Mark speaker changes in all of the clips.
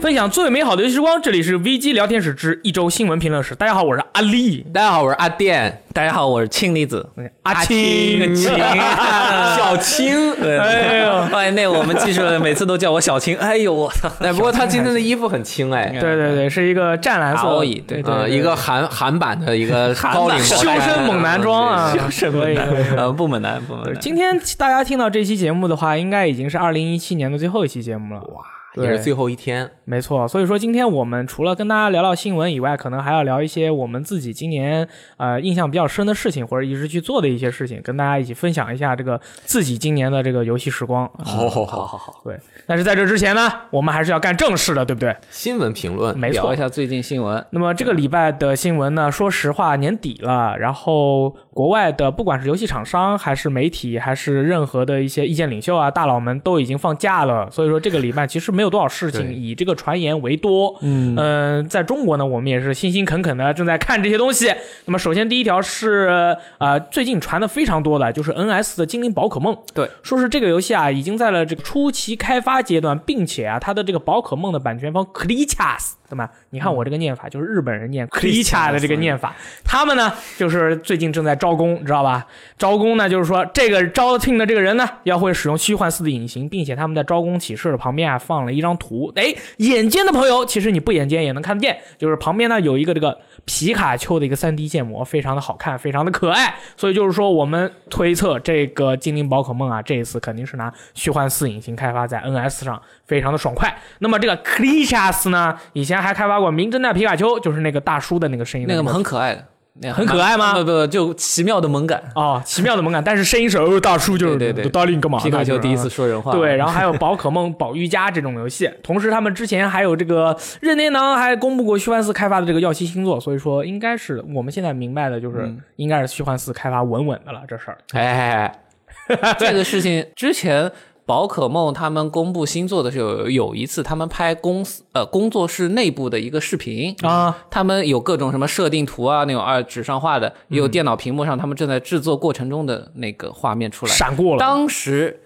Speaker 1: 分享最美好的游戏时光，这里是 VG 聊天室之一周新闻评论室。大家好，我是阿力，
Speaker 2: 大家好，我是阿电，
Speaker 3: 大家好，我是氢离子。
Speaker 1: 阿
Speaker 3: 青
Speaker 1: 青，
Speaker 2: 小青。
Speaker 3: 对，
Speaker 1: 哎呦
Speaker 3: 哎那我们技术人每次都叫我小青。哎呦，我操！
Speaker 2: 哎，不过他今天的衣服很轻哎，
Speaker 1: 对对对，是一个湛蓝色，
Speaker 3: 阿欧伊嗯
Speaker 1: 对
Speaker 3: 对
Speaker 1: 对
Speaker 2: 呃，
Speaker 1: 对
Speaker 2: 一个韩韩版的一个高领
Speaker 1: 修身猛男装啊，
Speaker 2: 对
Speaker 1: 身猛男。
Speaker 3: 呃，不猛男，不猛
Speaker 1: 对
Speaker 3: 男。
Speaker 1: 今天大家听到这期节目的话，应该已经是二零一七年的最后一期节目了。哇，
Speaker 2: 也是最后一天。
Speaker 1: 没错，所以说今天我们除了跟大家聊聊新闻以外，可能还要聊一些我们自己今年呃印象比较深的事情，或者一直去做的一些事情，跟大家一起分享一下这个自己今年的这个游戏时光。
Speaker 2: 好好好好好，
Speaker 1: 对，但是在这之前呢，我们还是要干正事的，对不对？
Speaker 2: 新闻评论
Speaker 1: 没
Speaker 3: 聊
Speaker 1: 错
Speaker 3: 一。下最近新闻，
Speaker 1: 那么这个礼拜的新闻呢，说实话年底了，然后国外的不管是游戏厂商还是媒体，还是任何的一些意见领袖啊、大佬们都已经放假了，所以说这个礼拜其实没有多少事情，
Speaker 2: 对
Speaker 1: 以这个传言为多。
Speaker 3: 嗯
Speaker 1: 嗯，在中国呢，我们也是辛辛恳恳的正在看这些东西。那么首先第一条是呃，最近传的非常多的就是 NS 的精灵宝可梦，
Speaker 2: 对，
Speaker 1: 说是这个游戏啊已经在了这个初期开发阶段，并且啊它的这个宝可梦的版权方 c l e c h a s 对吧？你看我这个念法就是日本人念 c l e c h a 的这个念法，他们呢就是最近正在招工，你知道吧？招工呢就是说这个招聘的这个人呢要会使用虚幻四的隐形，并且他们在招工启事的旁边啊放了一张图，哎，眼尖的朋友其实你不眼尖也能看得见，就是旁边呢有一个这个皮卡丘的一个 3D 建模，非常的好看，非常的可爱。所以就是说，我们推测这个精灵宝可梦啊，这一次肯定是拿虚幻四引擎开发在 NS 上，非常的爽快。那么这个 c l i c h a s 呢，以前还开发过《名侦探皮卡丘》，就是那个大叔的那个声音的
Speaker 3: 那个
Speaker 1: 个
Speaker 3: 很可爱的，那个
Speaker 1: 很可爱吗
Speaker 3: 不不，就奇妙的萌感。
Speaker 1: 哦，奇妙的萌感，但是声音是哦，大叔就是
Speaker 3: 对对对
Speaker 1: 大力你干嘛呢？
Speaker 3: 皮卡
Speaker 1: 就
Speaker 3: 丘
Speaker 1: 是啊
Speaker 3: 第一次说人话，
Speaker 1: 对，然后还有宝可梦、宝玉家这种游戏。同时，他们之前还有这个任天堂还公布过虚幻四开发的这个耀西星座，所以说应该是我们现在明白的就是，
Speaker 3: 嗯
Speaker 1: 应该是虚幻四开发稳稳的了这事儿。
Speaker 2: 哎哎哎，
Speaker 3: 这个事情之前。宝可梦他们公布星座的时候，有一次他们拍公司呃工作室内部的一个视频
Speaker 1: 啊，
Speaker 3: 他们有各种什么设定图啊，那种二纸上画的，也有电脑屏幕上他们正在制作过程中的那个画面出来。
Speaker 1: 闪过了，
Speaker 3: 当时，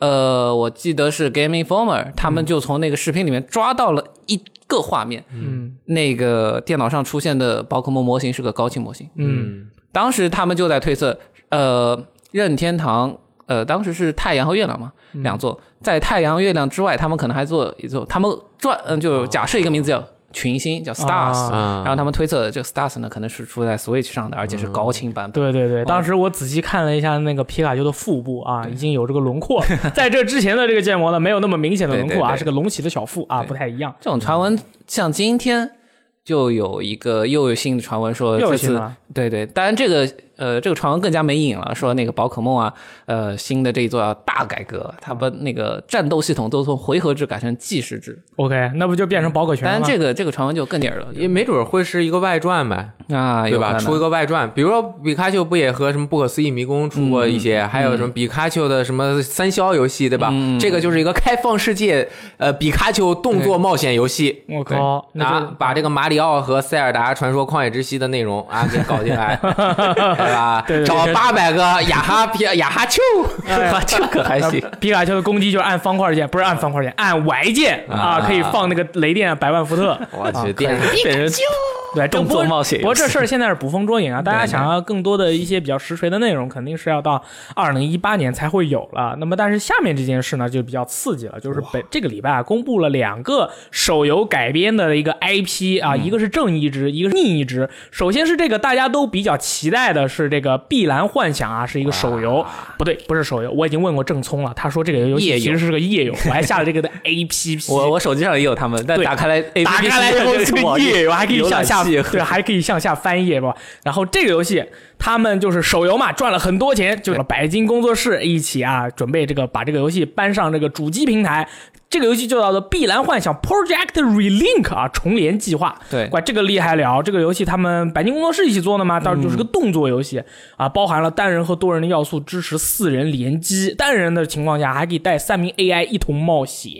Speaker 3: 呃，我记得是 Game Informer，他们就从那个视频里面抓到了一个画面，
Speaker 1: 嗯
Speaker 3: 那个电脑上出现的宝可梦模型是个高清模型。
Speaker 1: 嗯
Speaker 3: 当时他们就在推测，呃，任天堂，呃，当时是太阳和月亮嘛，
Speaker 1: 嗯
Speaker 3: 两座，在太阳、月亮之外，他们可能还做一座，他们转，嗯，就
Speaker 1: 哦
Speaker 3: 假设一个名字叫群星，叫 Stars，、
Speaker 2: 啊
Speaker 3: 然后他们推测这个 Stars 呢，可能是出在 Switch 上的，而且
Speaker 1: 嗯
Speaker 3: 是高清版本。
Speaker 1: 对对对，当时我仔细看了一下那个皮卡丘的腹部啊，已经有这个轮廓了。 在这之前的这个建模呢，没有那么明显的轮廓啊，
Speaker 3: 对对对
Speaker 1: 是个隆起的小腹啊，不太一样。
Speaker 3: 这种传
Speaker 1: 嗯
Speaker 3: 闻，像今天就有一个又有新的传闻说，
Speaker 1: 又有
Speaker 3: 这
Speaker 1: 新
Speaker 3: 次
Speaker 1: 的
Speaker 3: 对对，当然这个呃这个传闻更加没瘾了，说那个宝可梦啊，呃新的这一座要大改革，它把那个战斗系统都从回合制改成计时制，
Speaker 1: ，OK，那不就变成宝可全
Speaker 3: 当
Speaker 1: 了
Speaker 3: 然
Speaker 1: 吗？
Speaker 3: 这个这个传闻就更点儿了，
Speaker 2: 也没准儿会是一个外传呗，
Speaker 3: 啊
Speaker 2: 对吧？ 出一
Speaker 3: 个
Speaker 2: 个外传，比如说皮卡丘不也和什么不可思议迷宫出过一些，还有什么皮卡丘的什么三消游戏，对吧？这个就是一个开放世界，呃，比卡丘动作冒险游戏。
Speaker 1: 我靠，那
Speaker 2: 啊
Speaker 1: 就，
Speaker 2: 把这个马里奥和塞尔达传说旷野之息的内容啊给搞进来，对吧？
Speaker 1: 对对
Speaker 2: 找
Speaker 1: 对
Speaker 2: 八百个雅哈皮雅哈丘，
Speaker 1: 哎
Speaker 3: 这个还行，
Speaker 1: 皮卡丘的攻击就是按方块键，不是按方块键，按 Y 键啊，
Speaker 2: 啊
Speaker 1: 可以放那个雷电啊百万伏特。
Speaker 2: 我去，电
Speaker 3: 变成
Speaker 1: 对，这
Speaker 3: 动
Speaker 1: 不
Speaker 3: 作冒险
Speaker 1: 不过这事儿现在是捕风捉影啊，大家想要更多的一些比较实锤的内容，肯定是要到二零一八年才会有了。那么，但是下面这件事呢，就比较刺激了，就是本这个礼拜啊，公布了两个手游改编的一个 IP 啊，
Speaker 3: 嗯
Speaker 1: 一个是正义值，一个是逆义值。首先是这个大家都比较期待的是这个《碧蓝幻想》啊，是一个手游，不对，不是手游，我已经问过郑聪了，他说这个游戏
Speaker 3: 页游
Speaker 1: 其实是个页游，我还下了这个的 APP。
Speaker 3: 我我手机上也有他们，但
Speaker 1: 对
Speaker 3: 打开来 APP
Speaker 1: 打开来
Speaker 3: 是
Speaker 1: 之后这个页游还可以
Speaker 3: 浏
Speaker 1: 向
Speaker 3: 览
Speaker 1: 下，
Speaker 3: 器
Speaker 1: 对，还可以向下翻页吧。然后这个游戏他们就是手游嘛，赚了很多钱，就是白金工作室一起啊，准备这个把这个游戏搬上这个主机平台。这个游戏就叫做《碧蓝幻想 Project Relink》啊，重联计划。
Speaker 3: 对
Speaker 1: 哇，这个厉害了！这个游戏他们白金工作室一起做的嘛，当然就是个动作游戏、啊，包含了单人和多人的要素，支持四人联机。单人的情况下还可以带三名 AI 一同冒险。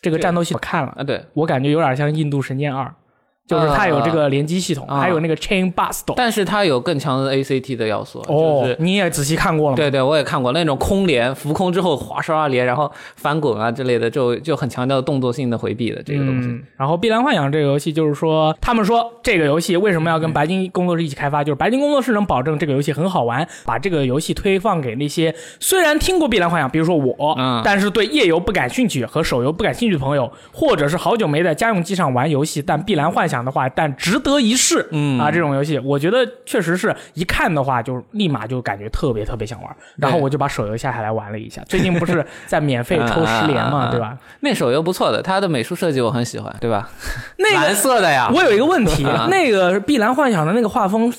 Speaker 1: 这个战斗系我看了，
Speaker 3: 啊，对，
Speaker 1: 我感觉有点像《印度神剑二》，就是它有这个联机系统，
Speaker 3: 啊
Speaker 1: 还有那个 Chain Bust。
Speaker 3: 但是它有更强的 ACT 的要素，
Speaker 1: 哦
Speaker 3: 就，是
Speaker 1: 你也仔细看过了吗？
Speaker 3: 对对，我也看过那种空连浮空之后滑刷连，然后翻滚啊之类的，就就很强调动作性的回避的这个东西。
Speaker 1: 嗯。然后《碧蓝幻想》这个游戏就是说，他们说这个游戏为什么要
Speaker 3: 嗯
Speaker 1: 跟白金工作室一起开发，就是白金工作室能保证这个游戏很好玩，把这个游戏推放给那些虽然听过《碧蓝幻想》，比如说我，
Speaker 3: 嗯
Speaker 1: 但是对页游不感兴趣和手游不感兴趣的朋友，或者是好久没在家用机上玩游戏，但《碧蓝幻想》的话，但值得一试，
Speaker 3: 嗯
Speaker 1: 啊，这种游戏，我觉得确实是一看的话，就立马就感觉特别特别想玩，然后我就把手游下下来玩了一下。最近不是在免费抽十连
Speaker 3: 啊啊啊啊
Speaker 1: 嘛，
Speaker 3: 啊
Speaker 1: 对吧？
Speaker 3: 那手游不错的，它的美术设计我很喜欢，对吧？
Speaker 1: 那个
Speaker 2: 蓝色的呀，
Speaker 1: 我有一个问题
Speaker 3: 啊，
Speaker 1: 那个《碧蓝幻想》的那个画风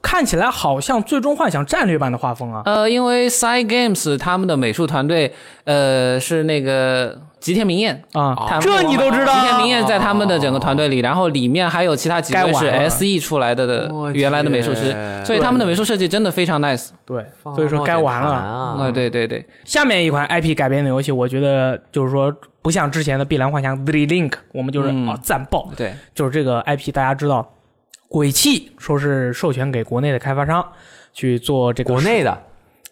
Speaker 1: 看起来好像《最终幻想战略版》的画风啊。
Speaker 3: 呃，因为 Side Games 他们的美术团队，呃，是那个吉田明彦。
Speaker 2: 哦
Speaker 1: 啊，
Speaker 3: 他们
Speaker 1: 这你都知道
Speaker 3: 吉田明彦在他们的整个团队里，然后里面还有其他几位
Speaker 1: 该
Speaker 3: 是
Speaker 1: 玩了
Speaker 3: SE 出来的
Speaker 2: 我
Speaker 3: 的
Speaker 2: 去
Speaker 3: 原来的美术师，所以他们的美术设计真的非常 nice。
Speaker 1: 对，所以说该完了。
Speaker 3: 啊、
Speaker 2: 啊，
Speaker 3: 对对对，
Speaker 1: 下面一款 IP 改编的游戏，我觉得就是说不像之前的《碧蓝幻想》The Link，我们就是
Speaker 3: 嗯
Speaker 1: 啊赞爆。
Speaker 3: 对，
Speaker 1: 就是这个 IP，大家知道，鬼泣说是授权给国内的开发商去做这个
Speaker 2: 国内的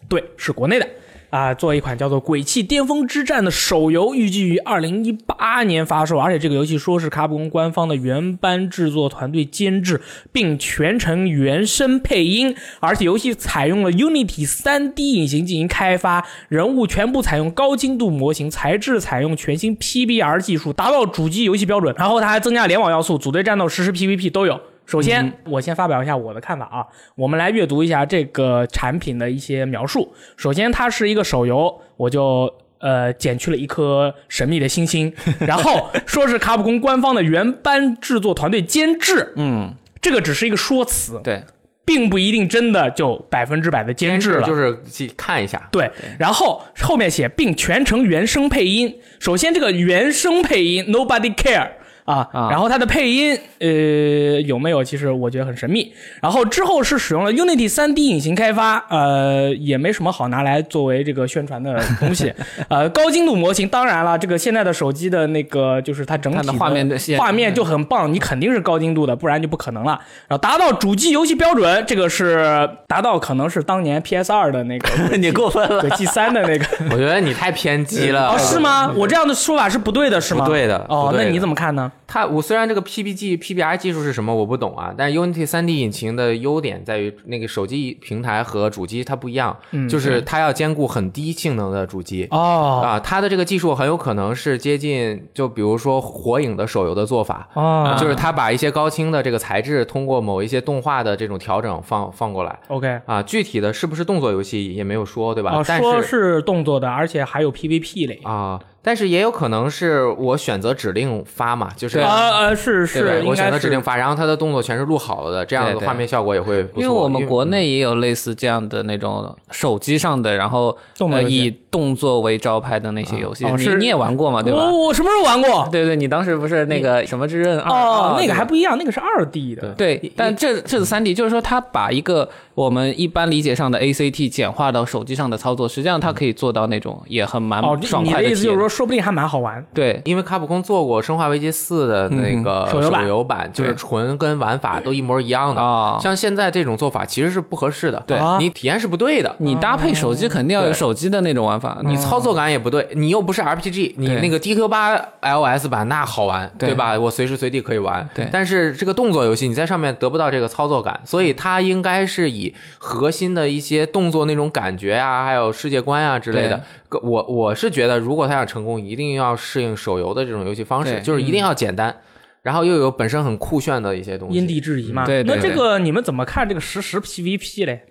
Speaker 1: 对，是国内的啊，做一款叫做《鬼泣巅峰之战》的手游，预计于二零一八年发售，而且这个游戏说是卡普空官方的原班制作团队监制，并全程原声配音，而且游戏采用了 Unity 3D 引擎进行开发，人物全部采用高精度模型，材质采用全新 PBR 技术，达到主机游戏标准，然后它还增加联网要素，组队战斗、实时 PVP 都有。首先，我先发表一下我的看法啊。我们来阅读一下这个产品的一些描述。首先，它是一个手游，我就呃减去了一颗神秘的星 星，然后说是卡普空官方的原班制作团队监制，
Speaker 3: 嗯，
Speaker 1: 这个只是一个说辞，
Speaker 3: 对，
Speaker 1: 并不一定真的就百分之百的监制了。
Speaker 2: 就是去看一下，
Speaker 1: 对，然后后面写并全程原声配音。首先，这个原声配音 Nobody Care 啊，
Speaker 3: 啊
Speaker 1: 然后它的配音呃有没有？其实我觉得很神秘。然后之后是使用了 Unity 3D 引擎开发，呃，也没什么好拿来作为这个宣传的东西。 呃，高精度模型，当然了，这个现在的手机的那个就是它整体
Speaker 3: 它的画面的线
Speaker 1: 画面就很棒，你肯定是高精度的，不然就不可能了。然后达到主机游戏标准，这个是达到可能是当年 PS 二的那个
Speaker 3: 你过分了
Speaker 1: 对 G 三的那个
Speaker 2: 我觉得你太偏激了。
Speaker 1: 哦，是吗？我这样的说法是不对的，是吗？
Speaker 2: 不对的
Speaker 1: 哦
Speaker 2: 不，对
Speaker 1: 那
Speaker 2: 的
Speaker 1: 你怎么看呢？
Speaker 2: 它我虽然这个 PPG、PBR 技术是什么我不懂啊，但是 Unity 3D 引擎的优点在于那个手机平台和主机它不一样，就是它要兼顾很低性能的主机。
Speaker 1: 嗯哦
Speaker 2: 啊，它的这个技术很有可能是接近，就比如说《火影》的手游的做法，
Speaker 1: 哦
Speaker 2: 啊就是它把一些高清的这个材质，通过某一些动画的这种调整放放过来
Speaker 1: ，OK，
Speaker 2: 啊。具体的是不是动作游戏也没有说，对吧？
Speaker 1: 哦，
Speaker 2: 但
Speaker 1: 说是动作的，而且还有 PVP 类。
Speaker 2: 啊，但是也有可能是我选择指令发嘛，就是
Speaker 1: 呃呃，是
Speaker 2: 啊对吧
Speaker 1: 是，应
Speaker 2: 我选择
Speaker 1: 该
Speaker 2: 指令
Speaker 1: 是。
Speaker 2: 发，然后它的动作全是录好了的，这样
Speaker 3: 对
Speaker 2: 的
Speaker 3: 对
Speaker 2: 画面效果也会不错。
Speaker 3: 因为我们国内也有类似这样的那种手机上的，然后
Speaker 1: 动作
Speaker 3: 呃
Speaker 1: 游戏
Speaker 3: 以动作为招牌的那些游戏，
Speaker 1: 哦
Speaker 3: 你
Speaker 1: 是哦
Speaker 3: 你也玩过嘛，对吧？
Speaker 1: 我我什么时候玩过？
Speaker 3: 对对，你当时不是那个什么之刃二啊
Speaker 1: 哦，那个还
Speaker 3: 不
Speaker 1: 不一样，那个是二 D 的。哦
Speaker 3: 对，但这这次三 D 就是说，它把一个我们一般理解上的 ACT 简化到手机上的操作，实际上它可以做到那种也很蛮
Speaker 1: 哦，
Speaker 3: 爽
Speaker 1: 你
Speaker 3: 快
Speaker 1: 的意思
Speaker 3: 体
Speaker 1: 就是
Speaker 3: 验。
Speaker 1: 说，说不定还蛮好玩。
Speaker 3: 对，
Speaker 2: 因为卡普空做过《生化危机四》的
Speaker 3: 嗯
Speaker 2: 那个
Speaker 1: 手游版
Speaker 2: 游版，就是
Speaker 3: 对
Speaker 2: 纯跟玩法都一模一
Speaker 1: 嗯
Speaker 2: 样的。
Speaker 3: 啊
Speaker 2: 像现在这种做法其实是不合适的，
Speaker 3: 对
Speaker 1: 啊
Speaker 2: 你体验是不对的。
Speaker 3: 你搭配手机肯定要有
Speaker 2: 对
Speaker 3: 手机的那种玩法，
Speaker 1: 嗯
Speaker 2: 你操作感也不对，你又不是 RPG，
Speaker 3: 嗯
Speaker 2: 你
Speaker 3: 对
Speaker 2: 那个 DQ 八 iOS 版那好玩，
Speaker 3: 对
Speaker 2: 对吧？我随时随地可以玩。
Speaker 3: 对
Speaker 2: 但是这个动作游戏你在上面得不到这个操作感，所以它应该是以核心的一些动作那种感觉啊，还有世界观啊之类的。个我我是觉得，如果它想成功，一定要适应手游的这种游戏方式，
Speaker 3: 对嗯
Speaker 2: 就是一定要简单，然后又有本身很酷炫的一些东西。
Speaker 1: 因地制宜嘛。
Speaker 3: 嗯对对
Speaker 1: 那这
Speaker 3: 对
Speaker 1: 个你们怎么看这个实时 PVP 嘞？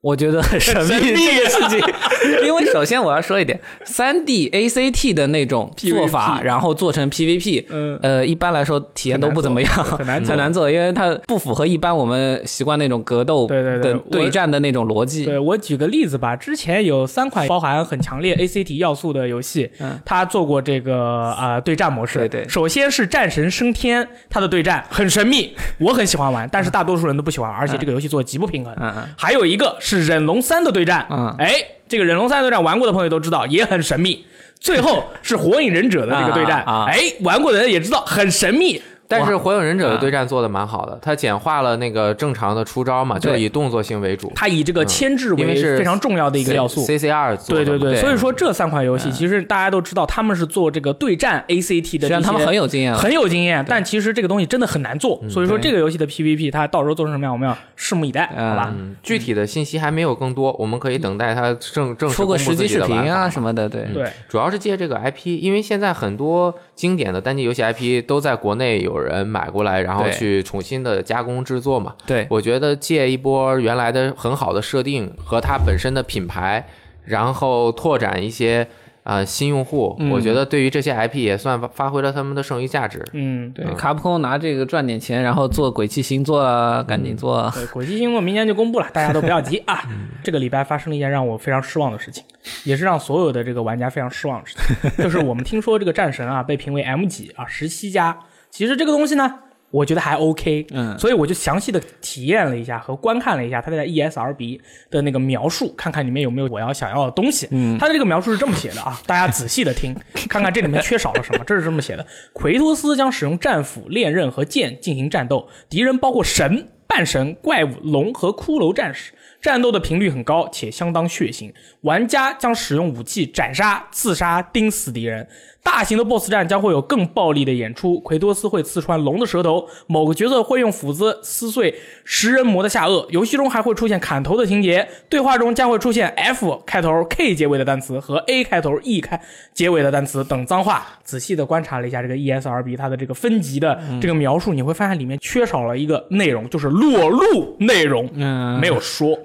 Speaker 3: 我觉得很神秘这个事情， 因为首先我要说一点，三 D ACT 的那种做法，
Speaker 1: PVP
Speaker 3: 然后做成 PVP，
Speaker 1: 嗯
Speaker 3: 呃，一般来说体验都不怎么样，
Speaker 1: 很难做
Speaker 3: 很难做，因为它不符合一般我们习惯那种格斗
Speaker 1: 对对对
Speaker 3: 的
Speaker 1: 我
Speaker 3: 对战的那种逻辑。
Speaker 1: 对我举个例子吧，之前有三款包含很强烈 ACT 要素的游戏，
Speaker 3: 嗯
Speaker 1: 它做过这个啊、呃对战模式。
Speaker 3: 对对
Speaker 1: 首先是战神升天，它的对战很神秘，我很喜欢玩，但是大多数人都不喜欢，而且这个游戏做的极不平衡。
Speaker 3: 嗯嗯
Speaker 1: 还有一个是忍龙三的对战，
Speaker 3: 嗯
Speaker 1: 哎，这个忍龙三的对战玩过的朋友都知道，也很神秘。最后是火影忍者的这个对战，
Speaker 3: 啊啊啊
Speaker 1: 哎，玩过的人也知道很神秘。
Speaker 2: 但是《火影忍者》的
Speaker 3: 啊
Speaker 2: 对战做的蛮好的，它简化了那个正常的出招嘛，就是
Speaker 3: 对
Speaker 2: 以动作性为主。
Speaker 1: 它以这个牵制
Speaker 2: 因
Speaker 1: 为
Speaker 2: 为是
Speaker 1: 非常重要的一个要素。
Speaker 2: C C R 做
Speaker 1: 对
Speaker 2: 的
Speaker 1: 对
Speaker 2: 嘛
Speaker 1: 对，所以说这三款游戏其实大家都知道，他们是做这个对战 ACT
Speaker 3: 实
Speaker 1: 的这些，
Speaker 3: 际上他们很有经验了。啊
Speaker 1: 很有经验，但其实这个东西真的很难做，所以说
Speaker 3: 对
Speaker 1: 这个游戏的 PVP 它到时候做成什么样，我们要拭目以待，
Speaker 3: 嗯
Speaker 1: 好吧？
Speaker 2: 嗯，具体的信息还没有更多，我们可以等待它正正式
Speaker 3: 出个
Speaker 2: 公
Speaker 3: 实
Speaker 2: 布
Speaker 3: 际
Speaker 2: 自己
Speaker 3: 视
Speaker 2: 的
Speaker 3: 频
Speaker 2: 玩法嗯
Speaker 3: 啊什么的，对，
Speaker 1: 对，
Speaker 2: 主要是借这个 IP，因为现在很多经典的单机游戏 IP 都在国内有人买过来，然后
Speaker 3: 对
Speaker 2: 去重新的加工制作嘛。
Speaker 3: 对，
Speaker 2: 我觉得借一波原来的很好的设定和它本身的品牌，然后拓展一些呃新用户，
Speaker 3: 嗯
Speaker 2: 我觉得对于这些 IP 也算发发挥了他们的剩余价值。
Speaker 1: 嗯，
Speaker 3: 对，卡普空拿这个赚点钱，然后做鬼泣星座啊，赶紧做啊。
Speaker 1: 对，轨迹星座明年就公布了，大家都不要急啊。这个礼拜发生了一件让我非常失望的事情，也是让所有的这个玩家非常失望的事情， 就是我们听说这个战神啊被评为 M 级啊十七加，其实这个东西呢。我觉得还 OK，
Speaker 3: 嗯
Speaker 1: 所以我就详细的体验了一下和观看了一下它在 E ESRB 的那个描述，看看里面有没有我要想要的东西。嗯，它的这个描述是这么写的啊，大家仔细的听，看看这里面缺少了什么。这是这么写的：奎托斯将使用战斧、猎刃和剑进行战斗，敌人包括神、半神、怪物、龙和骷髅战士。战斗的频率很高，且相当血腥。玩家将使用武器斩杀、刺杀、钉死敌人。大型的 BOSS 战将会有更暴力的演出，奎多斯会刺穿龙的舌头，某个角色会用斧子撕碎食人魔的下颚。游戏中还会出现砍头的情节，对话中将会出现 F 开头、K 结尾的单词和 A 开头、E 开结尾的单词等脏话。仔细的观察了一下这个 E ESRB 它的这个分级的这个描述，你会发现里面缺少了一个内容，就是裸露内容。
Speaker 3: 嗯，
Speaker 1: 没有说。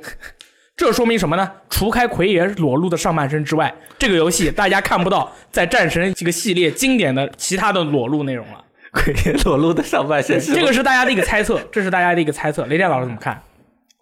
Speaker 1: 这说明什么呢？除开奎爷裸露的上半身之外，这个游戏大家看不到在战神这个系列经典的其他的裸露内容了。
Speaker 3: 鬼裸露的上半身是
Speaker 1: 这个是大家的一个猜测，这是大家的一个猜测。雷电老师怎么看？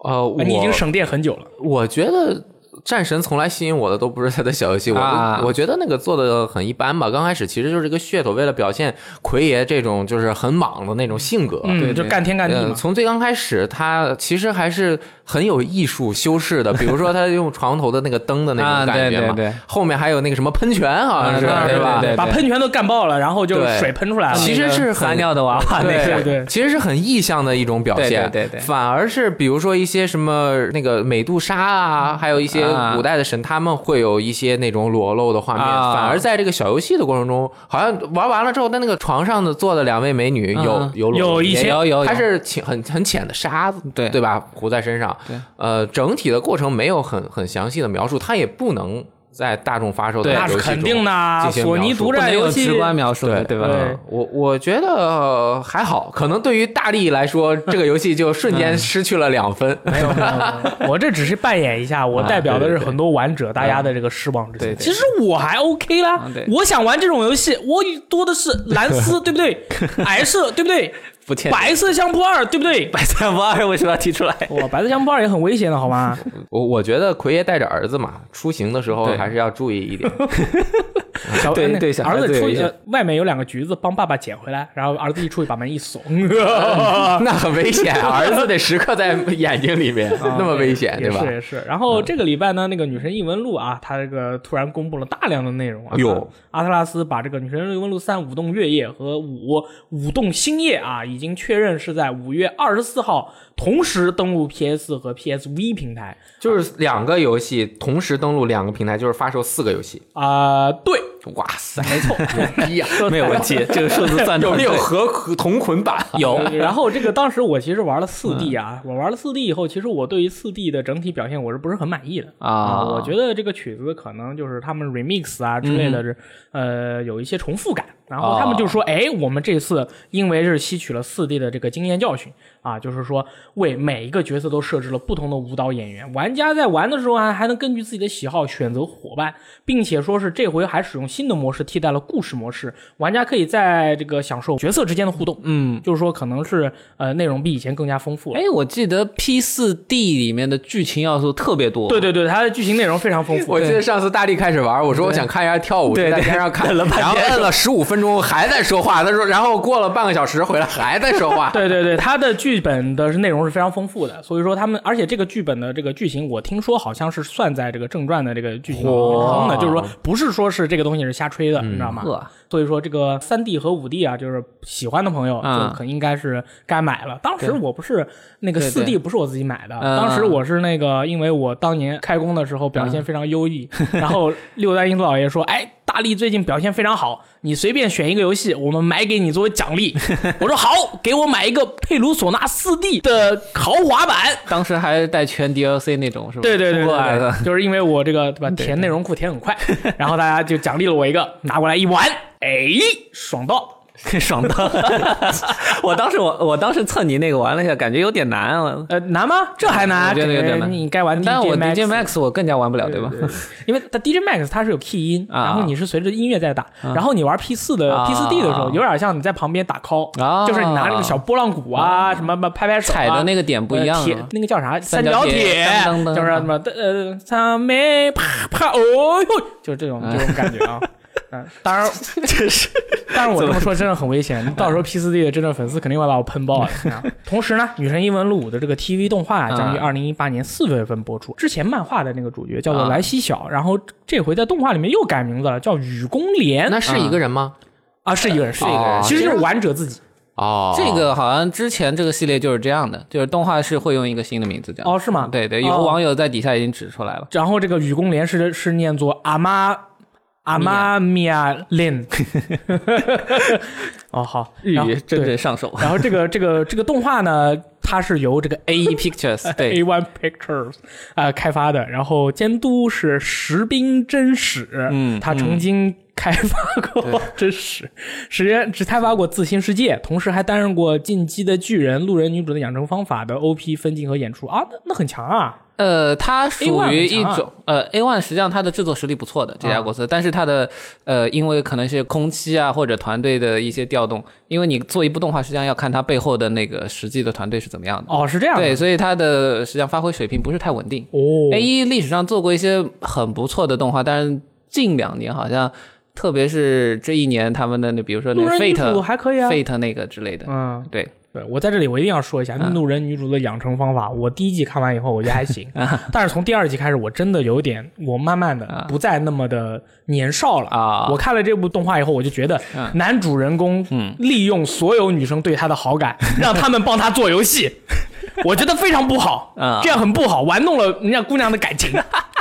Speaker 2: 呃，我
Speaker 1: 哎你已经省电很久了。
Speaker 2: 我觉得。战神从来吸引我的都不是他的小游戏，我、
Speaker 3: 啊
Speaker 2: 我觉得那个做的很一般吧。刚开始其实就是一个噱头，为了表现奎爷这种就是很莽的那种性格。
Speaker 1: 嗯，
Speaker 3: 对对
Speaker 1: 就干天干地
Speaker 2: 嗯，
Speaker 1: 嘛。
Speaker 2: 从最刚开始，他其实还是很有艺术修饰的，比如说他用床头的那个灯的那
Speaker 3: 啊，
Speaker 2: 种感
Speaker 3: 对
Speaker 2: 觉
Speaker 3: 对
Speaker 2: 嘛。
Speaker 3: 对，
Speaker 2: 后面还有那个什么喷泉，好像是、
Speaker 3: 啊
Speaker 1: 对
Speaker 2: 对吧？
Speaker 1: 把喷泉都干爆了，然后就
Speaker 2: 对
Speaker 1: 水喷出来了。
Speaker 2: 其实是很
Speaker 3: 撒尿的娃娃那
Speaker 1: 对
Speaker 3: 个，
Speaker 1: 对
Speaker 2: 其实是很意象的一种表现，
Speaker 3: 对对对对
Speaker 2: 反而是比如说一些什么那个美杜莎啊，还有一些
Speaker 3: 啊
Speaker 2: 古代的神，他们会有一些那种裸露的画面，
Speaker 3: 啊
Speaker 2: 反而在这个小游戏的过程中，好像玩完了之后，在那个床上的坐的两位美女有、
Speaker 3: 嗯
Speaker 2: 有裸露
Speaker 1: 有一些
Speaker 3: 也有有有，
Speaker 2: 它是浅很很浅的沙子，
Speaker 3: 对
Speaker 2: 对吧？糊在身上，
Speaker 3: 对，
Speaker 2: 呃，整体的过程没有很很详细的描述，它也不能在大众发售的
Speaker 3: 对
Speaker 1: 那
Speaker 2: 游戏
Speaker 1: 是
Speaker 2: 中
Speaker 1: 肯定的啊。
Speaker 2: 进行
Speaker 1: 索
Speaker 2: 描述
Speaker 1: 尼独
Speaker 3: 不能
Speaker 1: 占
Speaker 3: 有
Speaker 1: 游戏
Speaker 3: 直 观描述的，
Speaker 2: 对
Speaker 3: 吧？
Speaker 1: 对
Speaker 2: 我我觉得呃还好，可能对于大力来说，这个游戏就瞬间失去了两分。
Speaker 1: 没有，没有没有我这只是扮演一下，我代表的是很多玩者大家的这个失望之
Speaker 3: 啊对
Speaker 1: 情。
Speaker 3: 对对
Speaker 1: 其实我还 OK 啦
Speaker 3: 嗯对，
Speaker 1: 我想玩这种游戏，我多的是蓝丝， 对不对？白色，对不对？
Speaker 3: 不欠
Speaker 1: 白色相扑二，对不 对？
Speaker 3: 百三不二为什么要提 出来？
Speaker 1: 哇，白色相扑二也很危险的，好吗？
Speaker 2: 我我觉得奎爷带着儿子嘛，出行的时候
Speaker 3: 对
Speaker 2: 还是要注意一 点。
Speaker 1: 小
Speaker 3: 对
Speaker 1: 那
Speaker 3: 对小孩
Speaker 1: 儿
Speaker 3: 子
Speaker 1: 子
Speaker 3: 有
Speaker 1: 出
Speaker 3: 一
Speaker 1: 去
Speaker 3: 些
Speaker 1: 外面有两个橘子，帮爸爸捡回来，然后儿子一出去把门一 怂，
Speaker 2: 那很危险，儿子得时刻在眼睛里 面，那么危险，
Speaker 1: 啊也
Speaker 2: 啊对吧嗯
Speaker 1: 是？也是。然后这个礼拜呢，那个《女神异闻录》啊，它这个突然公布了大量的内容啊。
Speaker 2: 哟，
Speaker 1: 阿特拉斯把这个《女神异闻录三：舞动月夜》和五舞动星夜啊，已经确认是在五月二十四号同时登陆 PS 和 PSV 平台
Speaker 2: 就是两个游戏同时登录两个平台，就是发售四个游戏。
Speaker 1: 啊、对，
Speaker 2: 哇 塞，
Speaker 1: 没错，
Speaker 3: 哎
Speaker 2: 逼呀！
Speaker 3: 没有问题，这个数字算
Speaker 2: 有没有
Speaker 3: 对
Speaker 2: 和同捆 版？
Speaker 3: 有
Speaker 1: 对然后这个当时我其实玩了四 D
Speaker 2: 嗯
Speaker 1: 啊，我玩了四 D 以后，其实我对于四 D 的整体表现我是不是很满意的
Speaker 3: 啊？
Speaker 1: 我觉得这个曲子可能就是他们 remix 啊之类
Speaker 3: 嗯
Speaker 1: 的，是、呃有一些重复感。然后
Speaker 3: 哦
Speaker 1: 他们就说，哎，我们这次因为是吸取了四 D 的这个经验教训啊，就是说为每一个角色都设置了不同的舞蹈演员，玩家在玩的时候还还能根据自己的喜好选择伙伴，并且说是这回还使用新的模式替代了故事模式，玩家可以在这个享受角色之间的互动。
Speaker 3: 嗯，
Speaker 1: 就是说，可能是呃，内容比以前更加丰富了。
Speaker 3: 哎，我记得 P 四 D 里面的剧情要素特别多，
Speaker 1: 对对对，它的剧情内容非常丰富。
Speaker 2: 我记得上次大力开始玩，我说我想看一下跳舞，
Speaker 3: 对
Speaker 2: 就在
Speaker 3: 对
Speaker 2: 边上看，
Speaker 3: 等了半
Speaker 2: 然后
Speaker 3: 天
Speaker 2: 摁了十五分钟还在说话，他说，然后过了半个小时回来还在说话。
Speaker 1: 对对对，它的剧本的内容是非常丰富的，所以说他们，而且这个剧本的这个剧情，我听说好像是算在这个正传的这个剧情里面
Speaker 2: 哇
Speaker 1: 坑的，就是说不是说是这个东西是瞎吹的，你知道吗？
Speaker 3: 呵，
Speaker 1: 所以说这个三 D 和五 D 啊，就是喜欢的朋友
Speaker 3: 嗯
Speaker 1: 就可应该是该买了。当时我不是那个
Speaker 3: 对
Speaker 1: 四
Speaker 3: 对
Speaker 1: D 不是我自己买的，
Speaker 3: 嗯
Speaker 1: 当时我是那个因为我当年开工的时候表现非常优异，
Speaker 3: 啊
Speaker 1: 然后六代英子老爷说，哎。大力最近表现非常好，你随便选一个游戏，我们买给你作为奖励。我说好，给我买一个佩鲁索纳四 D 的豪华版。
Speaker 3: 当时还带全 DLC 那种是吧？
Speaker 1: 对对对对
Speaker 3: 过来的，
Speaker 1: 对，就是因为我这个对吧，填内容库填很快，然后大家就奖励了我一个，拿过来一玩，哎，爽到！
Speaker 3: 爽到！ 我当时我我当时测你那个玩了一下，感觉有点难啊。
Speaker 1: 呃，难吗？这还难，
Speaker 3: 我觉得有点难
Speaker 1: 这你该玩 DJ
Speaker 3: 但我
Speaker 1: Max，
Speaker 3: DJ Max 我更加玩不了，对吧？
Speaker 1: 因为它 DJ Max 它是有 key 音，
Speaker 3: 啊
Speaker 1: 然后你是随着音乐在打，然后你玩 P 四的
Speaker 3: 啊
Speaker 1: P 四 D 的时候，有点像你在旁边打 call，
Speaker 3: 啊
Speaker 1: 就是你拿那个小拨浪鼓啊，什么拍拍手啊
Speaker 3: 踩的那个点不一样
Speaker 1: 呃
Speaker 3: 啊。
Speaker 1: 铁那个叫啥？三
Speaker 3: 三
Speaker 1: 角
Speaker 3: 角铁
Speaker 1: 铁
Speaker 3: 噔噔，噔
Speaker 1: 就是什么呃，三枚啪啪，哦呦，就是这种这种感觉啊。 嗯，当然，
Speaker 3: 真 是
Speaker 1: 但是我这么说真的很危险，到时候 P 四 D 的真正粉丝肯定会把我喷爆的。同时呢，《女神异闻录五》的这个 TV 动画啊将于二零一八年四月份播出。之前漫画的那个主角叫做
Speaker 3: 啊
Speaker 1: 莱西小，然后这回在动画里面又改名字了，叫雨宫莲
Speaker 2: 那是一个人吗？
Speaker 1: 啊，是一个人，是一个人，
Speaker 2: 哦
Speaker 1: 其实就是玩者自己。呃
Speaker 2: 哦，
Speaker 3: 这个好像之前这个系列就是这样的，就是动画是会用一个新的名字叫。
Speaker 1: 哦是吗
Speaker 3: 对对，有
Speaker 1: 哦
Speaker 3: 网友在底下已经指出来了。
Speaker 1: 然后这个雨宫莲是是念作阿妈阿妈米啊亚莲。 哦，好，
Speaker 3: 日
Speaker 1: 然后
Speaker 3: 语真
Speaker 1: 对
Speaker 3: 正上手
Speaker 1: 然后这个这个这个动画呢，它是由这个
Speaker 3: ，A E Pictures 对
Speaker 1: A One Pictures 啊、呃、开发的，然后监督是石滨真史，
Speaker 3: 嗯
Speaker 1: 他曾经开发过 真史，时间只开发过《自新世界》，同时还担任过《进击的巨人》《路人女主的养成方法》的 OP 分镜和演出啊，那那很强啊，
Speaker 3: 呃，它属
Speaker 1: A1
Speaker 3: 于
Speaker 1: 很
Speaker 3: 一
Speaker 1: 强啊啊
Speaker 3: 种呃 A One，实际上它的制作实力不错的这家公司，但是它的呃，因为可能是空期啊或者团队的一些调动，因为你做一部动画，实际上要看它背后的那个实际的团队是怎么样的。
Speaker 1: 哦，是这样的，
Speaker 3: 对，所以它的实际上发挥水平不是太稳定。
Speaker 1: 哦
Speaker 3: A 一历史上做过一些很不错的动画，但是近两年好像，特别是这一年他们的那，比如说那
Speaker 1: 路
Speaker 3: 个
Speaker 1: 人女主
Speaker 3: Fate、
Speaker 1: 还可以啊。
Speaker 3: Fate 那个之类的，
Speaker 1: 嗯，
Speaker 3: 对，
Speaker 1: 对我在这里我一定要说一下《
Speaker 3: 嗯
Speaker 1: 路人女主的养成方法》，我第一季看完以后我觉得还行， 但是从第二季开始我真的有点，我慢慢的
Speaker 3: 啊
Speaker 1: 不再那么的年少了
Speaker 3: 啊嗯
Speaker 1: 我看了这部动画以后，我就觉得男主人公利用所有女生对他的好 感，让他们帮他做游戏，我觉得非常不好
Speaker 3: 啊，
Speaker 1: 这样很不好，玩弄了人家姑娘的感情，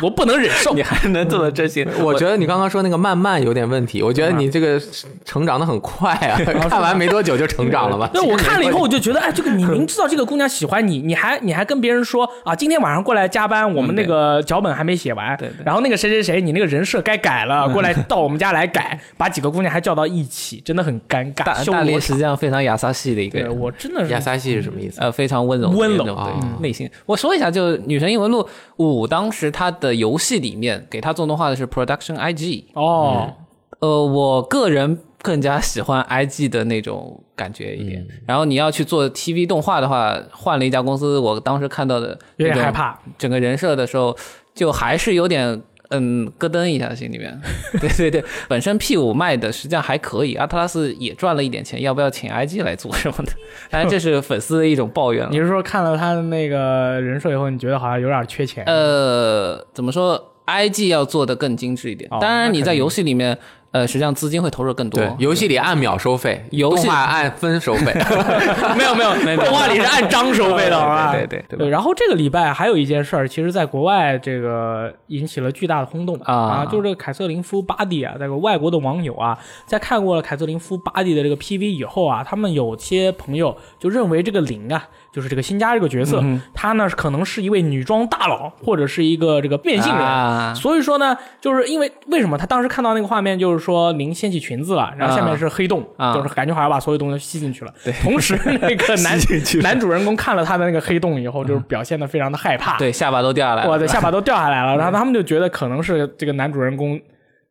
Speaker 1: 我不能忍受。
Speaker 3: 你还能这么 真心？
Speaker 2: 我觉得你刚刚说那个慢慢有点问题，我觉得你这个成长的很快啊，看完没多久就成长了吧？
Speaker 1: 对，我看了以后我就觉得，哎，这个 你明知道这个姑娘喜欢你，你还你还跟别人说啊，今天晚上过来加班，我们那个脚本还没写完，
Speaker 3: 嗯对对
Speaker 1: 然后那个谁谁谁，你那个人设该改 了，过来到我们家来改，把几个姑娘还叫到一起，真的很尴尬，
Speaker 3: 大
Speaker 1: 羞辱
Speaker 3: 大力
Speaker 1: 我
Speaker 3: 实际上非常亚萨系的一个
Speaker 1: 对
Speaker 3: 人，
Speaker 1: 我真的是
Speaker 2: 亚三系是什么意思？
Speaker 3: 呃，非常温柔的
Speaker 1: 温柔
Speaker 3: 那
Speaker 1: 嗯
Speaker 3: 种对、
Speaker 2: 哦
Speaker 3: 内心。我说一下，就《女神异闻录五》，当时它的游戏里面给它做动画的是 Production IG，
Speaker 1: 哦，
Speaker 3: 呃，我个人更加喜欢 IG 的那种感觉一
Speaker 1: 嗯
Speaker 3: 点。然后你要去做 TV 动画的话，换了一家公司，我当时看到的
Speaker 1: 有点
Speaker 3: 那种
Speaker 1: 害怕，
Speaker 3: 整个人设的时候，就还是有点。嗯，咯噔一下，心 里面。对对对，本身 P 五卖的实际上还可以，阿特拉斯也赚了一点钱，要不要请 IG 来做什么的？ 当然这是粉丝的一种抱怨了
Speaker 1: 你。是说看了他的那个人设以后，你觉得好像有点缺钱？
Speaker 3: 呃，怎么说？IG 要做的更精致一点。
Speaker 1: 哦
Speaker 3: 当然你
Speaker 1: 那肯
Speaker 3: 在游戏里面，呃，实际上资金会投入更多。
Speaker 2: 对，游戏里按秒收费，
Speaker 3: 游戏
Speaker 2: 动画按分收费。
Speaker 1: 没有没有，
Speaker 3: 没有
Speaker 1: 动画里是按章收费的啊。
Speaker 3: 对对对对
Speaker 1: 对，
Speaker 3: 对吧
Speaker 1: 然后这个礼拜还有一件事儿，其实在国外这个引起了巨大的轰动
Speaker 3: 啊
Speaker 1: 就是这个凯瑟琳夫巴蒂啊，这个外国的网友啊，在看过了凯瑟琳夫巴蒂的这个 PV 以后啊，他们有些朋友就认为这个林啊，就是这个新加这个角色，
Speaker 3: 嗯
Speaker 1: 他呢可能是一位女装大佬，或者是一个这个变性人。
Speaker 3: 啊
Speaker 1: 所以说呢，就是因为为什么他当时看到那个画面，就是说林掀起裙子了，然后下面是黑洞，
Speaker 3: 啊
Speaker 1: 就是感觉好像把所有东西都吸进去了。对，同时那个男男主人公看了他的那个黑洞以后，就是表现的非常的害怕，
Speaker 3: 对，下巴都掉下来了。
Speaker 1: 我的下巴都掉下来了。然后他们就觉得可能是这个男主人公，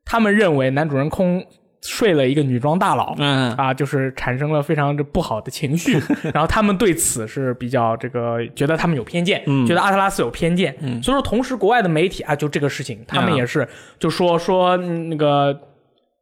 Speaker 1: 他们认为男主人公睡了一个女装大佬。
Speaker 3: 嗯，
Speaker 1: 啊，就是产生了非常这不好的情绪， 然后他们对此是比较这个觉得他们有偏见，
Speaker 2: 嗯
Speaker 1: 觉得阿特拉斯有偏见，所以说
Speaker 2: 啊
Speaker 1: 同时国外的媒体啊，就这个事情，他们
Speaker 3: 嗯
Speaker 1: 也是就说说嗯那个。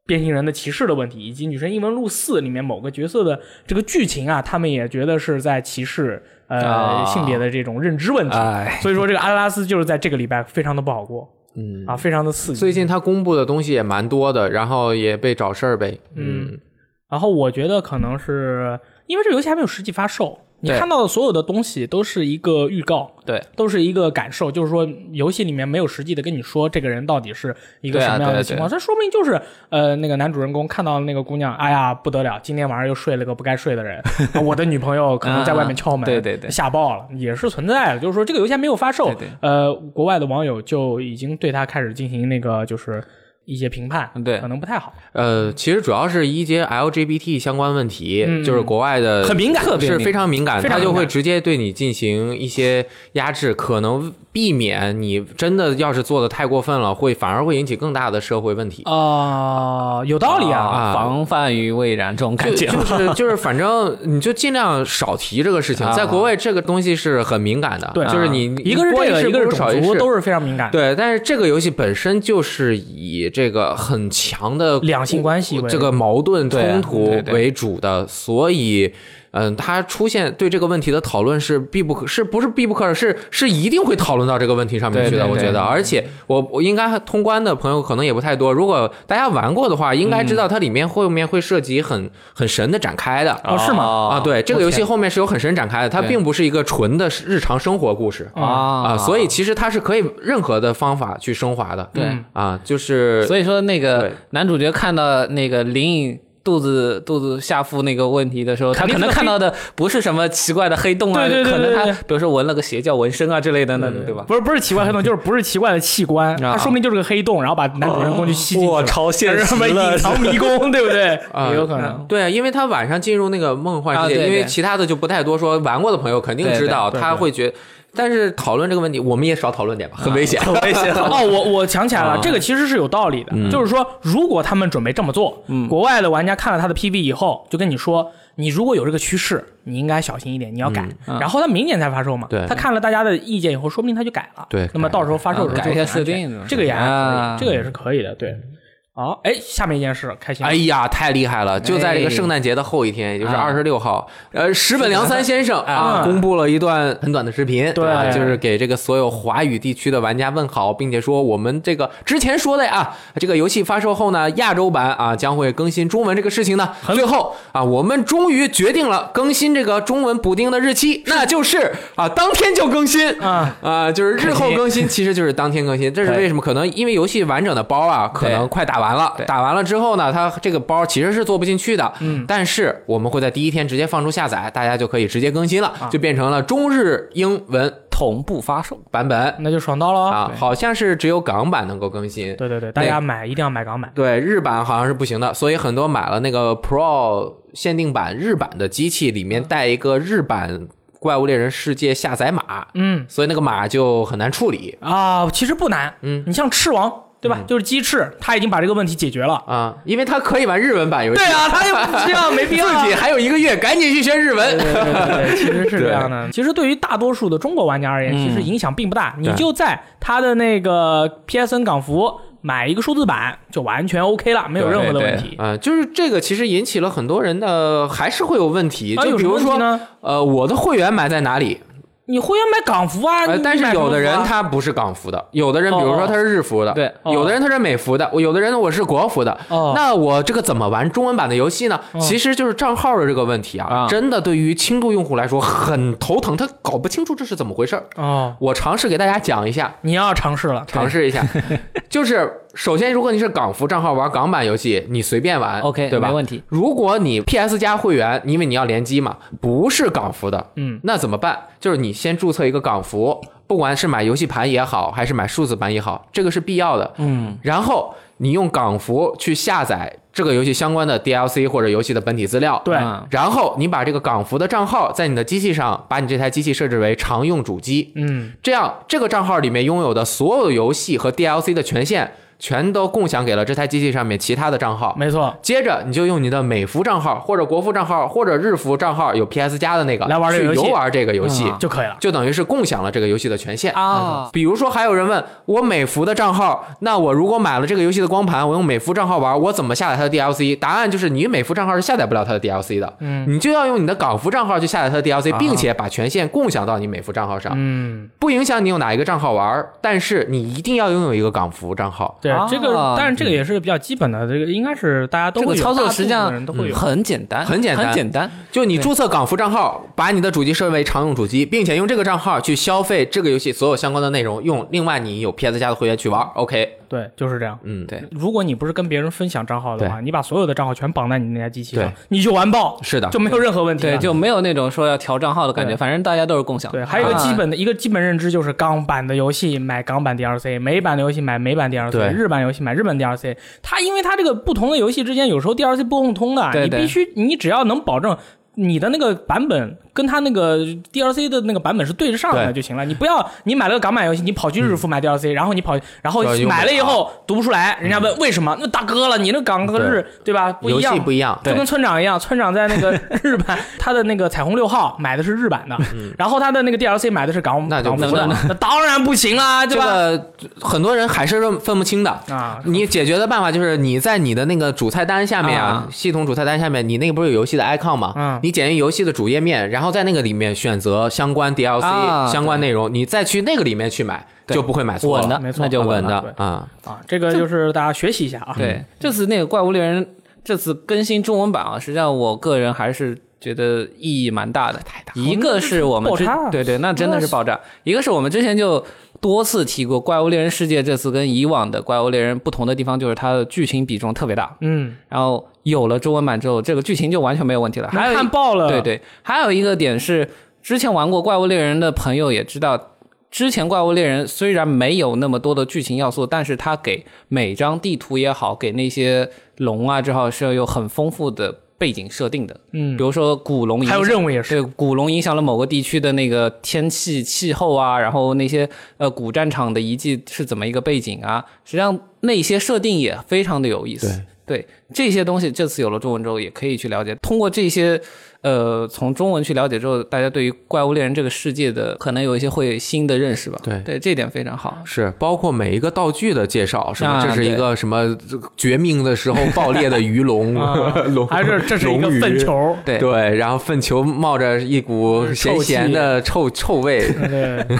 Speaker 1: 变性人的歧视的问题，以及《女神异闻录四》里面某个角色的这个剧情啊，他们也觉得是在歧视呃、
Speaker 2: 啊
Speaker 1: 性别的这种认知问题。
Speaker 2: 哎，
Speaker 1: 所以说，这个阿拉斯就是在这个礼拜非常的不好过
Speaker 2: 嗯，
Speaker 1: 啊，非常的刺激。
Speaker 2: 最近他公布的东西也蛮多的，然后也被找事儿呗。
Speaker 1: 嗯，然后我觉得可能是因为这游戏还没有实际发售，你
Speaker 3: 对
Speaker 1: 看到的所有的东西都是一个预告，
Speaker 3: 对，
Speaker 1: 都是一个感受，就是说游戏里面没有实际的跟你说这个人到底是一个
Speaker 3: 对啊
Speaker 1: 什么样
Speaker 3: 对
Speaker 1: 的
Speaker 3: 啊
Speaker 1: 情况，这说明就是呃那个男主人公看到那个姑娘，哎呀不得了，今天晚上又睡了个不该睡的 人，啊我的女朋友可能在外面敲门，
Speaker 3: 啊对对对
Speaker 1: 吓爆了，也是存在的，就是说这个游戏还没有发售，
Speaker 3: 对对
Speaker 1: 呃国外的网友就已经对他开始进行那个就是一些评判，
Speaker 3: 对
Speaker 1: 可能不太好，
Speaker 2: 呃，其实主要是一些 LGBT 相关问题，就是国外的
Speaker 1: 很敏感
Speaker 3: 呃特别
Speaker 2: 是
Speaker 3: 敏感
Speaker 2: 非常敏感，
Speaker 1: 非常
Speaker 2: 他就
Speaker 1: 敏
Speaker 2: 会
Speaker 1: 感
Speaker 2: 直接对你进行一些压制，可能避免你真的要是做的太过分了，会反而会引起更大的社会问题。
Speaker 1: 哦、有道理啊，
Speaker 2: 啊
Speaker 3: 防范于未然这种感觉
Speaker 2: 就。就是就是，反正你就尽量少提这个事情。
Speaker 3: 啊
Speaker 2: 在国外，这个东西是很敏感的，
Speaker 1: 对啊
Speaker 2: 就是你
Speaker 1: 一个是
Speaker 2: 多
Speaker 1: 这个，
Speaker 2: 事
Speaker 1: 一个
Speaker 2: 不
Speaker 1: 是
Speaker 2: 如少
Speaker 1: 种
Speaker 2: 一
Speaker 1: 族，
Speaker 2: 事
Speaker 1: 都是非常敏感。
Speaker 2: 对，但是这个游戏本身就是以这个很强的
Speaker 1: 两性关系为
Speaker 2: 这个矛盾
Speaker 3: 对啊
Speaker 2: 冲突
Speaker 3: 对对
Speaker 2: 为主的，所以。嗯，它出现对这个问题的讨论是必不可，是不是必不可少，是是一定会讨论到这个问题上面去的。
Speaker 3: 对对
Speaker 2: 我觉
Speaker 3: 对
Speaker 2: 得，而且我我应该通关的朋友可能也不太多，如果大家玩过的话，应该知
Speaker 3: 嗯
Speaker 2: 道它里面后面会涉及很很神的展开的
Speaker 1: 哦是吗
Speaker 2: 啊。对，这个游戏
Speaker 3: OK
Speaker 2: 后面是有很神展开的，它
Speaker 3: 对
Speaker 2: 并不是一个纯的日常生活故事。
Speaker 3: 啊
Speaker 2: 啊，所以其实它是可以任何的方法去升华的。
Speaker 3: 对
Speaker 1: 嗯
Speaker 2: 啊，就是
Speaker 3: 所以说那个
Speaker 2: 对
Speaker 3: 男主角看到那个灵隐肚子肚子下腹那个问题的时候，他
Speaker 1: 肯定
Speaker 3: 可
Speaker 1: 是
Speaker 3: 能
Speaker 1: 个
Speaker 3: 看到的不是什么奇怪的黑洞啊，
Speaker 1: 对对对
Speaker 3: 可能
Speaker 1: 对对
Speaker 3: 他
Speaker 1: 对
Speaker 3: 比如说纹了个邪教纹身啊之类的，那对吧？
Speaker 1: 不是不是奇怪黑洞，就是不是奇怪的器官，
Speaker 3: 啊
Speaker 1: 它说明就是个黑洞，然后把男主人公就吸进去了，
Speaker 3: 超
Speaker 1: 这是什么隐藏迷宫，对不对？
Speaker 2: 啊
Speaker 1: 也有可能。
Speaker 2: 对，因为他晚上进入那个梦幻世界，
Speaker 3: 啊对
Speaker 2: 因为
Speaker 3: 对
Speaker 2: 其他的就不太多说，玩过的朋友肯定知道，
Speaker 1: 对对对对
Speaker 2: 他会觉但是讨论这个问题，我们也少讨论点吧，很危 险。
Speaker 3: 啊很危险。
Speaker 1: 哦，我我想起来了
Speaker 2: 啊，嗯
Speaker 1: 这个其实是有道理的，就是说，如果他们准备这么做，国外的玩家看了他的 PV 以后，就跟你说，你如果有这个趋势，你应该小心一点，你要改。然后他明年才发售嘛，
Speaker 2: 嗯对
Speaker 1: 他看了大家的意见以后，说不定他就改了。
Speaker 2: 对
Speaker 1: 那么到时候发售的时候
Speaker 3: 啊
Speaker 1: 就
Speaker 3: 改一下
Speaker 1: 很安
Speaker 3: 设
Speaker 1: 全
Speaker 3: 定
Speaker 1: 这个也还可
Speaker 3: 啊
Speaker 1: 以，这个也是可以的，对。好，哎，下面一件事，开心了
Speaker 2: 嗯哎呀，太厉害了！就在这个圣诞节的后一天，也就是
Speaker 3: 哎啊
Speaker 2: 二十六号，呃，石本良三 先生啊，
Speaker 1: 啊
Speaker 2: 公布了一段很短的视频，
Speaker 1: 对
Speaker 2: 啊就是给这个所有华语地区的玩家问好，并且说我们这个之前说的呀，这个游戏发售后呢，亚洲版啊将会更新中文这个事情呢，最后啊，我们终于决定了更新这个中文补丁的日期，那就是啊，当天就更新
Speaker 1: 啊
Speaker 2: 啊，就是日后更新，其实就是当天更新，这是为什么？可能因为游戏完整的包啊，可能
Speaker 3: 对
Speaker 2: 快打完了，
Speaker 3: 对
Speaker 2: 打完了之后呢，它这个包其实是做不进去的，嗯，但是我们会在第一天直接放出下载，大家就可以直接更新了，就变成了中日英文
Speaker 3: 同步发售，
Speaker 2: 版本
Speaker 1: 那就爽到了哦。
Speaker 2: 啊，好像是只有港版能够更新，
Speaker 1: 对对对，大家买一定要买港版。
Speaker 2: 对，日版好像是不行的，所以很多买了那个 Pro 限定版日版的机器，里
Speaker 1: 嗯
Speaker 2: 面带一个日版《怪物猎人世界》下载码，
Speaker 1: 嗯
Speaker 2: 所以那个码就很难处理
Speaker 1: 啊，其实不难。嗯，你像赤王对
Speaker 2: 嗯
Speaker 1: 吧？就是鸡翅，他已经把这个问题解决了。
Speaker 2: 啊，因为它可以玩日文版游 戏。
Speaker 1: 对啊，他就这样没必要啊。
Speaker 2: 自己还有一个月，赶紧去学日文。
Speaker 1: 对对对对，其实是这样的。其实对于大多数的中国玩家而言，其
Speaker 2: 嗯
Speaker 1: 实影响并不大。你就在他的那个 PSN 港服买一个数字版，就完全 OK 了，没有任何的问题。
Speaker 2: 啊、就是这个，其实引起了很多人的，还是会有问题。
Speaker 1: 啊
Speaker 2: 就
Speaker 1: 有
Speaker 2: 比
Speaker 1: 什么
Speaker 2: 如
Speaker 1: 问题
Speaker 2: 说，
Speaker 1: 呢？
Speaker 2: 呃，我的会员买在哪里？
Speaker 1: 你会员买港服啊，
Speaker 2: 呃，
Speaker 1: 你
Speaker 2: 但是
Speaker 1: 买什么
Speaker 2: 有的人
Speaker 1: 服啊
Speaker 2: 他不是港服的，有的人比如
Speaker 1: 哦
Speaker 2: 说
Speaker 1: 哦
Speaker 2: 他是日服的，
Speaker 3: 对
Speaker 1: 哦
Speaker 2: 有的人他是美服的，我有的人我是国服的
Speaker 1: 哦，
Speaker 2: 那我这个怎么玩中文版的游戏呢？其实就是账号的这个问题啊
Speaker 3: 啊，
Speaker 2: 真的对于轻度用户来说很头疼，他搞不清楚这是怎么回事儿。
Speaker 1: 哦，
Speaker 2: 我尝试给大家讲一下，
Speaker 1: 你要尝试了，
Speaker 2: 尝试一 下，就是首先，如果你是港服账号玩港版游戏，你随便玩
Speaker 3: OK，
Speaker 2: 对吧？
Speaker 3: 没问题。
Speaker 2: 如果你 PS 加会员，因为你要联机嘛，不是港服的，
Speaker 1: 嗯，
Speaker 2: 那怎么办？就是你先注册一个港服，不管是买游戏盘也好，还是买数字版也好，这个是必要的。
Speaker 3: 嗯，
Speaker 2: 然后你用港服去下载这个游戏相关的 DLC 或者游戏的本体资料，
Speaker 1: 对
Speaker 3: 嗯
Speaker 2: 然后你把这个港服的账号在你的机器上，把你这台机器设置为常用主机，
Speaker 1: 嗯，
Speaker 2: 这样，这个账号里面拥有的所有游戏和 DLC 的权限全都共享给了这台机器上面其他的账号。
Speaker 1: 没错，
Speaker 2: 接着你就用你的美服账号或者国服账号或者日服账号有 PS 加的那个
Speaker 1: 来玩这
Speaker 2: 去
Speaker 1: 个游戏
Speaker 2: 游玩这个游戏，
Speaker 3: 嗯
Speaker 1: 就可以了。
Speaker 2: 就等于是共享了这个游戏的权限。
Speaker 3: 啊，
Speaker 2: 比如说，还有人问我美服的账号，那我如果买了这个游戏的光盘，我用美服账号玩，我怎么下载它的 DLC？答案就是你美服账号是下载不了它的 DLC 的，
Speaker 1: 嗯
Speaker 2: 你就要用你的港服账号去下载它的 DLC，
Speaker 3: 啊
Speaker 2: 并且把权限共享到你美服账号上，
Speaker 1: 嗯，
Speaker 2: 不影响你用哪一个账号玩，但是你一定要拥有一个港服账号。
Speaker 1: 对
Speaker 3: 啊，
Speaker 1: 这个，但是
Speaker 2: 嗯
Speaker 1: 这个也是比较基本的，这个应该是大家都
Speaker 3: 这个
Speaker 1: 会有，
Speaker 3: 操作
Speaker 1: 大部
Speaker 3: 实际上
Speaker 1: 分人都
Speaker 2: 嗯
Speaker 1: 会有。
Speaker 3: 很简单，
Speaker 2: 很简单
Speaker 3: 很简单。
Speaker 2: 就你
Speaker 3: 对
Speaker 2: 注册港服账号，把你的主机设为常用主机，并且用这个账号去消费这个游戏所有相关的内容，用另外你有 PS 加的会员去玩。OK，
Speaker 1: 对，就是这样。
Speaker 2: 嗯，
Speaker 3: 对
Speaker 1: 如果你不是跟别人分享账号的话，你把所有的账号全绑在你那台机器上
Speaker 2: 对，
Speaker 1: 你就完爆，
Speaker 2: 是的
Speaker 1: 就没有任何问题了。
Speaker 3: 对，就没有那种说要调账号的感觉，
Speaker 1: 对
Speaker 3: 反正大家都是共享。
Speaker 1: 对，还有一个
Speaker 3: 啊
Speaker 1: 基本的、一个基本认知就是，港版的游戏买港版 DLC，美版的游戏买美版 DLC，
Speaker 2: 对
Speaker 1: 日版游戏买日版 DLC。它因为它这个不同的游戏之间有时候 DLC 不共通的，
Speaker 3: 对
Speaker 1: 你
Speaker 3: 对
Speaker 1: 必须你只要能保证。你的那个版本跟它那个 DLC 的那个版本是对得上的
Speaker 2: 对
Speaker 1: 就行了。你不要你买了个港版游戏，你跑去日服买 DLC，、然后你跑，然后
Speaker 2: 要用
Speaker 1: 买了以
Speaker 2: 本
Speaker 1: 后读不出来，人家问为什么？那大哥了，你那港和日对吧？不一
Speaker 2: 游
Speaker 1: 样
Speaker 2: 戏，不一样，
Speaker 1: 就跟村长一样，村长在那个日版，他的那个彩虹六号买的是日版的，然后他的那个 DLC 买的是港
Speaker 2: 那就
Speaker 1: 港
Speaker 2: 不
Speaker 1: 服的
Speaker 2: 算了，
Speaker 1: 那当然不行啊，对
Speaker 2: 这
Speaker 1: 吧？
Speaker 2: 个很多人还是分分不清的。
Speaker 1: 啊，
Speaker 2: 你解决的办法就是你在你的那个主菜单下面啊，
Speaker 3: 啊
Speaker 2: 系统主菜单下面，你那个不是有游戏的 icon 吗？
Speaker 1: 嗯
Speaker 2: 你点进游戏的主页面，然后在那个里面选择相关 DLC、
Speaker 3: 啊
Speaker 2: 相关内容，你再去那个里面去买，
Speaker 3: 对
Speaker 2: 就不会买错了。
Speaker 3: 稳的
Speaker 1: 没，错
Speaker 3: 那就
Speaker 2: 稳
Speaker 3: 稳
Speaker 2: 的
Speaker 3: 了。
Speaker 2: 啊、
Speaker 1: 啊，这个就是大家学习一下啊。
Speaker 2: 嗯
Speaker 3: 对，这次那个怪物猎人这次更新中文版啊，实际上我个人还是觉得意义蛮大的。一个是我们之
Speaker 1: 爆炸啊
Speaker 3: 对对，那真的是爆炸。一个是我们之前就多次提过，怪物猎人世界这次跟以往的怪物猎人不同的地方就是它的剧情比重特别大。
Speaker 1: 嗯，
Speaker 3: 然后有了中文版之后，这个剧情就完全没有问题了。还
Speaker 1: 能
Speaker 3: 有一
Speaker 1: 看爆了，
Speaker 3: 对，对，还有一个点是，之前玩过《怪物猎人》的朋友也知道，之前《怪物猎人》虽然没有那么多的剧情要素，但是它给每张地图也好，给那些龙啊之后是有很丰富的背景设定的。比
Speaker 1: 嗯，
Speaker 3: 如说古龙影响，
Speaker 1: 还有任务也是，
Speaker 3: 对，古龙影响了某个地区的那个天气、气候啊，然后那些呃古战场的遗迹是怎么一个背景啊？实际上那些设定也非常的有意思。对这些东西，这次有了中文之后，也可以去了解。通过这些，呃，从中文去了解之后，大家对于怪物猎人这个世界的可能有一些会新的认识吧。
Speaker 2: 对
Speaker 3: 对，这点非常好。
Speaker 2: 是包括每一个道具的介绍，什么
Speaker 3: 啊
Speaker 2: 这是一个什么绝命的时候爆裂的鱼龙，
Speaker 1: 啊
Speaker 2: 龙
Speaker 1: 还是这是一个
Speaker 2: 龙鱼
Speaker 1: 粪球，
Speaker 3: 对
Speaker 2: 对，然后粪球冒着一股咸
Speaker 1: 臭气
Speaker 2: 咸的臭臭味，
Speaker 1: 对，嗯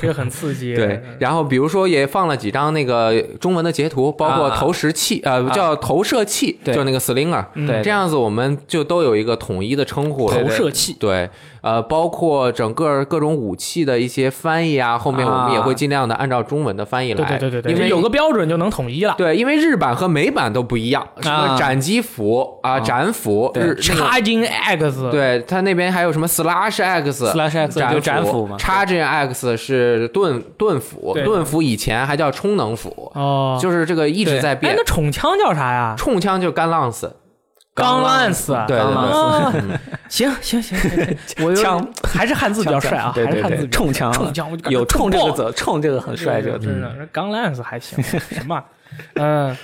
Speaker 1: 这个很刺激。
Speaker 2: 对，然后比如说也放了几张那个中文的截图，包括
Speaker 3: 啊
Speaker 2: 投石器，呃，
Speaker 3: 啊
Speaker 2: 叫投射器，
Speaker 3: 对
Speaker 2: 就那个 slinger，
Speaker 1: 嗯
Speaker 3: 对
Speaker 2: 这样子我们就都有一个统一的称呼了。
Speaker 1: 投
Speaker 3: 对
Speaker 1: 射器，
Speaker 2: 对，呃，包括整个各种武器的一些翻译啊，后面我们也会尽量的按照中文的翻译
Speaker 1: 对对
Speaker 2: 来，
Speaker 1: 对对对，
Speaker 2: 因为
Speaker 1: 有个标准就能统一了。
Speaker 2: 对，因为日版和美版都不一样，什么
Speaker 3: 啊哦
Speaker 2: 斩击斧啊、斩斧，
Speaker 3: 对
Speaker 2: 日那个
Speaker 1: Charging X，
Speaker 2: 对他那边还有什么 slash x
Speaker 3: Slash X 就斩
Speaker 2: 斧
Speaker 3: 斧嘛
Speaker 2: 叉 g x 是盾盾斧，
Speaker 1: 对
Speaker 2: 盾斧以前还叫充能斧，
Speaker 1: 哦，
Speaker 2: 就是这个一直
Speaker 3: 对
Speaker 2: 在
Speaker 1: 哎，
Speaker 2: 变
Speaker 1: 那。冲枪叫啥呀？
Speaker 2: 冲枪就干浪死，
Speaker 1: 钢烂死，
Speaker 2: 对对
Speaker 3: 钢
Speaker 2: 对，
Speaker 1: 啊，行行行行，行我有
Speaker 3: 枪
Speaker 1: 还是汉字比较帅啊，
Speaker 3: 对
Speaker 1: 还是
Speaker 3: 对
Speaker 1: 汉字
Speaker 3: 对，
Speaker 1: 比较
Speaker 3: 冲枪
Speaker 1: 冲枪我就感觉
Speaker 3: 有冲这个
Speaker 1: 冲
Speaker 3: 字，冲这个很帅，嗯这个字。
Speaker 1: 真的，那钢 lance 还行，什么？ 嗯，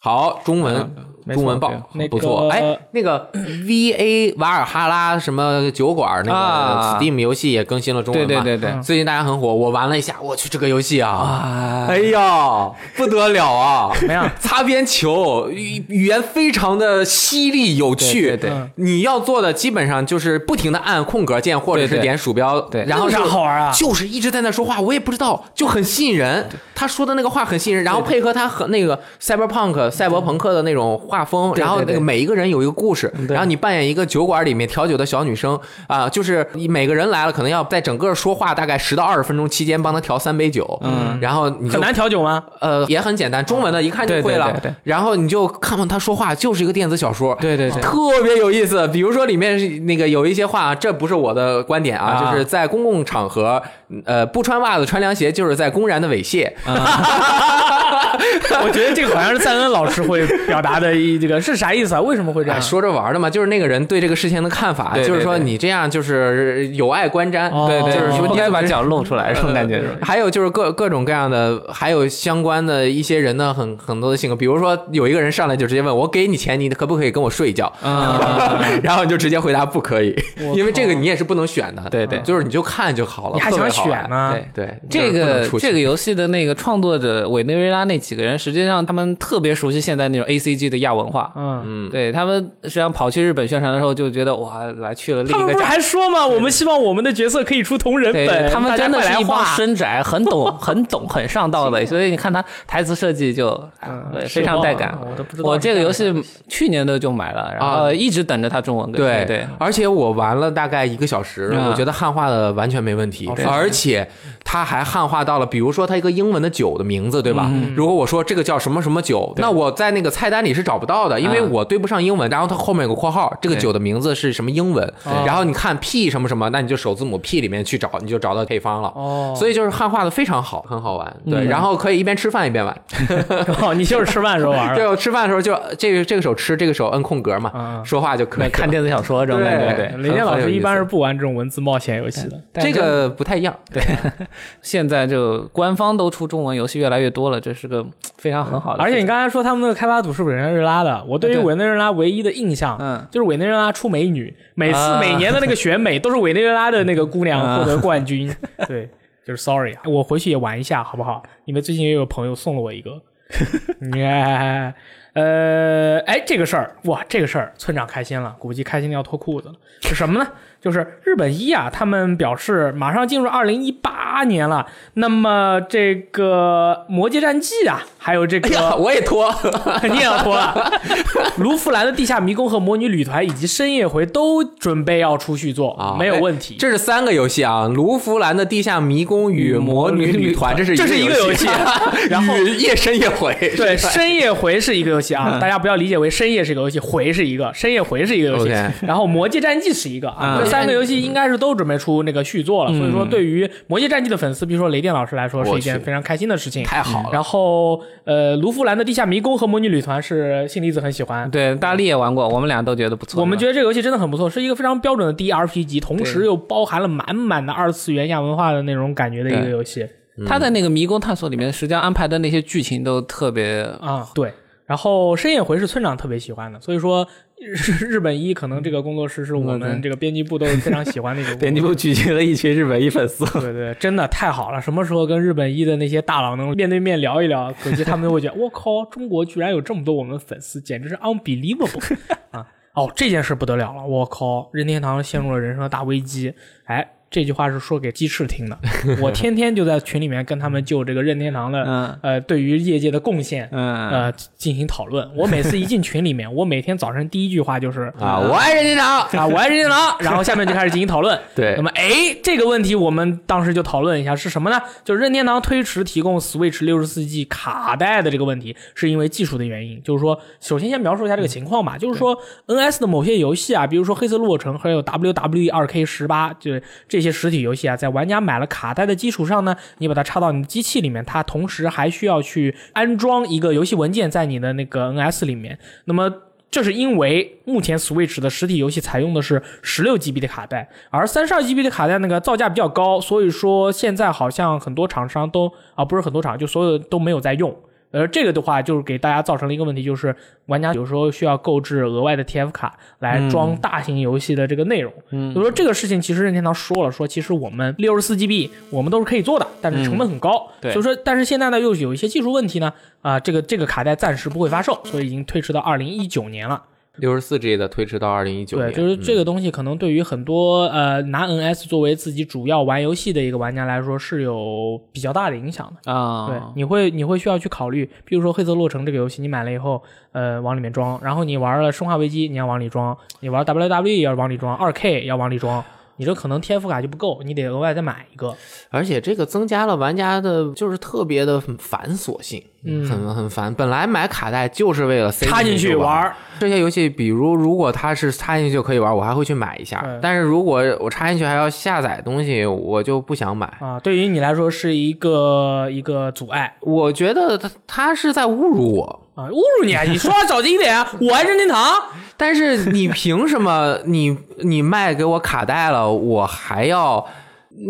Speaker 2: 好，中文
Speaker 3: 嗯
Speaker 1: 没错
Speaker 2: 中文报
Speaker 1: 对
Speaker 2: 不
Speaker 1: 那
Speaker 2: 错。
Speaker 1: 个
Speaker 2: 哎，那个 V A 瓦尔哈拉什么酒馆那
Speaker 3: 啊
Speaker 2: 个 Steam 游戏也更新了中文
Speaker 3: 对对
Speaker 2: 嘛
Speaker 3: 对对
Speaker 1: 嗯
Speaker 2: 最近大家很火，我玩了一下，我去这个游戏啊，
Speaker 3: 啊，
Speaker 2: 哎呀，不得了啊！
Speaker 1: 怎么样？
Speaker 2: 擦边球，语语言非常的犀利有趣。
Speaker 3: 对对
Speaker 1: 对
Speaker 2: 你要做的基本上就是不停的按空格键或者
Speaker 3: 对
Speaker 2: 是
Speaker 3: 对
Speaker 2: 点鼠标，
Speaker 3: 对
Speaker 2: 然后
Speaker 1: 有啥
Speaker 2: 就
Speaker 1: 好玩啊？
Speaker 2: 就是一直在那说话，我也不知道，就很吸引人。他说的那个话很吸引人，然后配合他和那个 cyberpunk 赛博朋克的那种画风，
Speaker 3: 对
Speaker 2: 然后那
Speaker 3: 对
Speaker 2: 个
Speaker 3: 对
Speaker 2: 每一个人有一个故事，
Speaker 3: 对
Speaker 2: 然后你扮演一个酒馆里面调酒的小女生啊、就是每个人来了，可能要在整个说话大概十到二十分钟期间帮他调三杯酒，
Speaker 3: 嗯，
Speaker 2: 然后你就
Speaker 1: 很难调酒吗？
Speaker 2: 呃，也很简单，中文的一看就
Speaker 3: 对对
Speaker 2: 会了。
Speaker 3: 对对
Speaker 2: 然后你就看看他说话，就是一个电子小说，
Speaker 3: 对对对
Speaker 2: 特别有意思。比如说里面是那个有一些话，这不是我的观点啊，
Speaker 3: 啊
Speaker 2: 就是在公共场合，呃，不穿袜子穿凉鞋就是在公然的猥亵。
Speaker 1: 我觉得这个好像是赞恩老师会表达的一这个是啥意思啊？为什么会这
Speaker 2: 哎，
Speaker 1: 样？
Speaker 2: 说着玩儿的嘛，就是那个人对这个事情的看法，
Speaker 4: 对对
Speaker 2: 就是说
Speaker 4: 对
Speaker 2: 你这样就是有碍观瞻，
Speaker 1: 哦对对
Speaker 2: 就是
Speaker 1: 对
Speaker 2: 说
Speaker 3: 不
Speaker 2: 你
Speaker 3: 该
Speaker 2: 怎么
Speaker 3: 把脚露出来，这种感觉是吧？
Speaker 2: 还有就是各各种各样的，还有相关的一些人呢，很很多的性格，比如说有一个人上来就直接问我给你钱，你可不可以跟我睡一觉？
Speaker 1: 嗯
Speaker 3: 啊，
Speaker 2: 然后你就直接回答不可以，因为这个你也是不能选的。
Speaker 3: 对对
Speaker 2: 就是你就看就好了。
Speaker 1: 你还想
Speaker 2: 特别好玩
Speaker 1: 选呢？
Speaker 3: 啊对
Speaker 2: 对，
Speaker 3: 这
Speaker 2: 就是不能
Speaker 3: 个
Speaker 2: 出去
Speaker 3: 这个游戏的那个创作者委内瑞拉那几个人，实际上他们特别熟悉现在那种 A C G 的亚文化。
Speaker 1: 嗯，
Speaker 2: 嗯，
Speaker 3: 对他们实际上跑去日本宣传的时候，就觉得哇，来去了另
Speaker 1: 他
Speaker 3: 一
Speaker 1: 们
Speaker 3: 个
Speaker 1: 不是
Speaker 3: 家。
Speaker 1: 还说吗？我们希望我们的角色可以出同人
Speaker 3: 对
Speaker 1: 本，
Speaker 3: 他们
Speaker 1: 大家
Speaker 3: 真的
Speaker 1: 快
Speaker 3: 是
Speaker 1: 来
Speaker 3: 一帮
Speaker 1: 画。
Speaker 3: 深宅，很 懂、很懂、很上道的，所以你看他台词设计就哎
Speaker 1: 嗯
Speaker 3: 对
Speaker 1: 是
Speaker 3: 非常
Speaker 1: 吗
Speaker 3: 带感。
Speaker 1: 我都不知道。
Speaker 3: 我这个游戏去年的就买了，然后
Speaker 2: 啊
Speaker 3: 一直等着它中文更新。
Speaker 2: 对
Speaker 3: 对，
Speaker 2: 而且我玩了大概一个小时，
Speaker 3: 嗯
Speaker 2: 我觉得汉化的完全没问题
Speaker 1: 哦是，
Speaker 2: 而且它还汉化到了，比如说它一个英文的酒的名字，对吧？如果我说这个叫什么什么酒，那我在那个菜单里是找不到的，因为
Speaker 3: 嗯
Speaker 2: 我对不上英文。然后它后面有个括号，这个
Speaker 3: 对
Speaker 2: 酒的名字是什么英文？然后你看 P 什么什么，那你就首字母 P 里面去找，你就找到配方了。
Speaker 1: 哦，
Speaker 2: 所以就是汉化的非常好，很好玩。对，
Speaker 3: 嗯
Speaker 2: 然后可以一边吃饭一边玩。
Speaker 1: 哦，你就是吃饭的时候 玩的。
Speaker 2: 对，我吃饭的时候就这个这个手吃，这个手摁空格嘛
Speaker 1: 啊，
Speaker 2: 说话就可
Speaker 3: 对
Speaker 2: 以了。
Speaker 3: 看电子小说这种感觉。
Speaker 2: 对
Speaker 3: 对，
Speaker 1: 雷电老
Speaker 2: 很有
Speaker 1: 师
Speaker 2: 意
Speaker 1: 一般
Speaker 2: 思
Speaker 1: 是不玩这种文字冒险游戏的。
Speaker 3: 但
Speaker 2: 这
Speaker 3: 真
Speaker 2: 个不太一 样。
Speaker 3: 现在就官方都出中文游戏越来越多了，这是个非常很好
Speaker 1: 嗯
Speaker 3: 的
Speaker 1: 而
Speaker 3: 事
Speaker 1: 且
Speaker 3: 情。
Speaker 1: 你刚才说他们那个开发组是委内瑞拉的，我对于
Speaker 3: 对
Speaker 1: 委内瑞拉唯一的印象，
Speaker 3: 嗯，
Speaker 1: 就是委内瑞拉出美女，每次、
Speaker 3: 啊
Speaker 1: 每年的那个选美都是委内瑞拉的那个姑娘
Speaker 3: 啊
Speaker 1: 获得冠军。 对，就是 sorry，我啊回去也玩一下好不好？因为最近也有朋友送了我一个。哎呃，哎，这个事儿哇，这个事儿村长开心了，估计开心的要脱裤子了。是什么呢？就是日本一啊，他们表示马上进入二零一八年了，那么这个《魔界战记》啊，还有
Speaker 3: 哎
Speaker 1: 这个、
Speaker 2: 我也脱，
Speaker 1: 肯定要脱了。卢芙兰的《地下迷宫》和《魔女旅团》以及《深夜回》都准备要出续作，
Speaker 2: 啊
Speaker 1: 没有问题。
Speaker 2: 这是三个游戏啊，《卢浮兰的地下迷宫与魔女旅团》，这是
Speaker 1: 这是一
Speaker 2: 一
Speaker 1: 个游戏
Speaker 2: 啊
Speaker 1: 然后
Speaker 2: 与夜深夜 回
Speaker 1: 对，深夜回是一个游戏
Speaker 2: 嗯
Speaker 1: 啊，大家不要理解为深夜是一个游戏，回是一个，深夜回是一个游戏
Speaker 2: OK，
Speaker 1: 然后《魔界战记》是一个啊，
Speaker 3: 嗯
Speaker 1: 这三个游戏应该是都准备出那个续作了，所以说对于《魔界战记》的粉丝，比如说雷电老师来说，是一件
Speaker 2: 嗯我去
Speaker 1: 非常开心的事情。
Speaker 2: 太好了。
Speaker 1: 然后，呃，卢芙兰的《地下迷宫》和《魔女旅团》是信离子很喜欢，
Speaker 3: 嗯对，大力也玩过，我们俩都觉得不错。
Speaker 1: 我们觉
Speaker 3: 得
Speaker 1: 得这个游戏真的很不错，是一个非常标准的 D R P G，同时又包含了满满的二次元亚文化的那种感觉的一个
Speaker 3: 对
Speaker 1: 游戏
Speaker 3: 他在那个迷宫探索里面，实际上安排的那些剧情都特别
Speaker 1: 啊。对，然后深夜回是村长特别喜欢的，所以说日日本一可能这个工作室是我们这个编辑部都是非常喜欢的一个 工作室。
Speaker 3: 部聚集了一群日本一粉丝。
Speaker 1: 对对，真的太好了！什么时候跟日本一的那些大佬能面对面聊一聊？估计他们都会觉得，我靠，中国居然有这么多我们的粉丝，简直是 unbelievable 啊！哦，这件事不得了了，我靠，任天堂陷入了人生的大危机。哎，这句话是说给鸡翅听的。我天天就在群里面跟他们就这个任天堂的、
Speaker 3: 嗯
Speaker 1: 呃对于业界的贡献
Speaker 3: 嗯，
Speaker 1: 呃进行讨论。我每次一进群里面，我每天早晨第一句话就是
Speaker 2: 啊，我爱任天堂。
Speaker 1: 啊，我爱任天堂，然后下面就开始进行讨论。
Speaker 2: 对
Speaker 1: 那么哎，这个问题我们当时就讨论一下是什么呢？就是任天堂推迟提供 Switch 六十四 G 卡带的这个问题，是因为技术的原因。就是说，首先先描述一下这个情况吧，就是说 NS 的某些游戏啊，比如说《黑色洛城》还有 WWE 2K 十八，就是这些实体游戏啊，在玩家买了卡带的基础上呢，你把它插到你的机器里面，它同时还需要去安装一个游戏文件在你的那个 NS 里面。那么这是因为目前 Switch 的实体游戏采用的是十六 GB 的卡带，而三十二 GB 的卡带那个造价比较高，所以说现在好像很多厂商都啊不是很多厂，就所有的都没有在用。呃，这个的话就是给大家造成了一个问题，就是玩家有时候需要购置额外的 TF 卡来装大型游戏的这个内容。嗯，所以说这个事情其实任天堂说了，说其实我们六十四 GB 我们都是可以做的，但是成本很高。
Speaker 3: 对
Speaker 1: 所以说但是现在呢又有一些技术问题呢，啊、这个这个卡带暂时不会发售，所以已经推迟到二零一九年了。
Speaker 2: 六十四 G 的推迟到二零一九
Speaker 1: 对，
Speaker 2: 年，嗯
Speaker 1: 就是这个东西可能对于很多、呃拿 NS 作为自己主要玩游戏的一个玩家来说是有比较大的影响的。
Speaker 3: 啊，
Speaker 1: 对，你会你会需要去考虑，比如说《黑色洛城》这个游戏，你买了以后，呃，往里面 E 装，然后你玩了《生化危机》，你要往里装，你玩 WWE 也要往里装，二 K 要往里装，你这可能天赋卡就不够，你得额外再买一个。
Speaker 2: 而且这个增加了玩家的，就是特别的繁琐性，
Speaker 1: 嗯
Speaker 2: 很很烦。本来买卡带就是为了塞
Speaker 1: 插进去
Speaker 2: 去
Speaker 1: 玩儿，
Speaker 2: 这些游戏，比如如果它是插进去就可以玩，我还会去买一下
Speaker 1: 对。
Speaker 2: 但是如果我插进去还要下载东西，我就不想买。
Speaker 1: 啊，对于你来说是一个一个阻碍
Speaker 2: 我觉得他他是在侮辱我，
Speaker 1: 啊，侮辱你啊！你说话小心一点啊，我还任天堂。
Speaker 2: 但是你凭什么你你卖给我卡带了，我还要？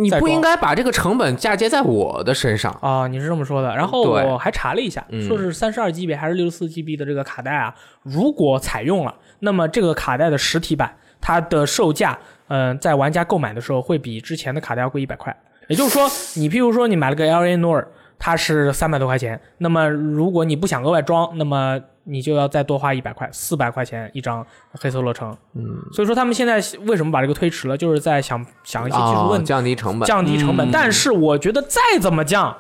Speaker 2: 你
Speaker 1: 再
Speaker 2: 不
Speaker 1: 装
Speaker 2: 应该把这个成本嫁接在我的身上。
Speaker 1: 哦，你是这么说的。然后
Speaker 2: 对
Speaker 1: 我还查了一下，说是三十二 GB 还是六十四 GB 的这个卡带啊，如果采用了，那么这个卡带的实体版，它的售价，嗯、在玩家购买的时候会比之前的卡带要贵一百块。也就是说，你譬如说你买了个 LA Noir，它是三百多块钱，那么如果你不想额外装，那么你就要再多花一百块，四百块钱一张黑色洛城。嗯，所以说他们现在为什么把这个推迟了，就是在想想一些技术问
Speaker 2: 啊
Speaker 1: 题，。
Speaker 2: 降低成本。嗯
Speaker 1: 降低成本。但是我觉得再怎么降，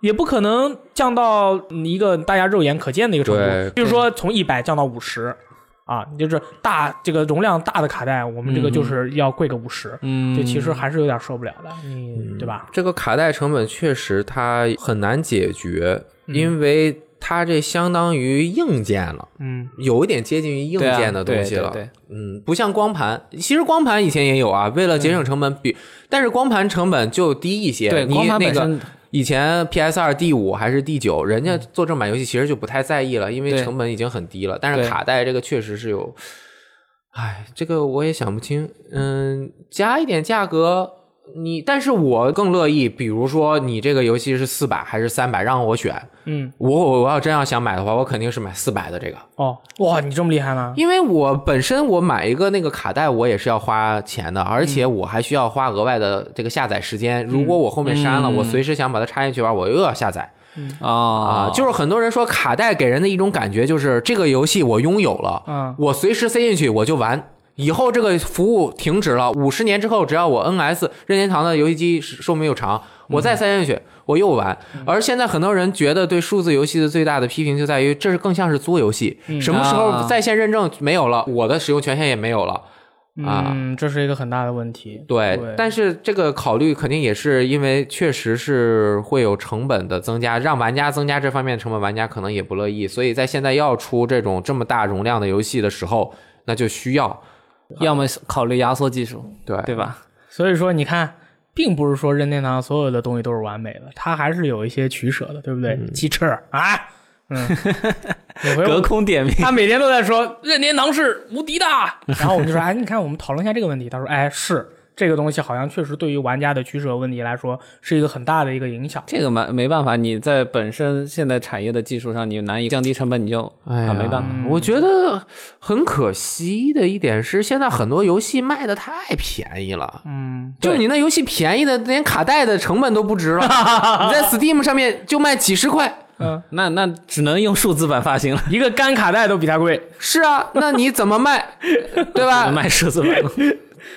Speaker 1: 也不可能降到一个大家肉眼可见的一个程
Speaker 2: 对
Speaker 1: 度。比如说从一百降到五十，啊，就是大这个容量大的卡带，我们这个就是要贵个五十、
Speaker 3: 嗯
Speaker 1: 就其实还是有点受不了的，
Speaker 2: 嗯
Speaker 1: 你对吧？
Speaker 2: 这个卡带成本确实它很难解决，因为它这相当于硬件了，
Speaker 1: 嗯，
Speaker 2: 有一点接近于硬
Speaker 3: 对啊
Speaker 2: 件的东西了。
Speaker 3: 对对对
Speaker 2: 嗯，不像光盘，其实光盘以前也有啊，为了节省成本，比但是光盘成本就低一些。
Speaker 3: 嗯对，
Speaker 2: 你
Speaker 3: 光盘
Speaker 2: 那
Speaker 3: 本
Speaker 2: 个
Speaker 3: 身嗯
Speaker 2: 以前 PS 二 D 五还是 D 九，人家做正版游戏其实就不太在意了，因为
Speaker 3: 对
Speaker 2: 成本已经很低了。但是
Speaker 3: 对
Speaker 2: 卡带这个确实是有，哎，这个我也想不清。嗯，加一点价格，你，但是我更乐意，比如说你这个游戏是四百还是三百，让我选。
Speaker 1: 嗯，
Speaker 2: 我我我要真要想买的话，我肯定是买四百的这个，
Speaker 1: 哦，哇，你这么厉害 吗？
Speaker 2: 因为我本身我买一个那个卡带，我也是要花钱的，而且我还需要花额外的这个下载时间。如果我后面删了，
Speaker 3: 嗯嗯
Speaker 2: 我随时想把它插进去玩，我又要下载。
Speaker 1: 嗯
Speaker 2: 啊、
Speaker 3: 啊，
Speaker 2: 就是很多人说卡带给人的一种感觉就是这个游戏我拥有
Speaker 3: 啊
Speaker 2: 了，
Speaker 1: 嗯
Speaker 2: 我随时塞进去我就玩。以后这个服务停止了，五十年之后，只要我 NS 任天堂的游戏机寿命又长，我再塞进去、我又玩。而现在很多人觉得对数字游戏的最大的批评就在于，这是更像是租游戏，什么时候
Speaker 3: 啊
Speaker 2: 在线认证没有了，我的使用权限也没有了。啊
Speaker 1: 嗯，这是一个很大的问题。
Speaker 2: 对，
Speaker 1: 对
Speaker 2: 但是这个考虑肯定也是因为确实是会有成本的增加，让玩家增加这方面的成本，玩家可能也不乐意，所以在现在要出这种这么大容量的游戏的时候，那就需要
Speaker 3: 要么考虑压缩技术，
Speaker 2: 对
Speaker 3: 对吧？
Speaker 1: 所以说，你看，并不是说任天堂所有的东西都是完美的，它还是有一些取舍的，对不对？鸡翅啊， 嗯，每回
Speaker 3: 隔
Speaker 1: 我
Speaker 3: 空点名，
Speaker 1: 他每天都在说任天堂是无敌的， 然后我们就说，哎，你看，我们讨论一下这个问题。他说，哎，是这个东西好像确实对于玩家的取舍问题来说是一个很大的一个影响。
Speaker 3: 这个没没办法，你在本身现在产业的技术上，你难以降低成本，你就
Speaker 2: 哎呀，
Speaker 3: 啊没办法。
Speaker 2: 我觉得很可惜的一点是，现在很多游戏卖的太便宜了。
Speaker 1: 嗯，
Speaker 2: 就是你那游戏便宜的，连卡带的成本都 不值了。你在 Steam 上面就卖几十块，
Speaker 3: 那那只能用数字版发行了，
Speaker 1: 一个干卡带都比它贵。
Speaker 2: 是啊，那你怎 么卖，对
Speaker 3: 只能
Speaker 2: 吧？
Speaker 3: 卖数字版。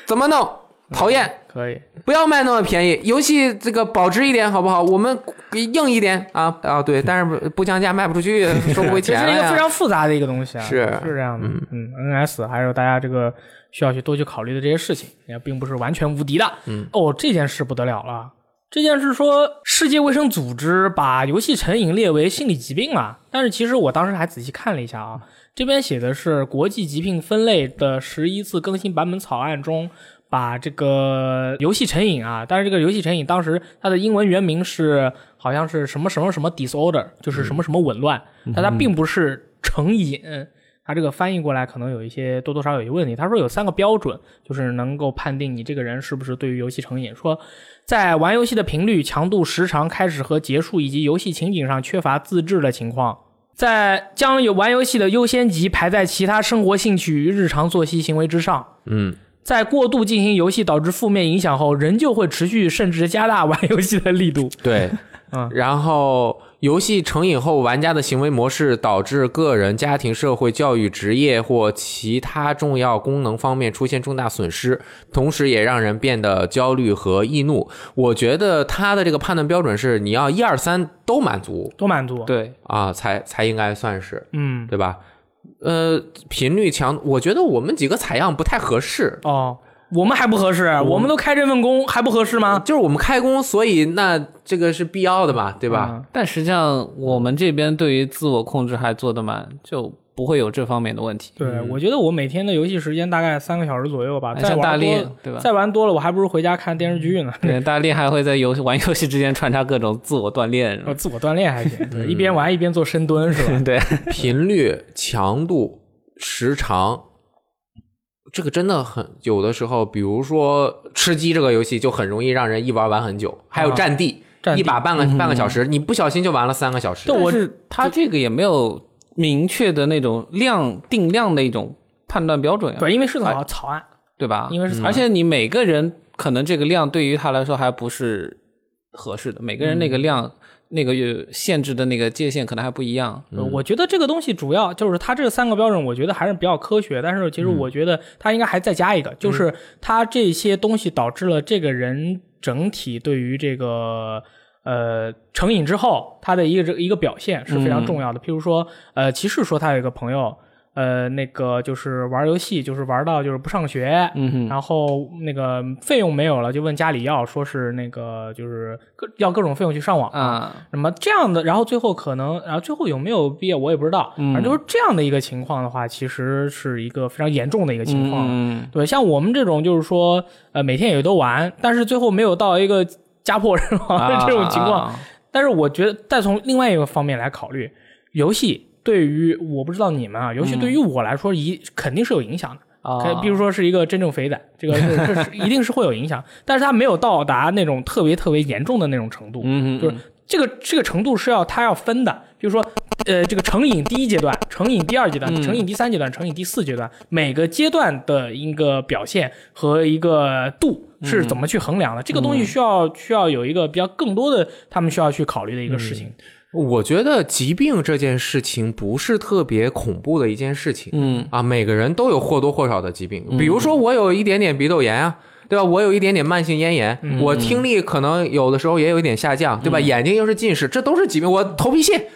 Speaker 2: 怎么弄？讨厌。
Speaker 1: 可以，
Speaker 2: 不要卖那么便宜，游戏这个保值一点好不好？我们硬一点啊啊！对，但是不不降价卖不出去，收不 回
Speaker 1: 这
Speaker 2: 钱
Speaker 1: 是
Speaker 2: 了
Speaker 1: 一个非
Speaker 2: 呀。
Speaker 1: 常复杂的一个东西啊，
Speaker 2: 是
Speaker 1: 是这样的，嗯，NS 还有大家这个需要去多去考虑的这些事情，也并不是完全无敌的，嗯，哦，这件事不得了了。这件事说，世界卫生组织把游戏成瘾列为心理疾病了，但是其实我当时还仔细看了一下啊，这边写的是国际疾病分类的十一次更新版本草案中，把这个游戏成瘾啊，但是这个游戏成瘾当时它的英文原名是好像是什么什么什么 disorder，就是
Speaker 2: 嗯
Speaker 1: 什么什么紊乱，但它并不是成瘾。它这个翻译过来可能有一些多多少少有一些问题。他说有三个标准，就是能够判定你这个人是不是对于游戏成瘾。说在玩游戏的频率、强度、时长、开始和结束以及游戏情景上缺乏自制的情况，在将有玩游戏的优先级排在其他生活兴趣与日常作息行为之上。
Speaker 2: 嗯，
Speaker 1: 在过度进行游戏导致负面影响后，仍旧会持续甚至加大玩游戏的力度。
Speaker 2: 对，
Speaker 1: 嗯
Speaker 2: 然后游戏成瘾后，玩家的行为模式导致个人、家庭、社会、教育、职业或其他重要功能方面出现重大损失，同时也让人变得焦虑和易怒。我觉得他的这个判断标准是你要一二三都满足
Speaker 1: 多满足。，
Speaker 3: 对，
Speaker 2: 啊，才才应该算是。
Speaker 1: 嗯，
Speaker 2: 对吧？呃，频率强，我觉得我们几个采样不太合适。
Speaker 1: 哦，我们还不合适，
Speaker 3: 嗯
Speaker 1: 我们都开这份工还不合适吗？
Speaker 2: 就是我们开工，所以那这个是必要的嘛，对吧？
Speaker 1: 嗯
Speaker 3: 但实际上，我们这边对于自我控制还做得蛮，就不会有这方面的问题。
Speaker 1: 对，啊我觉得我每天的游戏时间大概三个小时左右吧，再
Speaker 3: 哎像大
Speaker 1: 玩
Speaker 3: 力
Speaker 1: 多，
Speaker 3: 对吧？
Speaker 1: 再玩多了，我还不如回家看电视剧呢。
Speaker 3: 对，大力还会在游戏玩游戏之间穿插各种自我锻炼。
Speaker 1: 呃自我锻炼还行，
Speaker 3: 嗯
Speaker 1: 对，一边玩一边做深蹲是吧？
Speaker 3: 对，
Speaker 2: 频率、强度、时长，这个真的很有的时候，比如说吃鸡这个游戏就很容易让人一玩玩很久，还有
Speaker 1: 啊
Speaker 2: 战地，
Speaker 1: 战
Speaker 2: 一
Speaker 1: 地嗯
Speaker 2: 把半个、半个小时，你不小心就玩了三个小时。
Speaker 3: 但 我
Speaker 1: 但
Speaker 3: 是他这个也没有明确的那种量定量的一种判断标准呀、啊
Speaker 1: 对，因为是
Speaker 3: 哎
Speaker 1: 草草案，
Speaker 3: 对吧？
Speaker 1: 因为是草
Speaker 3: 而
Speaker 1: 案，
Speaker 3: 且你每个人可能这个量对于他来说还不是合适的，每个人那个量、那个呃限制的那个界限可能还不一样。
Speaker 1: 呃我觉得这个东西主要就是它这三个标准，我觉得还是比较科学。但是其实我觉得它应该还再加一个，就是它这些东西导致了这个人整体对于这个。呃，成瘾之后，他的一个这一个表现是非常重要的。譬如说，呃，骑士说他有一个朋友，呃，那个就是玩游戏，就是玩到就是不上学，
Speaker 3: 嗯哼，
Speaker 1: 然后那个费用没有了，就问家里要，说是那个就是各要各种费用去上网。
Speaker 3: 啊，
Speaker 1: 那么这样的，然后最后可能，然后最后有没有毕业我也不知道，
Speaker 3: 嗯
Speaker 1: 反正就是这样的一个情况的话，其实是一个非常严重的一个情况。
Speaker 3: 嗯，
Speaker 1: 对，像我们这种就是说，呃，每天也都玩，但是最后没有到一个家破人亡的
Speaker 3: 啊
Speaker 1: 这种情况。，
Speaker 3: 啊
Speaker 1: 但是我觉得，再从另外一个方面来考虑，游戏对于我不知道你们啊，游戏对于我来说一、肯定是有影响的。
Speaker 3: 嗯啊
Speaker 1: 可比如说是一个真正肥仔，这个是这是一定是会有影响，但是他没有到达那种特别特别严重的那种程度，
Speaker 3: 嗯哼，
Speaker 1: 就是这个这个程度是要他要分的，比如说呃这个成瘾第一阶段、成瘾第二阶段、
Speaker 3: 嗯
Speaker 1: 成瘾第三阶段、成瘾第四阶段，每个阶段的一个表现和一个度
Speaker 2: 嗯
Speaker 1: 是怎么去衡量的，这个东西需要需要有一个比较更多的他们需要去考虑的一个事
Speaker 2: 嗯
Speaker 1: 情，
Speaker 2: 我觉得疾病这件事情不是特别恐怖的一件事情，
Speaker 3: 嗯
Speaker 2: 啊，每个人都有或多或少的疾病，比如
Speaker 1: 嗯
Speaker 2: 说我有一点点鼻窦炎啊。对吧？我有一点点慢性咽炎，
Speaker 1: 嗯
Speaker 2: 我听力可能有的时候也有一点下降，对吧？眼睛又是近视，这都是疾病。我头 皮屑，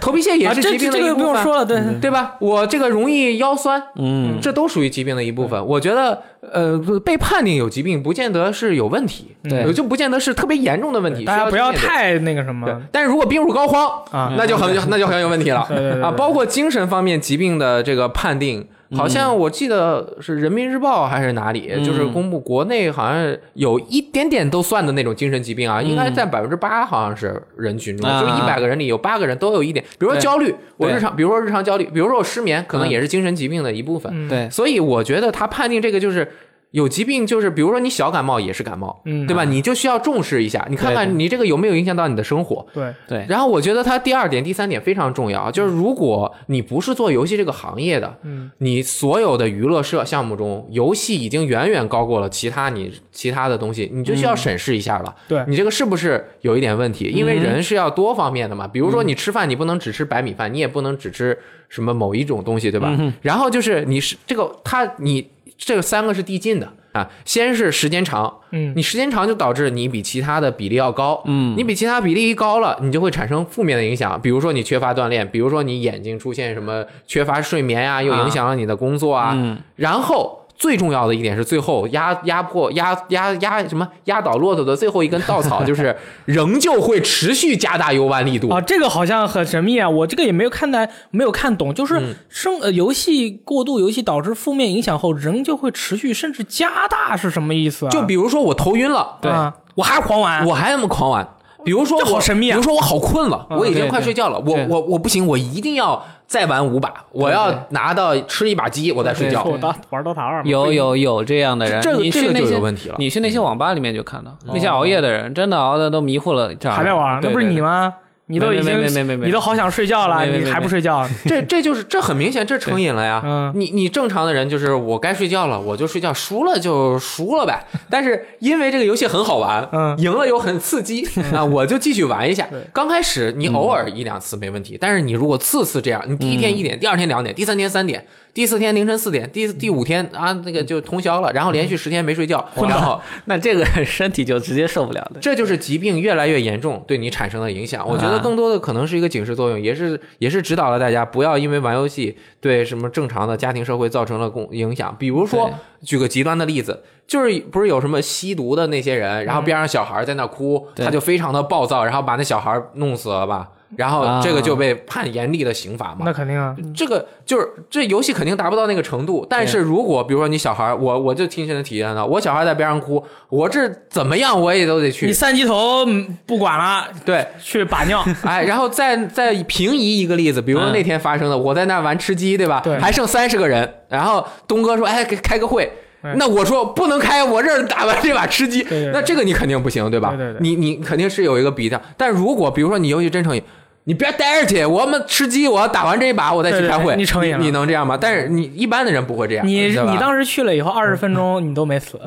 Speaker 2: 头皮屑也
Speaker 1: 啊
Speaker 2: 是
Speaker 1: 这
Speaker 2: 疾
Speaker 1: 这
Speaker 2: 病的
Speaker 1: 这
Speaker 2: 一部
Speaker 1: 个
Speaker 2: 分，嗯
Speaker 1: 不用说了，对。
Speaker 2: 对吧？我这个容易腰酸，
Speaker 3: 嗯，
Speaker 2: 这都属于疾病的一部
Speaker 1: 嗯
Speaker 2: 分。我觉得，呃，被判定有疾病，不见得是有问题，呃
Speaker 3: 对
Speaker 2: 就不见得是特别严重的问题。
Speaker 1: 嗯大
Speaker 2: 需
Speaker 1: 家不要
Speaker 2: 去面对
Speaker 1: 太那个什
Speaker 2: 对
Speaker 1: 么，，
Speaker 2: 但是如果病入膏肓
Speaker 3: 嗯
Speaker 1: 啊
Speaker 2: 那就很那就很有问题了
Speaker 1: 对对对
Speaker 2: 啊！
Speaker 1: 对
Speaker 2: 包括精神方面疾病的这个判定，好
Speaker 3: 嗯
Speaker 2: 像我记得是人民日报还是哪里，就是公布国内好像有一点点都算的那种精神疾病啊，应该占百分之八，好像是人群中，
Speaker 3: 嗯啊
Speaker 2: 就一百个人里有八个人都有一点，比如说
Speaker 3: 对
Speaker 2: 焦虑，我
Speaker 3: 对
Speaker 2: 日常，比如说日常焦虑，比如说我失眠，可能
Speaker 3: 嗯
Speaker 2: 也是精神疾病的一部分。
Speaker 1: 嗯，
Speaker 3: 对，
Speaker 2: 所以我觉得他判定这个就是有疾病，就是比如说你小感冒也是感冒，
Speaker 1: 嗯
Speaker 2: 对吧？你就需要重视一下，你看
Speaker 3: 对
Speaker 2: 看你这个有没有影响到你的生活。
Speaker 1: 对，
Speaker 3: 对，
Speaker 2: 然后我觉得它第二点、第三点非常重要，啊就是如果你不是做游戏这个行业的，
Speaker 1: 嗯，
Speaker 2: 你所有的娱乐社项目中，游戏已经远远高过了其他你其他的东西，你就需要审视一下了。
Speaker 1: 嗯对嗯
Speaker 2: 你这个是不是有一点问题？因为人是要多方面的嘛，比如说你吃饭，你不能只吃白米饭，你也不能只吃什么某一种东西，对
Speaker 1: 嗯
Speaker 2: 吧？然后就是你是这个它你这个三个是递进的啊，先是时间长，
Speaker 1: 嗯，
Speaker 2: 你时间长就导致你比其他的比例要高，嗯，你比其他比例一高了，你就会产生负面的影响，比如说你缺乏锻炼，比如说你眼睛出现什么缺乏睡眠呀、又影响了你的工作啊，
Speaker 3: 嗯
Speaker 2: 然后。最重要的一点是，最后压压迫压压压什么压倒骆驼的最后一根稻草，就是 仍旧会持续加大游玩力度。
Speaker 1: 啊，这个好像很神秘啊，我这个也没有看待，没有看懂，
Speaker 3: 嗯
Speaker 1: 就是生、呃游戏过度游戏导致负面影响后，仍旧会持续甚至加大，是什么意思啊？
Speaker 2: 就比如说我头晕了，
Speaker 1: 啊，我还是狂玩，
Speaker 2: 我还那么狂玩。比如说我，
Speaker 1: 这好神秘啊
Speaker 2: 比如说我好困了，我已经
Speaker 3: 对
Speaker 2: 快
Speaker 3: 对
Speaker 2: 睡觉了，我
Speaker 3: 对
Speaker 2: 我我不行，我一定要再玩五把，我要拿到吃一把鸡，我再睡觉
Speaker 1: 我。打玩 DOTA 二嘛，
Speaker 3: 有有有这样的人，
Speaker 2: 这
Speaker 3: 你
Speaker 2: 这
Speaker 3: 去
Speaker 2: 个
Speaker 3: 那
Speaker 2: 就
Speaker 3: 些
Speaker 2: 有问题了。
Speaker 3: 你去那些网吧里面就看到那些熬夜的人，真的熬的都迷糊了，这样
Speaker 1: 还在玩，那不是你？吗？你都已经
Speaker 3: 没没没没没
Speaker 1: 你都好想睡觉了，
Speaker 3: 没没没
Speaker 1: 你还不睡觉？
Speaker 2: 这这就是这很明显，这成瘾了呀。
Speaker 1: 嗯
Speaker 2: 你你正常的人就是我该睡觉了，我就睡觉，输了就输 了呗。但是因为这个游戏很好玩，
Speaker 1: 嗯
Speaker 2: 赢了又很刺激，那我就继续玩 一下。刚开始
Speaker 1: 嗯
Speaker 2: 你偶尔一两次没问题，但是你如果次次这样，你第一
Speaker 1: 嗯
Speaker 2: 天一点，第二天两点，第三天三点，第四天凌晨四点，第第五天啊那个就通宵了，然后连续十天没睡觉，
Speaker 1: 嗯
Speaker 2: 然后
Speaker 3: 对那这个身体就直接受不了 的。
Speaker 2: 这就是疾病越来越严重对你产生的影响。我觉得更多的可能是一个警示作用，也是也是指导了大家不要因为玩游戏对什么正常的家庭社会造成了共影响。比如说
Speaker 3: 对，
Speaker 2: 举个极端的例子，就是不是有什么吸毒的那些人，然后边上小孩在那哭，
Speaker 3: 对
Speaker 2: 他就非常的暴躁，然后把那小孩弄死了吧，然后这个就被判严厉的刑罚嘛。
Speaker 1: 那肯定啊，
Speaker 2: 这个就是这游戏肯定达不到那个程度，但是如果比如说你小孩儿，我我就亲身的体验到，我小孩在边上哭，我这怎么样我也都得
Speaker 1: 你
Speaker 2: 去，
Speaker 1: 三级头嗯不管了，
Speaker 2: 对，
Speaker 1: 去把 尿，
Speaker 2: 哎，然后再再平移一个例子，比如说
Speaker 3: 嗯
Speaker 2: 那天发生的，我在那儿玩吃鸡，对吧？
Speaker 1: 对
Speaker 2: 还剩三十个人，然后东哥说，哎，给开个会。
Speaker 1: 哎
Speaker 2: 那我说不能开，我这儿打完这把吃鸡，
Speaker 1: 对对对
Speaker 2: 那这个你肯定不行，对吧？
Speaker 1: 对对对
Speaker 2: 你你肯定是有一个比较，但如果比如说你游戏真诚意，你别待着去，我们吃鸡，我要打完这一把我再去
Speaker 1: 对对
Speaker 2: 开
Speaker 1: 对
Speaker 2: 会，
Speaker 1: 你成瘾了
Speaker 2: 你能这样吗？但是你一般的人不会
Speaker 3: 啊
Speaker 2: 这样，
Speaker 1: 你
Speaker 2: 对吧
Speaker 1: 你当时去了以后二十分钟你都没 死，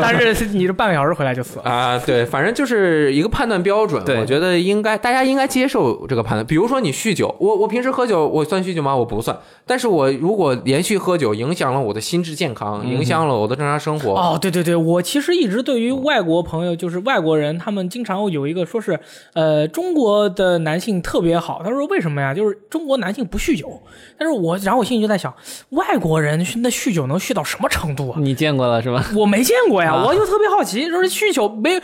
Speaker 1: 但是你这半个小时回来就死了。
Speaker 2: 啊、对，反正就是一个判断标准。
Speaker 3: 对
Speaker 2: 我觉得应该大家应该接受这个判断。比如说你酗酒，我我平时喝酒，我算酗酒吗？我不算。但是我如果连续喝酒，影响了我的心智健康，影响了我的正常生活。
Speaker 1: 嗯哦，对对对，我其实一直对于外国朋友，就是外国人，他们经常有一个说是，呃，中国的男性特别好。他说为什么呀？就是中国男性不酗酒。但是我，然后我心里就在想，外国人那酗酒能酗到什么程度啊？
Speaker 3: 你见过了是吧？
Speaker 1: 我没见过呀，
Speaker 3: 嗯啊
Speaker 1: 我就特别好奇，说是酗酒没。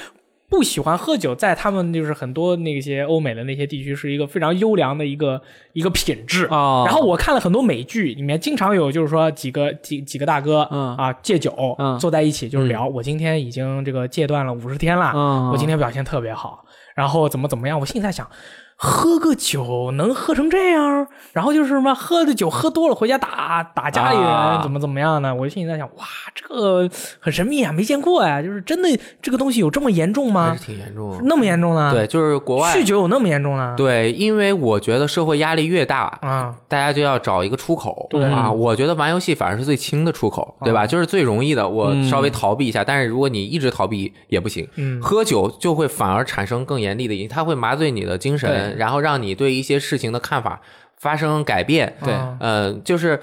Speaker 1: 不喜欢喝酒，在他们就是很多那些欧美的那些地区是一个非常优良的一个一个品质
Speaker 3: 哦
Speaker 1: 然后我看了很多美剧，里面经常有就是说几个几几个大哥，
Speaker 3: 嗯
Speaker 1: 啊戒酒，
Speaker 3: 嗯
Speaker 1: 坐在一起就是聊，我今天已经这个戒断了五十天了，
Speaker 3: 嗯
Speaker 1: 我今天表现特别好，然后怎么怎么样，我心里在想。喝个酒能喝成这样，然后就是什么喝的酒喝多了回家打打家里人，
Speaker 3: 啊
Speaker 1: 怎么怎么样呢？我心里在想，哇，这个很神秘啊，没见过呀、就是真的这个东西有这么严重
Speaker 2: 还
Speaker 1: 吗
Speaker 2: 是？挺严重的。
Speaker 1: 那么严重呢？，
Speaker 2: 对，就是国外
Speaker 1: 啊酗酒有那么严重呢？
Speaker 2: 对，因为我觉得社会压力越大，
Speaker 1: 啊，
Speaker 2: 大家就要找一个出口，
Speaker 1: 对嗯哦
Speaker 2: 啊，我觉得玩游戏反而是最轻的出口，对吧？就是最容易的，我稍微逃避一下。但是如果你一直逃避也不行，
Speaker 1: 嗯
Speaker 2: 喝酒就会反而产生更严厉的影响，它会麻醉你的精神，
Speaker 3: 对
Speaker 2: 然后让你对一些事情的看法发生改变。
Speaker 3: 对
Speaker 1: 啊
Speaker 2: 呃，就是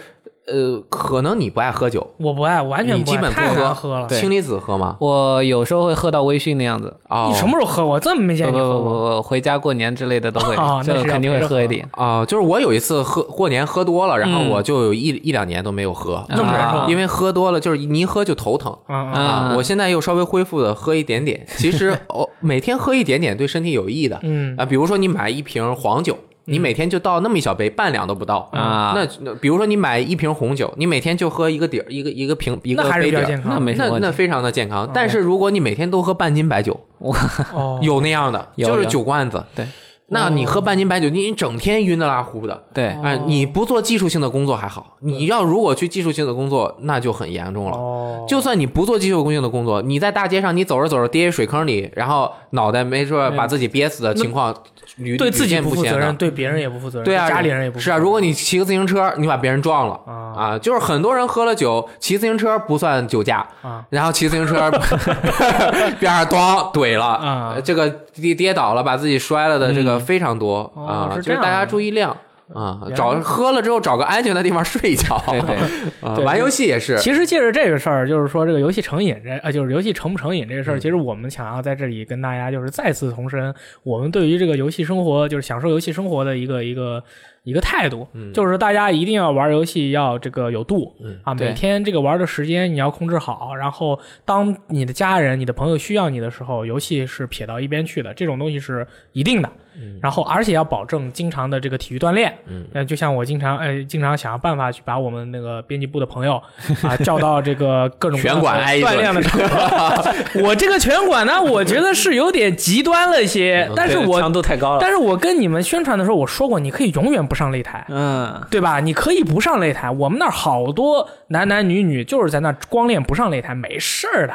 Speaker 2: 呃，可能你不爱喝酒，
Speaker 1: 我不爱，我完全
Speaker 2: 你
Speaker 1: 不
Speaker 2: 基
Speaker 1: 爱，
Speaker 2: 本不
Speaker 1: 太难
Speaker 2: 喝，
Speaker 1: 喝了。
Speaker 2: 氢离子喝吗？
Speaker 3: 我有时候会喝到微醺那样子，
Speaker 2: 哦，
Speaker 1: 你什么时候喝过？这么没
Speaker 3: 不
Speaker 1: 见
Speaker 3: 不
Speaker 1: 你喝
Speaker 3: 不
Speaker 1: 过。
Speaker 3: 不，回家过年之类的都会
Speaker 1: 哦，那
Speaker 3: 就
Speaker 1: 要
Speaker 3: 是肯定会
Speaker 1: 陪着
Speaker 3: 喝
Speaker 1: 喝
Speaker 3: 一点。
Speaker 2: 啊、就是我有一次喝过年喝多了，然后
Speaker 3: 嗯
Speaker 2: 我就有一、一两年都没有喝，
Speaker 1: 那么
Speaker 3: 难受
Speaker 2: 啊因为喝多了就是你一喝就头疼。
Speaker 1: 啊啊，
Speaker 2: 啊
Speaker 3: 啊，
Speaker 2: 我现在又稍微恢复的喝一 点点。其实哦，每天喝一点点对身体有益的。
Speaker 1: 嗯
Speaker 2: 啊，比如说你买一瓶黄酒，你每天就倒那么一小杯，半两都不到
Speaker 1: 嗯
Speaker 3: 啊
Speaker 2: 那那比如说你买一瓶红酒，你每天就喝一个底儿，一个一个瓶，一个
Speaker 1: 那还是
Speaker 2: 杯
Speaker 1: 比
Speaker 2: 底
Speaker 1: 较
Speaker 2: 儿。
Speaker 1: 健
Speaker 3: 那
Speaker 1: 康。
Speaker 3: 没什么
Speaker 2: 那
Speaker 3: 问
Speaker 2: 那
Speaker 3: 题。
Speaker 2: 非常的健康，但是如果你每天都喝半斤白酒，
Speaker 1: 哦，
Speaker 2: 有那样的，
Speaker 3: 有
Speaker 2: 就是
Speaker 3: 有
Speaker 2: 酒罐子。
Speaker 3: 对，
Speaker 2: 那你喝半斤白酒，你你整天晕的拉呼的，
Speaker 1: 哦
Speaker 3: 对
Speaker 2: 哎，你不做技术性的工作还好，你要如果去技术性的工作，那就很严重了。
Speaker 1: 哦，
Speaker 2: 就算你不做技术工性的工作，你在大街上你走着走着跌一水坑里，然后脑袋没事儿把自己憋死的情况，屡
Speaker 1: 对自己
Speaker 2: 屡见
Speaker 1: 不
Speaker 2: 不
Speaker 1: 负
Speaker 2: 鲜
Speaker 1: 责任，
Speaker 2: 的。
Speaker 1: 对别人也不负责任，
Speaker 2: 对啊，
Speaker 1: 家里人也不负
Speaker 2: 是
Speaker 1: 责
Speaker 2: 啊。
Speaker 1: 任
Speaker 2: 如果你骑个自行车，你把别人撞了
Speaker 1: 啊
Speaker 2: 啊，就是很多人喝了酒骑自行车不算酒驾，
Speaker 1: 啊
Speaker 2: 然后骑自行车 边上咣怼了，
Speaker 1: 啊
Speaker 2: 这个跌跌倒了，把自己摔了的这个非常多
Speaker 1: 哦
Speaker 2: 啊，
Speaker 1: 是
Speaker 2: 就
Speaker 1: 这
Speaker 2: 是
Speaker 1: 样
Speaker 2: 大家
Speaker 1: 的
Speaker 2: 注意量啊
Speaker 1: 原，来
Speaker 2: 找喝了之后找个安全的地方睡一觉，
Speaker 3: 对对，
Speaker 2: 啊
Speaker 1: 对
Speaker 2: 玩游戏也是，
Speaker 1: 其实借着这个事儿，就是说这个游戏成瘾这呃，就是游戏成不成瘾这个事儿，其实我们想要在这里跟大家就是再次重申，我们对于这个游戏生活，就是享受游戏生活的一个一个一个态度，就是大家一定要玩游戏要这个有度，啊，
Speaker 3: 对
Speaker 1: 每天这个玩的时间你要控制好，然后当你的家人、你的朋友需要你的时候，游戏是撇到一边去的，这种东西是一定的。然后而且要保证经常的这个体育锻炼，
Speaker 2: 嗯，
Speaker 1: 呃，就像我经常呃经常想办法去把我们那个编辑部的朋友啊 叫到这个各种
Speaker 2: 拳馆挨一顿
Speaker 1: 锻炼的场 合。我这个拳馆呢，我觉得是有点极端了一些，
Speaker 2: 嗯
Speaker 1: 但是
Speaker 3: 对
Speaker 1: 我
Speaker 3: 强度太高了。
Speaker 1: 但是我跟你们宣传的时候我说过，你可以永远不上擂台。
Speaker 3: 嗯，
Speaker 1: 对吧？你可以不上擂台，我们那儿好多男男女女就是在那儿光练不上擂台，没事儿 的。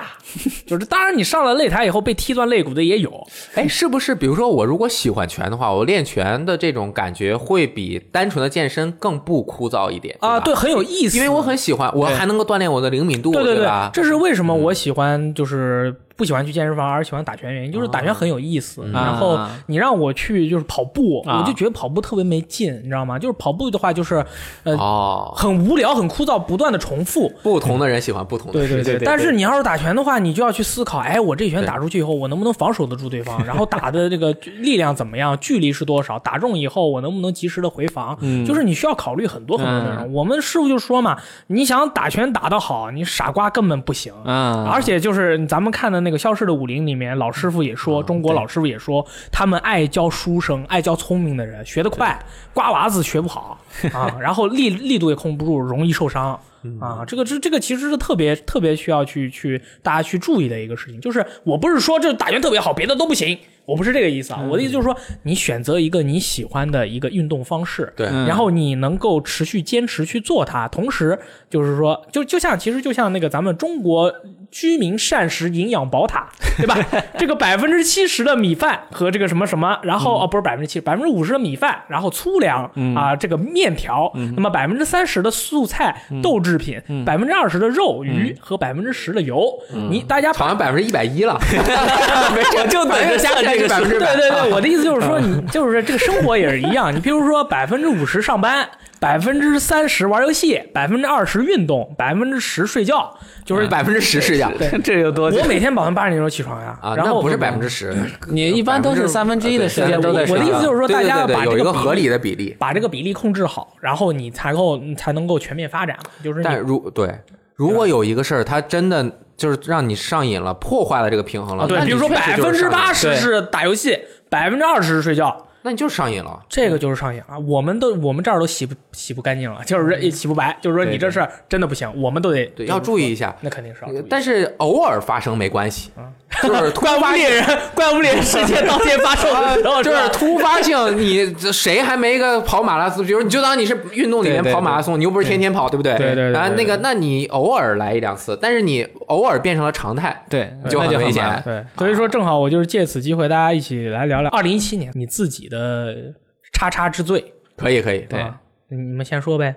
Speaker 1: 就是当然你上了擂台以后被踢断肋骨的也有，
Speaker 2: 哎，是不是？比如说，我如果喜欢拳的话，我练拳的这种感觉会比单纯的健身更不枯燥一点
Speaker 1: 啊，
Speaker 2: 吧
Speaker 1: 对，很有意思。
Speaker 2: 因为我很喜欢，我
Speaker 3: 对
Speaker 2: 还能够锻炼我的灵敏度，啊
Speaker 1: 对对
Speaker 2: 吧？
Speaker 1: 这是为什么我喜欢就是不喜欢去健身房，而喜欢打拳的原因就是打拳很有意思。
Speaker 2: 嗯
Speaker 1: 然后
Speaker 3: 啊
Speaker 1: 你让我去就是跑步，
Speaker 3: 啊
Speaker 1: 我就觉得跑步特别没劲，你知道吗？就是跑步的话，就是呃
Speaker 2: 哦，
Speaker 1: 很无聊、很枯燥，不断的重复。
Speaker 2: 不同的人喜欢不同的
Speaker 1: 对
Speaker 2: 事情，
Speaker 1: 对，但是你要是打拳的话，你就要去思考，哎，我这一拳打出去以后，我能不能防守得住对方？然后打的这个力量怎么样，距离是多少？打中以后，我能不能及时的回防？就是你需要考虑很多很多内容。我们师傅就说嘛，你想打拳打得好，你傻瓜根本不行。
Speaker 3: 啊，
Speaker 1: 而且就是咱们看的那个《消失的武林》里面，老师傅也说，中国老师傅也说，他们爱教书生，爱教聪明的人，学得快，瓜娃子学不好啊，然后力力度也控不住，容易受伤啊。这个这这个其实是特别特别需要去去大家去注意的一个事情，就是我不是说这打拳特别好，别的都不行。我不是这个意思啊，我的意思就是说，你选择一个你喜欢的一个运动方式，
Speaker 2: 对
Speaker 3: 嗯
Speaker 1: 然后你能够持续坚持去做它，同时就是说，就就像其实就像那个咱们中国居民膳食营养宝塔，对吧？这个百分之七十的米饭和这个什么什么，然后、哦不是百分之七，百分之五十的米饭，然后粗粮啊、这个面条，那么百分之三十的素菜、豆制品，百分之二十的肉、鱼和百分之十的油，你大家
Speaker 2: 好像百分之一百一 了， 我
Speaker 3: 就等着下这个
Speaker 2: 百分之
Speaker 1: 对
Speaker 2: 百。
Speaker 1: 对 对，我的意思就是说，你就是这个生活也是一样。你比如说百分之五十上班，百分之三十玩游戏，百分之二十运动，百分之十睡觉。就是
Speaker 2: 百分之十是这样，
Speaker 3: 这有多
Speaker 1: 我每天保证八点钟起床呀，
Speaker 2: 啊，
Speaker 1: 然后
Speaker 2: 那不是百分之十，
Speaker 3: 你一般都是三分之一的时间都在
Speaker 1: 我
Speaker 3: 睡
Speaker 1: 的意思
Speaker 3: 觉
Speaker 1: 就是说大家
Speaker 2: 对对对
Speaker 1: 把这
Speaker 2: 有一
Speaker 1: 个
Speaker 2: 个
Speaker 1: 比例
Speaker 2: 合理的比例，
Speaker 1: 把这个比例控制好，然后你才够你才能够全面发展。就是你
Speaker 2: 但如对，如果有一个事儿，它真的就是让你上瘾了，破坏了这个平衡了，
Speaker 1: 啊对
Speaker 2: 那，你
Speaker 1: 比如说
Speaker 2: 确
Speaker 1: 百
Speaker 2: 实
Speaker 1: 分
Speaker 2: 就
Speaker 1: 之
Speaker 2: 是上瘾
Speaker 1: 八十
Speaker 3: 对
Speaker 1: 是打游戏，百分之二十是睡觉，
Speaker 2: 那你就上瘾了。
Speaker 1: 这个就是上瘾啊！我们都我们这儿都洗不洗不干净了，就是也洗不白，就是说你这事儿真的不行，我们都得
Speaker 2: 嗯对，要注意一下。
Speaker 1: 那肯嗯定是要注
Speaker 2: 呃
Speaker 1: 意。
Speaker 2: 但是偶尔发生没关系，就是 突
Speaker 1: 怪物猎人，怪物猎人世界当天发 售的时候，
Speaker 2: 就是突发性，你这谁还没个跑马拉松？比如你就当你是运动里面
Speaker 3: 对对
Speaker 2: 跑马拉松，你又不是天天跑，对不对？
Speaker 1: 对对对对
Speaker 2: 啊，
Speaker 1: 对
Speaker 2: 那个，那你偶尔来一两次，但是你偶尔变成了常态，
Speaker 3: 对，
Speaker 2: 就
Speaker 3: 那
Speaker 2: 很
Speaker 3: 就
Speaker 2: 危
Speaker 3: 很
Speaker 2: 险
Speaker 3: 麻烦
Speaker 1: 对，所以说正好我就是借此机会，大家一起来聊聊二零一七年你自己的叉叉之最。
Speaker 2: 可以可以。
Speaker 3: 对
Speaker 1: 啊你们先说呗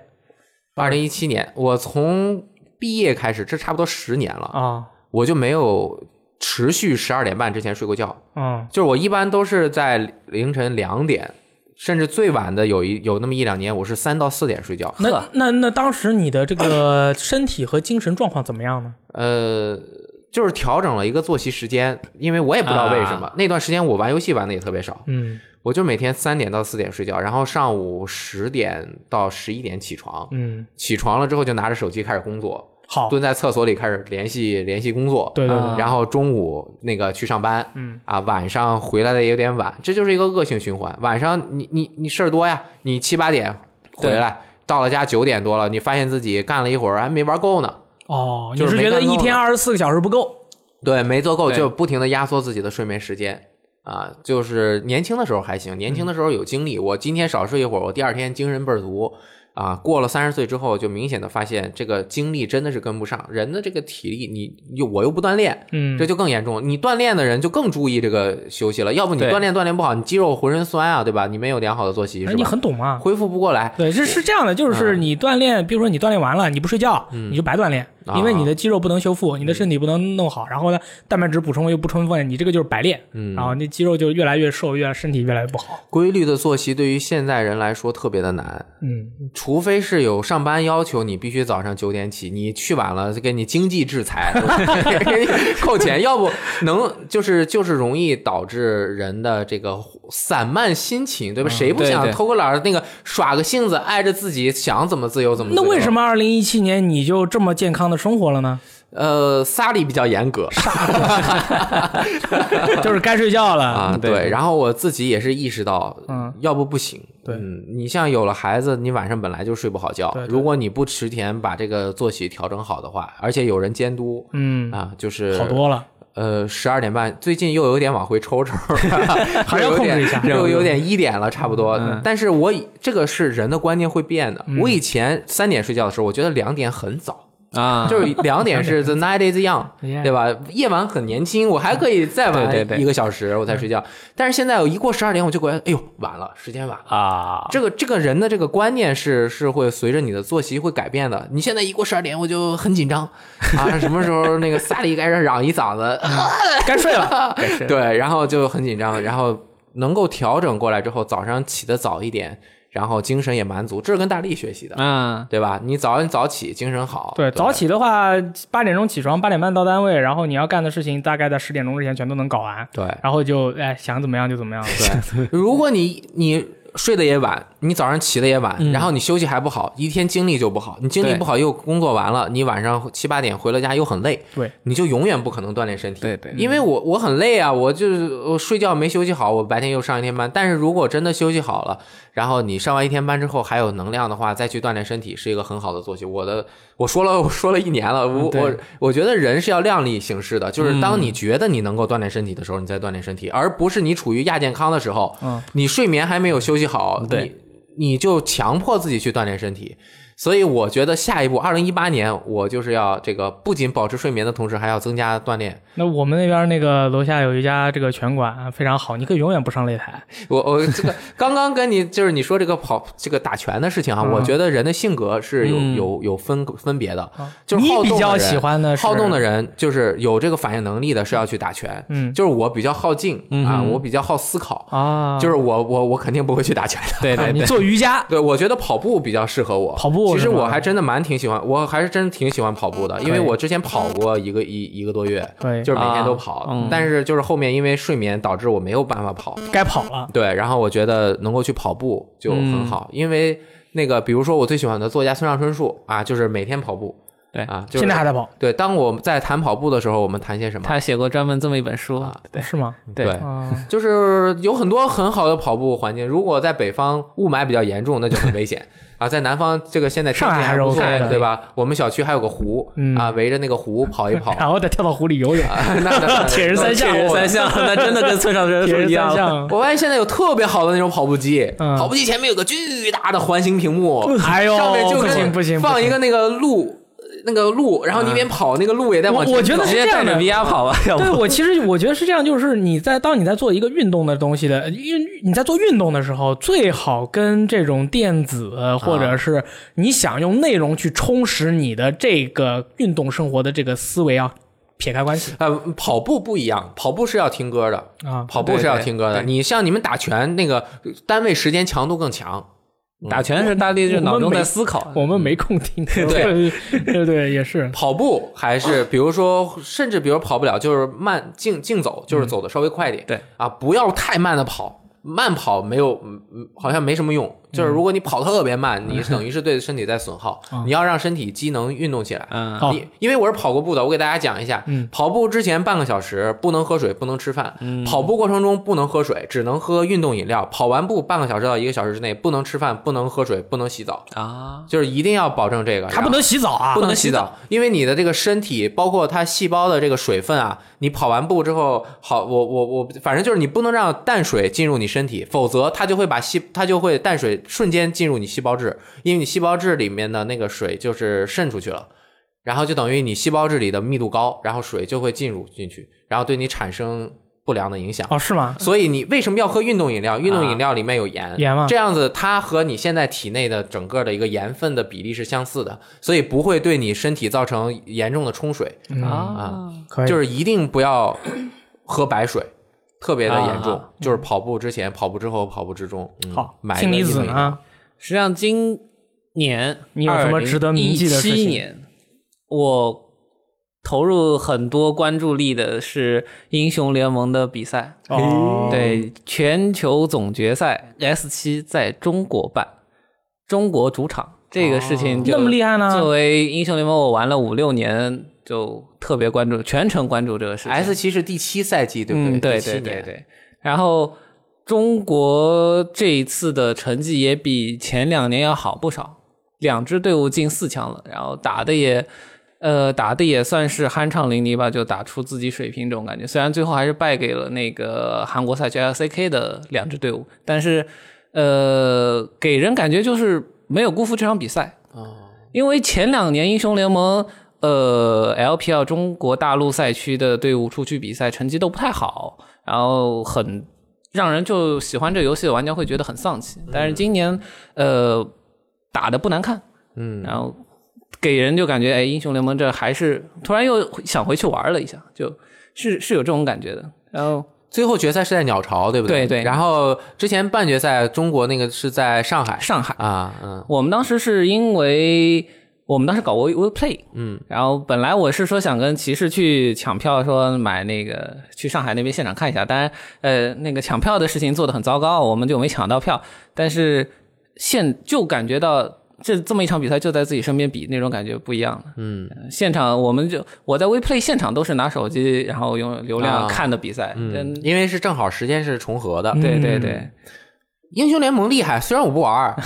Speaker 2: 二零一七年，我从毕业开始，这差不多十年了，
Speaker 1: 啊，
Speaker 2: 我就没有持续十二点半之前睡过觉。
Speaker 1: 嗯
Speaker 2: 就是我一般都是在凌晨两点，甚至最晚的有一有那么一两年，我是三到四点睡觉。
Speaker 1: 那那那当时你的这个身体和精神状况怎么样呢？
Speaker 2: 呃，就是调整了一个作息时间，因为我也不知道为什
Speaker 1: 啊
Speaker 2: 么、那段时间我玩游戏玩的也特别少，
Speaker 1: 嗯
Speaker 2: 我就每天三点到四点睡觉，然后上午十点到十一点起床，
Speaker 1: 嗯，
Speaker 2: 起床了之后就拿着手机开始工作，
Speaker 1: 好，
Speaker 2: 蹲在厕所里开始联系联系工作，
Speaker 1: 哦对对对
Speaker 2: 啊然后中午那个去上班，
Speaker 1: 嗯
Speaker 2: 啊，晚上回来的也有点晚，这就是一个恶性循环。晚上你你你事儿多呀，你七八点回来，到了家九点多了，你发现自己干了一会儿还没玩够呢，
Speaker 1: 哦，你
Speaker 2: 就是是没
Speaker 1: 觉得
Speaker 2: 干
Speaker 1: 一
Speaker 2: 够啊
Speaker 1: 天
Speaker 2: 了
Speaker 1: 二十四个小时不够？
Speaker 2: 对，没做够
Speaker 3: 对
Speaker 2: 就不停的压缩自己的睡眠时间。啊，就是年轻的时候还行，年轻的时候有精力。我今天少睡一会儿，我第二天精神倍儿足。啊，过了三十岁之后，就明显的发现这个精力真的是跟不上人的这个体力。你又我又不锻炼，
Speaker 1: 嗯
Speaker 2: 这就更严重。你锻炼的人就更注意这个休息了，要不你
Speaker 3: 对
Speaker 2: 锻炼锻炼不好，你肌肉浑身酸啊，对吧？你没有良好的作息，
Speaker 1: 哎
Speaker 2: 是
Speaker 1: 你
Speaker 2: 吧？
Speaker 1: 很懂嘛？
Speaker 2: 恢复不过来。
Speaker 1: 对，这是这样的，就是
Speaker 2: 嗯
Speaker 1: 你锻炼，比如说你锻炼完了，你不睡觉，你就白锻炼，
Speaker 2: 啊嗯
Speaker 1: 因为你的肌肉不能修复，你的身体不能弄好，然后呢，蛋白质补充又不充分，你这个就是白练，
Speaker 2: 嗯
Speaker 1: 然后那肌肉就越来越瘦，越来身体越来越不好。
Speaker 2: 规律的作息对于现在人来说特别的难。
Speaker 1: 嗯，
Speaker 2: 除非是有上班要求你必须早上九点起，你去晚了就给你经济 制裁，给你扣钱，要不能就是就是容易导致人的这个散漫心情，
Speaker 1: 嗯
Speaker 2: 对吧？谁不
Speaker 3: 对
Speaker 2: 想
Speaker 3: 对
Speaker 2: 偷个懒儿，那个耍个性子，碍着自己想怎么自由怎么自
Speaker 1: 那
Speaker 2: 由？
Speaker 1: 为什？么二零一七年你就这么健康的生活了呢？
Speaker 2: 呃，萨利比较严格
Speaker 1: 就是该睡觉了。
Speaker 2: 啊，
Speaker 3: 对
Speaker 2: 对。然后我自己也是意识到，
Speaker 1: 嗯，
Speaker 2: 要不不行。
Speaker 1: 对
Speaker 2: 嗯，你像有了孩子，你晚上本来就睡不好觉
Speaker 1: 对，对
Speaker 2: 如果你不迟前把这个作息调整好的话，而且有人监督。
Speaker 1: 嗯，
Speaker 2: 啊，就是
Speaker 1: 好多了。
Speaker 2: 呃，十二点半，最近又有点往回抽抽，
Speaker 1: 还是要
Speaker 2: 又有
Speaker 1: 控制
Speaker 2: 点
Speaker 1: 一下
Speaker 2: 又有点一点了，差不多。
Speaker 3: 嗯
Speaker 2: 但是
Speaker 1: 嗯
Speaker 2: 我以这个是人的观念会变的。我以前三点睡觉的时候，我觉得两点很早，
Speaker 3: 啊，
Speaker 2: 就是两点是 the night is young，
Speaker 1: 嗯 Yeah
Speaker 2: 对吧？夜晚很年轻，我还可以再
Speaker 3: 对对对
Speaker 2: 玩一个小时，我才睡
Speaker 1: 嗯
Speaker 2: 觉。但是现在我一过十二点，我就觉得，哎呦，晚了，时间晚了。
Speaker 3: 啊，
Speaker 2: 这个这个人的这个观念是是会随着你的作息会改变的。你现在一过十二点，我就很紧张啊，什么时候那个萨利开始嚷一嗓子，
Speaker 1: 该睡了。
Speaker 2: 对，然后就很紧张，然后能够调整过来之后，早上起得早一点，然后精神也满足，这是跟大力学习的，
Speaker 3: 嗯，
Speaker 2: 对吧？你早上早起，精神好，
Speaker 1: 对，早起的话，八点钟起床，八点半到单位，然后你要干的事情大概在十点钟之前全都能搞完，
Speaker 2: 对。
Speaker 1: 然后就哎想怎么样就怎么样。
Speaker 2: 对，如果你你睡得也晚，你早上起得也晚，然后你休息还不好，一天精力就不好。你精力
Speaker 3: 对
Speaker 2: 不好又工作完了，你晚上七八点回了家又很累，
Speaker 1: 对，
Speaker 2: 你就永远不可能锻炼身体。
Speaker 3: 对对
Speaker 2: 因为我我很累啊，我就是我睡觉没休息好，我白天又上一天班。但是如果真的休息好了，然后你上完一天班之后还有能量的话，再去锻炼身体是一个很好的作息。我的我说了我说了一年了，
Speaker 3: 嗯
Speaker 2: 我、
Speaker 3: 对嗯
Speaker 2: 我我觉得人是要量力行事的，就是当你觉得你能够锻炼身体的时候，你再锻炼身体，而不是你处于亚健康的时候，
Speaker 1: 嗯，
Speaker 2: 你睡眠还没有休息好，
Speaker 3: 对
Speaker 2: 你，你就强迫自己去锻炼身体。所以我觉得下一步，二零一八年我就是要这个，不仅保持睡眠的同时，还要增加锻炼。
Speaker 1: 那我们那边那个楼下有一家这个拳馆非常好，你可以永远不上擂台。
Speaker 2: 我我这 个刚刚跟你就是你说这个跑这个打拳的事情啊，
Speaker 1: 嗯
Speaker 2: 我觉得人的性格是有
Speaker 3: 嗯
Speaker 2: 有有分分别的
Speaker 1: 啊，
Speaker 2: 就是
Speaker 1: 你
Speaker 2: 好动
Speaker 1: 比
Speaker 2: 的
Speaker 1: 较
Speaker 2: 人
Speaker 1: 喜欢的是
Speaker 2: 好动的人，就是有这个反应能力的是要去打拳，
Speaker 1: 嗯
Speaker 2: 就是我比较好静啊，
Speaker 3: 哼
Speaker 2: 我比较好思考，
Speaker 1: 啊，
Speaker 2: 就是我我我肯定不会去打拳的。
Speaker 3: 对
Speaker 1: 啊
Speaker 3: 对
Speaker 1: 你
Speaker 3: 对，
Speaker 1: 做瑜伽，
Speaker 2: 对，我觉得跑步比较适合我。
Speaker 1: 跑步
Speaker 2: 其实
Speaker 1: 是吗
Speaker 2: 我还真的蛮挺喜欢，我还是真挺喜欢跑步的，因为
Speaker 1: 可以
Speaker 2: 我之前跑过一个一一个多月，
Speaker 1: 可以
Speaker 2: 就是每天都
Speaker 3: 啊
Speaker 2: 跑，
Speaker 3: 嗯
Speaker 2: 但是就是后面因为睡眠导致我没有办法跑。
Speaker 1: 该跑了。
Speaker 2: 对，然后我觉得能够去跑步就
Speaker 1: 嗯
Speaker 2: 很好，因为那个比如说我最喜欢的作家村上春树啊，就是每天跑步。
Speaker 3: 对
Speaker 2: 啊，就是
Speaker 1: 现在还在跑，
Speaker 2: 对。当我们在谈跑步的时候，我们谈些什么？
Speaker 3: 他写过专门这么一本书，
Speaker 2: 啊
Speaker 3: 对
Speaker 1: 是吗？
Speaker 3: 对
Speaker 2: 对
Speaker 1: 啊，
Speaker 2: 就是有很多很好的跑步环境。如果在北方雾霾比较严重，那就很 危险啊。在南方，这个现在天
Speaker 1: 上海
Speaker 2: 气
Speaker 1: 还是
Speaker 2: 不错
Speaker 1: OK 的
Speaker 2: 对吧？我们小区还有个湖、
Speaker 1: 嗯
Speaker 2: 啊，围着那个湖跑一 跑。
Speaker 1: 然后再跳到湖里游泳，
Speaker 2: 啊那那
Speaker 1: 铁人三项
Speaker 3: 铁人三项， 那真的跟村上春
Speaker 1: 铁
Speaker 3: 树
Speaker 1: 人
Speaker 3: 一
Speaker 1: 三
Speaker 3: 样。
Speaker 1: 项。
Speaker 2: 我发现现在有特别好的那种跑步机，
Speaker 1: 嗯
Speaker 2: 跑步机前面有个巨大的环形屏幕，
Speaker 1: 哎呦，
Speaker 2: 上面就
Speaker 1: 不
Speaker 2: 跟
Speaker 1: 行不行，不
Speaker 2: 放
Speaker 1: 行
Speaker 2: 一个那个路，那个路，然后你一边跑，那个路也在往
Speaker 1: 我
Speaker 2: 前
Speaker 1: 我觉得
Speaker 2: 走
Speaker 1: 是
Speaker 3: 直
Speaker 1: 这
Speaker 3: 接
Speaker 1: 样
Speaker 3: 带
Speaker 1: 的
Speaker 3: 着 VR 跑吧，
Speaker 2: 哦
Speaker 3: 要不
Speaker 1: 对我其实我觉得是这样，就是你在当你在做一个运动的东西的，因为你在做运动的时候，最好跟这种电子或
Speaker 2: 啊
Speaker 1: 者是你想用内容去充实你的这个运动生活的这个思维啊，撇开关系
Speaker 2: 呃，跑步不一样，跑步是要听歌的，
Speaker 1: 啊。
Speaker 2: 跑步是要
Speaker 3: 对对
Speaker 2: 听歌的。
Speaker 3: 对
Speaker 2: 你像你们打拳那个呃单位时间强度更强，
Speaker 3: 打拳是大力就脑中
Speaker 1: 我们
Speaker 3: 在
Speaker 1: 每
Speaker 3: 思考，
Speaker 1: 我们没空听，
Speaker 2: 啊 对
Speaker 1: 对对，也 是
Speaker 2: 跑步还 是比如说，甚至比如跑不了，就是慢竞竞走，就是走的稍微快一点。
Speaker 3: 对
Speaker 2: 啊，不要太慢的跑，慢跑没有，嗯嗯好像没什么用。就是如果你跑特别慢，你等于是对身体在损耗。你要让身体机能运动起来。
Speaker 3: 嗯
Speaker 1: 哦
Speaker 2: 啊你因为我是跑过步的，我给大家讲一下，
Speaker 1: 嗯
Speaker 2: 跑步之前半个小时不能喝水，不能吃饭，跑步过程中不能喝水，只能喝运动饮料。跑完步半个小时到一个小时之内不能吃饭，不能喝水，不能洗澡，
Speaker 3: 啊，
Speaker 2: 就是一定要保证这个。
Speaker 1: 他不能洗澡啊
Speaker 2: 不，能洗澡，因为你的这个身体，包括它细胞的这个水分啊，你跑完步之后，好，我我我，反正就是你不能让淡水进入你身体，否则它就会把细，它就会淡水瞬间进入你细胞质，因为你细胞质里面的那个水就是渗出去了，然后就等于你细胞质里的密度高，然后水就会进入进去，然后对你产生不良的影响。
Speaker 1: 哦是吗？
Speaker 2: 所以你为什么要喝运动饮料？运
Speaker 3: 啊
Speaker 2: 动饮料里面有盐，
Speaker 1: 盐吗
Speaker 2: 这样子它和你现在体内的整个的一个盐分的比例是相似的，所以不会对你身体造成严重的冲水，
Speaker 3: 啊，
Speaker 1: 嗯可以，
Speaker 2: 就是是一定不要喝白水。特别的严重，
Speaker 3: 啊
Speaker 2: 就是跑步之前、跑步之后、跑步之中，嗯、
Speaker 1: 好
Speaker 2: 买。一个
Speaker 1: 氢离
Speaker 2: 运
Speaker 1: 子
Speaker 3: 啊
Speaker 2: 动饮料
Speaker 1: 呢？
Speaker 3: 实际上今年
Speaker 1: 你有什么值得铭记的事情
Speaker 3: 2017年，我投入很多关注力的是英雄联盟的比赛，
Speaker 1: 哦，
Speaker 3: 对，全球总决赛 S 七在中国办，中国主场这个事情就、
Speaker 1: 哦那么厉害呢？
Speaker 3: 作为英雄联盟，我玩了五六年，就特别关注，全程关注这个事情。
Speaker 1: 哎
Speaker 2: S 七是第七赛季，对不
Speaker 3: 嗯，
Speaker 2: 对
Speaker 3: 对对
Speaker 2: 对
Speaker 3: 对对。然后中国这一次的成绩也比前两年要好不少，两支队伍进四强了，然后打的也。呃，打的也算是酣畅淋漓吧，就打出自己水平这种感觉。虽然最后还是败给了那个韩国赛区 LCK 的两支队伍，但是，呃，给人感觉就是没有辜负这场比赛。
Speaker 2: 哦，
Speaker 3: 因为前两年英雄联盟。呃，LPL 中国大陆赛区的队伍出去比赛，成绩都不太好，然后很让人就喜欢这游戏的玩家会觉得很丧气。但是今年，呃，打的不难看，
Speaker 2: 嗯，
Speaker 3: 然后给人就感觉，哎，英雄联盟这还是突然又想回去玩了一下，就是是有这种感觉的。然后
Speaker 2: 最后决赛是在鸟巢，对不对
Speaker 3: 对对
Speaker 2: 然后之前半决赛中国那个是在上海
Speaker 3: 上海，
Speaker 2: 啊，嗯
Speaker 3: 我们当时是因为我们当时搞 We We Play，
Speaker 2: 嗯，
Speaker 3: 然后本来我是说想跟骑士去抢票，说买那个去上海那边现场看一下，当然呃那个抢票的事情做得很糟糕，我们就没抢到票。但是现就感觉到这这么一场比赛就在自己身边比，那种感觉不一样了。
Speaker 2: 嗯，
Speaker 3: 现场我们就我在 WePlay 现场都是拿手机，然后用流量
Speaker 2: 啊
Speaker 3: 看的比赛，真
Speaker 2: 因为是正好时间是重合的。
Speaker 3: 对对
Speaker 1: 嗯
Speaker 3: 对，
Speaker 2: 英雄联盟厉害，虽然我不玩儿，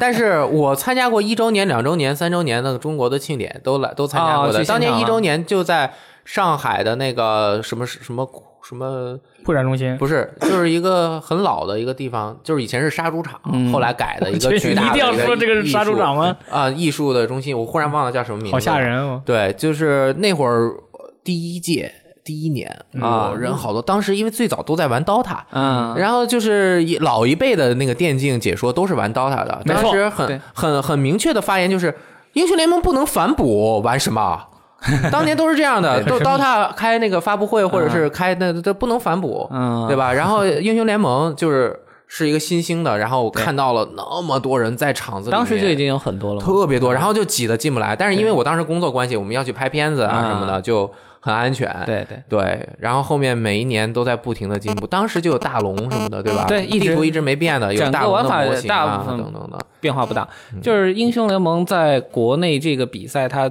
Speaker 2: 但是我参加过一周年、两周年、三周年的中国的庆典，都来都参加
Speaker 3: 哦
Speaker 2: 过的。
Speaker 3: 去现场
Speaker 2: 当年
Speaker 3: 啊
Speaker 2: 一周年就在上海的那个什么什么什么，
Speaker 1: 会展中心
Speaker 2: 不是，就是一个很老的一个地方，就是以前是杀猪场，后来 改的一
Speaker 1: 嗯这
Speaker 2: 个
Speaker 1: 你
Speaker 2: 巨
Speaker 1: 一
Speaker 2: 大
Speaker 1: 定
Speaker 2: 的
Speaker 1: 要
Speaker 2: 一个
Speaker 1: 说这个是
Speaker 2: 艺
Speaker 1: 杀猪
Speaker 2: 术
Speaker 1: 场吗？
Speaker 2: 啊，艺术的中心，我忽然忘了叫什么名字，
Speaker 1: 好吓！人哦！
Speaker 2: 对，就是那会儿呃第一届第一年
Speaker 1: 嗯
Speaker 3: 啊
Speaker 2: 哦人好多。当时因为最早都在玩 DOTA，
Speaker 3: 嗯，
Speaker 2: 然后就是一老一辈的那个电竞解说都是玩 DOTA 的，
Speaker 1: 没错
Speaker 2: 当时
Speaker 3: 对
Speaker 2: 很很很明确的发言就是，英雄联盟不能反哺， 玩什么？当年都是这样的，都 DOTA 开那个发布会或者是开那都不能反哺，
Speaker 3: 嗯
Speaker 2: 对吧？然后英雄联盟就是是一个新兴的，然后我看到了那么多人在场子里面，
Speaker 3: 当时就已经有很多了嘛，
Speaker 2: 特别多，然后就挤得进不来。但是因为我当时工作关系，我们要去拍片子
Speaker 3: 嗯
Speaker 2: 啊什么的，就很安全。
Speaker 3: 对对。
Speaker 2: 对，然后后面每一年都在不停的进步，当时就有大龙什么的，对吧？
Speaker 3: 对一直
Speaker 2: 地图一直没变的，有
Speaker 3: 整个
Speaker 2: 大龙
Speaker 3: 玩
Speaker 2: 的
Speaker 3: 法
Speaker 2: 模型
Speaker 3: 大
Speaker 2: 啊
Speaker 3: 部分
Speaker 2: 等等的。
Speaker 3: 变化不大。
Speaker 2: 嗯
Speaker 3: 就是英雄联盟在国内这个比赛，它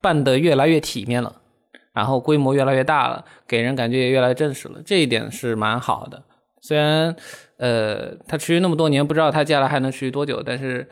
Speaker 3: 办得越来越体面了，然后规模越来越大了，给人感觉也越来越正式了，这一点是蛮好的。虽然呃，它持续那么多年，不知道它接下来还能持续多久，但是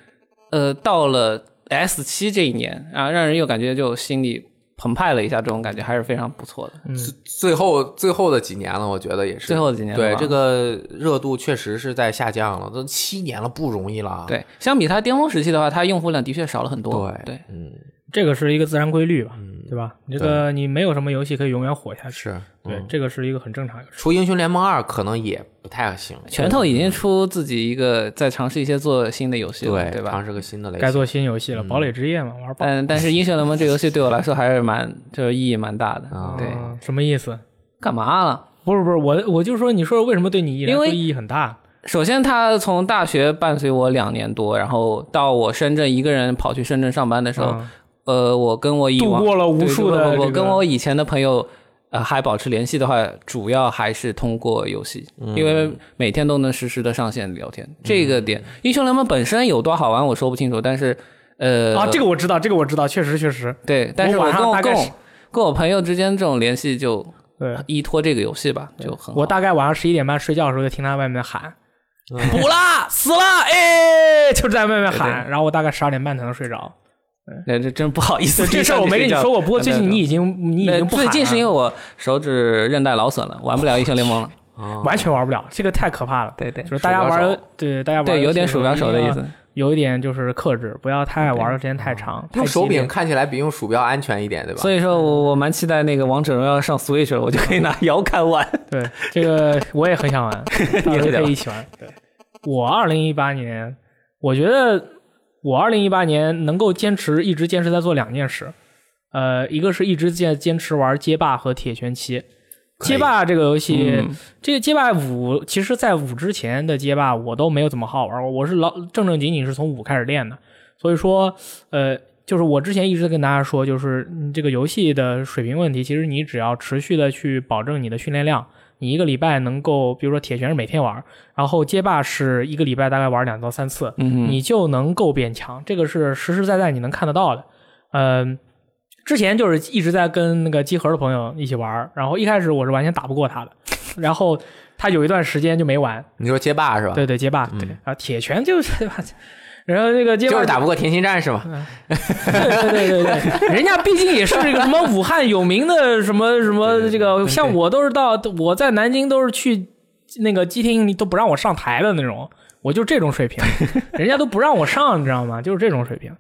Speaker 3: 呃，到了 S 七这一年啊，让人又感觉就心里澎湃了一下，这种感觉还是非常不错的。
Speaker 2: 最后最后的几年了，我觉得也嗯是
Speaker 3: 最后几年了
Speaker 2: 对
Speaker 3: 吧
Speaker 2: 这个热度确实是在下降了，都七年了，不容易了。啊
Speaker 3: 对，相比它巅峰时期的话，它用户量的确少了很多。
Speaker 2: 对
Speaker 3: 对，
Speaker 2: 嗯，
Speaker 1: 这个是一个自然规律吧，对吧？你这个你没有什么游戏可以永远火下去，
Speaker 2: 是
Speaker 1: 对
Speaker 2: 嗯，
Speaker 1: 这个是一个很正常的事。
Speaker 2: 出英雄联盟二可能也不太行，
Speaker 3: 拳头已经出自己一个在尝试一些做新的游戏了，
Speaker 2: 对
Speaker 3: 对吧？
Speaker 2: 尝试个新的类
Speaker 1: 该
Speaker 2: 型。
Speaker 1: 做新游戏了，堡
Speaker 3: 嗯
Speaker 1: 垒之夜嘛，玩堡
Speaker 3: 但但是英雄联盟这游戏对我来说还是蛮就是意义蛮大的。
Speaker 2: 啊
Speaker 3: 对，
Speaker 1: 啊什么意思？
Speaker 3: 干嘛了？
Speaker 1: 不是不是，我我就说，你说为什么对你依然
Speaker 3: 因为嗯
Speaker 1: 说意义很大？
Speaker 3: 首先，他从大学伴随我两年多，然后到我深圳一个人跑去深圳上班的时候，
Speaker 1: 嗯
Speaker 3: 呃，我跟我以
Speaker 1: 度
Speaker 3: 往
Speaker 1: 过了无
Speaker 3: 对
Speaker 1: 数
Speaker 3: 不
Speaker 1: 的
Speaker 3: 不不
Speaker 1: 这
Speaker 3: 跟
Speaker 1: 个
Speaker 3: 我以前的朋友呃还保持联系的话，主要还是通过游戏，
Speaker 1: 嗯
Speaker 3: 因为每天都能实时的上线聊天。这个点，英雄联盟本身有多好玩我说不清楚，但是呃，
Speaker 1: 啊，这个我知道，这个我知道，确实确实，
Speaker 3: 对，但是
Speaker 1: 我
Speaker 3: 我
Speaker 1: 晚上
Speaker 3: 跟我
Speaker 1: 大概
Speaker 3: 跟我
Speaker 1: 是
Speaker 3: 跟我朋友之间这种联系就
Speaker 1: 对。
Speaker 3: 依托这个游戏吧，就很好
Speaker 1: 我大概晚上十一点半睡觉的时候，就听他外面喊
Speaker 2: 嗯
Speaker 1: “补啦，死啦，哎”，就在外面喊，然后我大概十二点半才能睡着。
Speaker 3: 那哎这真不好意思，
Speaker 1: 这这事儿我没跟你说过，不过最近你已经你已
Speaker 3: 那
Speaker 1: 经不喊
Speaker 3: 嗯呃最
Speaker 1: 了
Speaker 3: 近是因为我手指韧带劳损了，玩不了英雄联盟了。
Speaker 2: 啊
Speaker 1: 完 全玩不了，这个太可怕了。
Speaker 3: 对对
Speaker 1: 就是大家
Speaker 2: 鼠标
Speaker 1: 玩
Speaker 2: 手
Speaker 1: 对大家玩
Speaker 3: 对，有点鼠标手的意，思。
Speaker 1: 有一点就是克制，不要太玩的时间太长，太
Speaker 2: 嗯用手
Speaker 1: 激烈
Speaker 2: 柄。看起来比用鼠标安全一点，对吧？
Speaker 3: 所以说我我蛮期待那个王者荣耀上 Switch 了，我就可以拿
Speaker 1: 嗯
Speaker 3: 摇杆玩。
Speaker 1: 对，这个我也很想 玩，到时候
Speaker 3: 也
Speaker 1: 可
Speaker 3: 得
Speaker 1: 以
Speaker 3: 玩
Speaker 1: 一起玩。对，我二零一八年，我觉得我二零一八年能够坚持一直坚持在做两件事，呃，一个是一直在坚持玩街霸和铁拳七。
Speaker 2: 可以
Speaker 1: 街霸这个游戏，
Speaker 3: 嗯
Speaker 1: 这个街霸五，其实在五之前的街霸我都没有怎么好好玩过，我是老正正经经是从五开始练的，所以说，呃，就是我之前一直跟大家说，就是嗯这个游戏的水平问题，其实你只要持续的去保证你的训练量，你一个礼拜能够，比如说铁拳是每天玩，然后街霸是一个礼拜大概玩两到三次，
Speaker 3: 嗯，
Speaker 1: 你就能够变强，这个是实实在在你能看得到的。嗯，之前就是一直在跟那个集合的朋友一起玩，然后一开始我是完全打不过他的，然后他有一段时间就没玩，
Speaker 2: 你说街霸是吧？嗯
Speaker 1: 对对，街霸，对啊，铁拳就是 对吧？然后这个街霸
Speaker 2: 就是打不过甜心战士嘛。
Speaker 1: 对对对对对，人家毕竟也是这个什么武汉有名的什么什么这个，像我都是到我在南京都是去那个机厅，你都不让我上台的那种。我就这种水平，人家都不让我上，你知道吗？就是这种水平。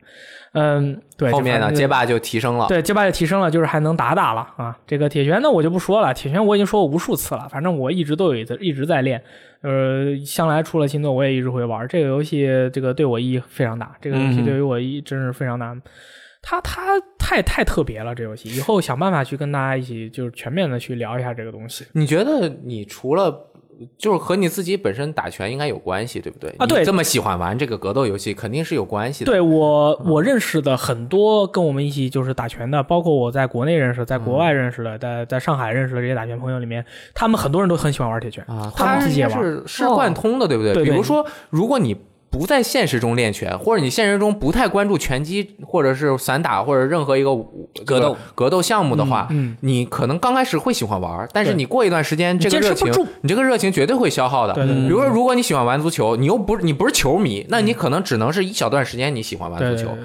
Speaker 1: 嗯，对，
Speaker 2: 后面
Speaker 1: 就
Speaker 2: 呢，
Speaker 1: 反正
Speaker 2: 街霸就提升了。
Speaker 1: 对，街霸也提升了，就是还能打打了啊。这个铁拳呢，我就不说了，铁拳我已经说过无数次了，反正我一直都有一直一直在练。呃，向来出了新作，我也一直会玩这个游戏，这个对我意义非常大，这个游戏
Speaker 3: 嗯
Speaker 1: 对于我意义真是非常大。它它太太特别了，这游戏以后想办法去跟大家一起就是全面的去聊一下这个东西。
Speaker 2: 你觉得你除了就是和你自己本身打拳应该有关系，对不对？
Speaker 1: 啊对
Speaker 2: 你这么喜欢玩这个格斗游戏，肯定是有关系的。
Speaker 1: 对我，我认识的很多跟我们一起就是打拳的，包括我在国内认识、在国外认识的、在在上海认识的这些打拳朋友里面，他们很多人都很喜欢玩铁拳
Speaker 2: 啊，
Speaker 1: 他们
Speaker 2: 它
Speaker 1: 自己也
Speaker 2: 应该
Speaker 1: 玩。哦
Speaker 2: 是是贯通的，对不对？
Speaker 1: 对对
Speaker 2: 比如说，如果你不在现实中练拳，或者你现实中不太关注拳击或者是散打或者任何一个武
Speaker 3: 格斗
Speaker 2: 这个格斗项目的话，
Speaker 1: 嗯嗯
Speaker 2: 你可能刚开始会喜欢玩，但是
Speaker 1: 对
Speaker 2: 你过一段时间这个
Speaker 1: 坚持
Speaker 2: 热
Speaker 1: 不
Speaker 2: 情
Speaker 1: 住，
Speaker 2: 你这个热情绝对会消耗的。嗯
Speaker 1: 对嗯对对
Speaker 2: 比如说，如果你喜欢玩足球，你又不你不是球迷，那你可能只能是一小段时间你喜欢玩
Speaker 1: 嗯对
Speaker 2: 足
Speaker 1: 对
Speaker 2: 球，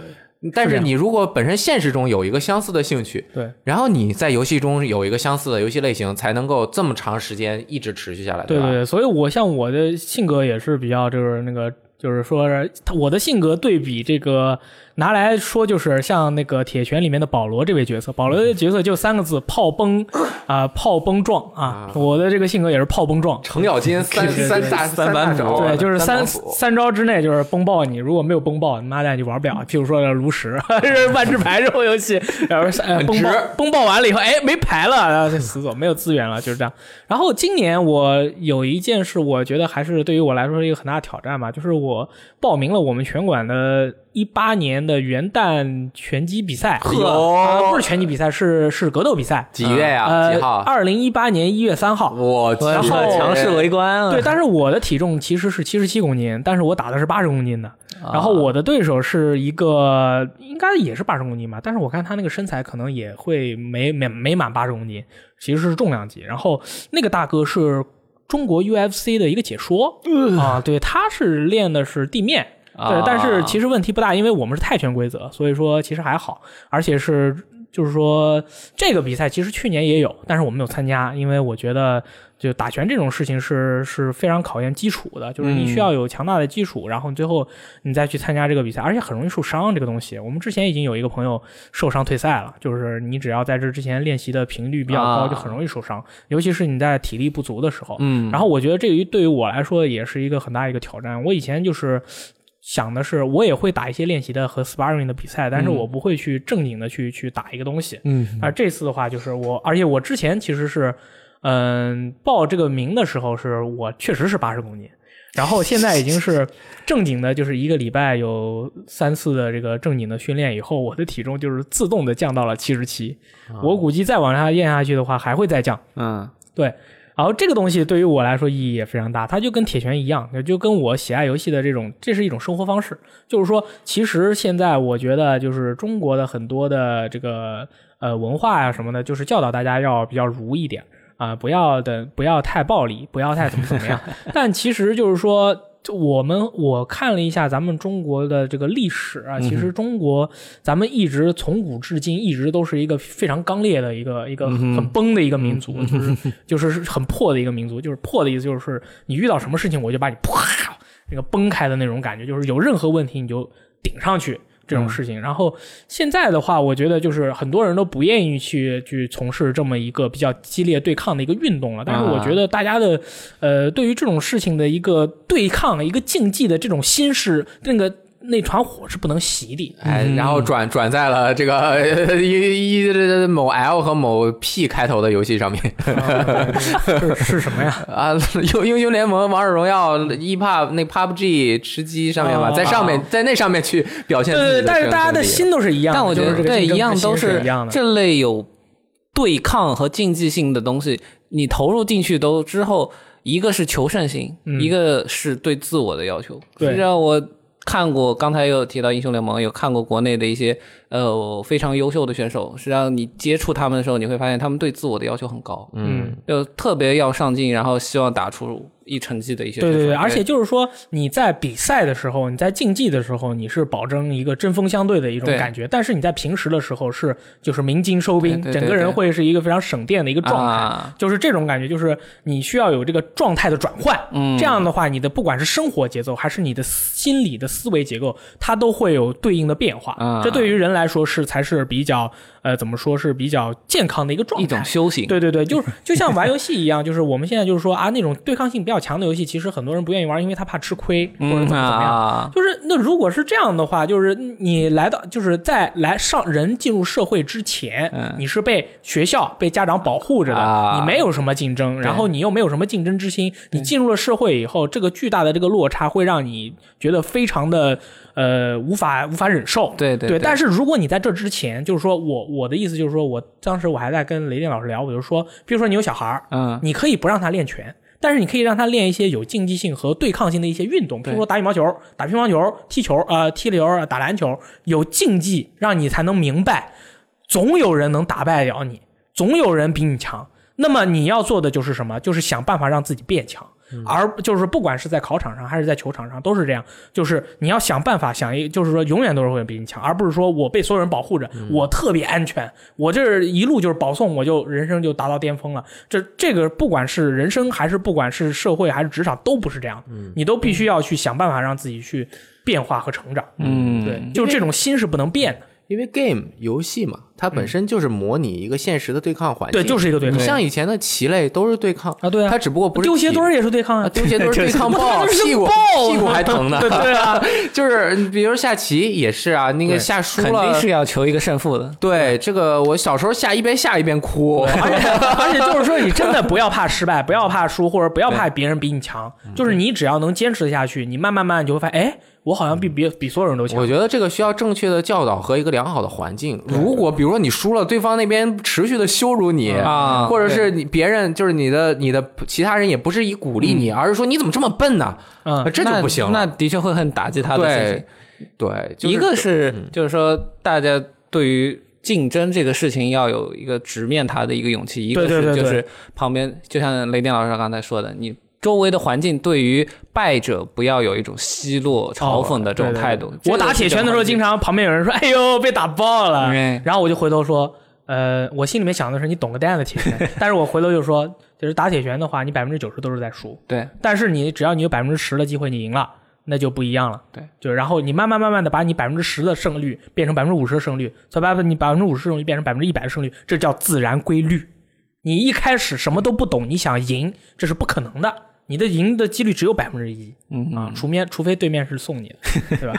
Speaker 1: 对
Speaker 2: 但
Speaker 1: 是这
Speaker 2: 是
Speaker 1: 样
Speaker 2: 你如果本身现实中有一个相似的兴趣，
Speaker 1: 对
Speaker 2: 然后你在游戏中有一个相似的游戏类型，才能够这么长时间一直持续下来，
Speaker 1: 对
Speaker 2: 吧？
Speaker 1: 对，所以我像我的性格也是比较就是那个，就是说我的性格对比这个拿来说，就是像那个铁拳里面的保罗这位角色，保罗的角色就三个字：炮崩啊、炮崩撞啊
Speaker 2: 啊！
Speaker 1: 我的这个性格也是炮崩撞。
Speaker 2: 程咬金三
Speaker 1: 是是
Speaker 2: 三大
Speaker 3: 三
Speaker 2: 大
Speaker 3: 板斧
Speaker 2: 招，
Speaker 1: 对，呃就是
Speaker 2: 三
Speaker 1: 三
Speaker 2: 板斧
Speaker 1: 三招之内就是崩爆你，如果没有崩爆，你妈蛋就玩不了。譬如说炉石，是 万智牌这种游 戏，然后呃
Speaker 2: 很
Speaker 1: 崩
Speaker 2: 值
Speaker 1: 爆崩爆完了以后，哎，没牌了，然后就死走，没有资源了，就是这样。然后今年我有一件事，我觉得还是对于我来说是一个很大的挑战吧，就是我报名了我们拳馆的一八年的元旦拳击比赛，
Speaker 2: 呵
Speaker 1: 啊不是拳击比赛，是是格斗比赛，
Speaker 2: 哎几月哎呀？
Speaker 1: 呃
Speaker 2: 几，号？啊
Speaker 1: 二零一八年一月三号，
Speaker 2: 我
Speaker 3: 我要
Speaker 1: 然
Speaker 3: 说
Speaker 1: 后
Speaker 3: 强势围观啊了。
Speaker 1: 对，但是我的体重其实是七十七公斤，但是我打的是八十公斤的。
Speaker 3: 啊
Speaker 1: 然后我的对手是一个应该也是八十公斤吧，但是我看他那个身材可能也会没没没满八十公斤，其实是重量级。然后那个大哥是中国 UFC 的一个解说、啊，对，他是练的是地面。对
Speaker 3: 啊，
Speaker 1: 但是其实问题不大，因为我们是泰拳规则，所以说其实还好，而且是就是说这个比赛其实去年也有，但是我没有参加，因为我觉得就打拳这种事情是是非常考验基础的，就是你
Speaker 3: 嗯
Speaker 1: 需要有强大的基础，然后最后你再去参加这个比赛，而且很容易受伤这个东西。我们之前已经有一个朋友受伤退赛了，就是你只要在这之前练习的频率比较高，
Speaker 3: 啊
Speaker 1: 就很容易受伤，尤其是你在体力不足的时候。
Speaker 3: 嗯，
Speaker 1: 然后我觉得这于对于我来说也是一个很大一个挑战。我以前就是想的是，我也会打一些练习的和 sparring 的比赛，但是我不会去正经的去去打一个东西。
Speaker 3: 嗯，
Speaker 1: 而这次的话，就是我，而且我之前其实是，嗯，报这个名的时候是我确实是八十公斤。然后现在已经是正经的，就是一个礼拜有三次的这个正经的训练以后，我的体重就是自动的降到了七十七。我估计再往下咽下去的话，还会再降。
Speaker 3: 嗯，
Speaker 1: 对，然后这个东西对于我来说意义也非常大，它就跟铁拳一样，就跟我喜爱游戏的这种，这是一种生活方式。就是说，其实现在我觉得，就是中国的很多的这个呃文化呀、什么的，就是教导大家要比较儒一点啊、不要的不要太暴力，不要太怎么怎么样。但其实就是说。就我们我看了一下咱们中国的这个历史啊，其实中国咱们一直从古至今一直都是一个非常刚烈的一个一个很崩的一个民族，就是就是很破的一个民族，就是破的意思就是你遇到什么事情我就把你啪那个崩开的那种感觉，就是有任何问题你就顶上去这种事情。然后现在的话，我觉得就是很多人都不愿意去去从事这么一个比较激烈对抗的一个运动了。但是我觉得大家的、呃，对于这种事情的一个对抗、一个竞技的这种心是那个那团火是不能熄 的。
Speaker 2: 哎，然
Speaker 1: 嗯
Speaker 2: 后转转在了这个 呃一一这某 L 和某 P 开头的游戏上面
Speaker 1: 是是什么呀？
Speaker 2: 啊， 英英雄联盟、王者荣耀、EPUB 那 PUBG 吃鸡上面吧，
Speaker 1: 哦
Speaker 2: 在上面在那上面去表现
Speaker 1: 对
Speaker 2: 自己
Speaker 1: 对，对但是
Speaker 2: 竞争
Speaker 1: 大家的
Speaker 2: 力
Speaker 1: 心都是一样的，
Speaker 3: 但我觉
Speaker 1: 就
Speaker 3: 得
Speaker 1: 是这个
Speaker 3: 对
Speaker 1: 竞争
Speaker 3: 一样
Speaker 1: 之心
Speaker 3: 都
Speaker 1: 是
Speaker 3: 是
Speaker 1: 一样的。
Speaker 3: 这类有对抗和竞技性的东西，你投入进去都之后，一个是求胜心，
Speaker 1: 嗯
Speaker 3: 一个是对自我的要求。
Speaker 1: 对
Speaker 3: 实际上我。看过，刚才有提到英雄联盟，有看过国内的一些呃非常优秀的选手。实际上，你接触他们的时候，你会发现他们对自我的要求很高，
Speaker 1: 嗯，
Speaker 3: 就特别要上进，然后希望打出一成绩的一些啊
Speaker 1: 对对
Speaker 3: 对
Speaker 1: 对，而且就是说你在比赛的时候，你在竞技的时候，你是保证一个针锋相对的一种
Speaker 3: 对
Speaker 1: 感觉，但是你在平时的时候是就是鸣金收兵，
Speaker 3: 对对对
Speaker 1: 整个人
Speaker 3: 对
Speaker 1: 会是一个非常省电的一个状态。
Speaker 3: 啊，
Speaker 1: 就是这种感觉，就是你需要有这个状态的转换，
Speaker 3: 嗯
Speaker 1: 这样的话，你的不管是生活节奏还是你的心理的思维结构，它都会有对应的变化。
Speaker 3: 啊
Speaker 1: 这对于人来说是才是比较呃怎么说是比较健康的一个状态，
Speaker 3: 一种修行，
Speaker 1: 对对对，就是就像玩游戏一样，就是我们现在就是说啊，那种对抗性比较强的游戏，其实很多人不愿意玩，因为他怕吃亏或者怎么
Speaker 3: 嗯
Speaker 1: 怎么样。
Speaker 3: 啊，
Speaker 1: 就是那如果是这样的话，就是你来到就是在来上人进入社会之前，
Speaker 3: 嗯
Speaker 1: 你是被学校被家长保护着的，
Speaker 2: 啊
Speaker 1: 你没有什么竞争，然后你又没有什么竞争之心，你进入了社会以后，这个巨大的这个落差会让你觉得非常的呃无法无法忍受。
Speaker 3: 对
Speaker 1: 对
Speaker 3: 对，
Speaker 1: 但是如果你在这之前，就是说我我的意思就是说，我当时我还在跟雷电老师聊，我就说，比如说你有小孩儿，
Speaker 3: 嗯
Speaker 1: 你可以不让他练拳，但是你可以让他练一些有竞技性和对抗性的一些运动，比如说打羽毛球、打乒乓球、踢球、呃踢球、打篮球，有竞技，让你才能明白，总有人能打败了你，总有人比你强。那么你要做的就是什么？就是想办法让自己变强。
Speaker 2: 嗯
Speaker 1: 而就是不管是在考场上还是在球场上，都是这样，就是你要想办法想一，就是说永远都是会比你强，而不是说我被所有人保护着，
Speaker 2: 嗯
Speaker 1: 我特别安全，我这一路就是保送，我就人生就达到巅峰了。这这个不管是人生还是不管是社会还是职场，都不是这样的，
Speaker 2: 嗯
Speaker 1: 你都必须要去想办法让自己去变化和成长。
Speaker 3: 嗯
Speaker 1: 对，就是这种心是不能变的，
Speaker 2: 因为 game 游戏嘛，它本身就是模拟一个现实的嗯对抗环境。
Speaker 1: 对，就是一个对
Speaker 2: 你
Speaker 1: 抗
Speaker 2: 像以前的棋类都是对抗
Speaker 1: 啊，对啊
Speaker 2: 它，只不过不是
Speaker 1: 丢鞋
Speaker 2: 体
Speaker 1: 墩儿也是对抗
Speaker 2: 啊，
Speaker 1: 啊，
Speaker 2: 丢鞋 墩儿对抗爆，
Speaker 1: 就是
Speaker 2: 屁股
Speaker 1: 爆
Speaker 2: 屁股还疼呢。
Speaker 1: 对啊，
Speaker 2: 就是比如下棋也是啊，那个下输
Speaker 3: 肯定
Speaker 2: 了
Speaker 3: 是。要求一个胜负的，
Speaker 1: 啊
Speaker 2: 对这个，我小时候下一边下一边 哭，
Speaker 1: 而且而且就是说，你真的不要怕失败，不要怕输，或者不要怕别人比你强，就是你只要能坚持下去，你慢慢慢慢你就会发现，哎，我好像比别比所有人都强
Speaker 2: 我。觉得这个需要正确的教导和一个良好的环境。如果比如说你输了，对方那边持续的羞辱你
Speaker 3: 啊
Speaker 2: 或者是你别人就是你的你的其他人也不是以鼓励你，而是说你怎么这么笨呢？
Speaker 1: 嗯，
Speaker 2: 这就不行
Speaker 3: 那
Speaker 2: 了。
Speaker 3: 的确会很打击他的自信
Speaker 2: 对对，就是
Speaker 3: 一个是
Speaker 1: 嗯
Speaker 3: 就是说大家对于竞争这个事情要有一个直面它的一个勇气，一个
Speaker 1: 对对
Speaker 3: 是
Speaker 1: 对
Speaker 3: 就是旁边就像雷电老师刚才说的，你周围的环境对于败者不要有一种奚落、嘲讽的这种
Speaker 1: 哦对对对
Speaker 3: 态度。
Speaker 1: 我打铁拳的时候，经常旁边有人说：“哎呦，被打爆了。
Speaker 3: 对”
Speaker 1: 然后我就回头说：“呃，我心里面想的是你懂个蛋的铁 拳，但是我回头就说，就是打铁拳的话，你百分之九十都是在输，
Speaker 3: 对
Speaker 1: 但是你只要你有百分之十的机会你赢了，那就不一样了。
Speaker 3: 对，
Speaker 1: 就然后你慢慢慢慢的把你百分之十的胜率变成百分之五十的胜率，再把你百分之五十胜率变成百分之一百的胜率，这叫自然规律。你一开始什么都不懂，你想赢这是不可能的，你的赢的几率只有百分之一
Speaker 3: 嗯
Speaker 1: 啊，除面除非对面是送你的，对吧？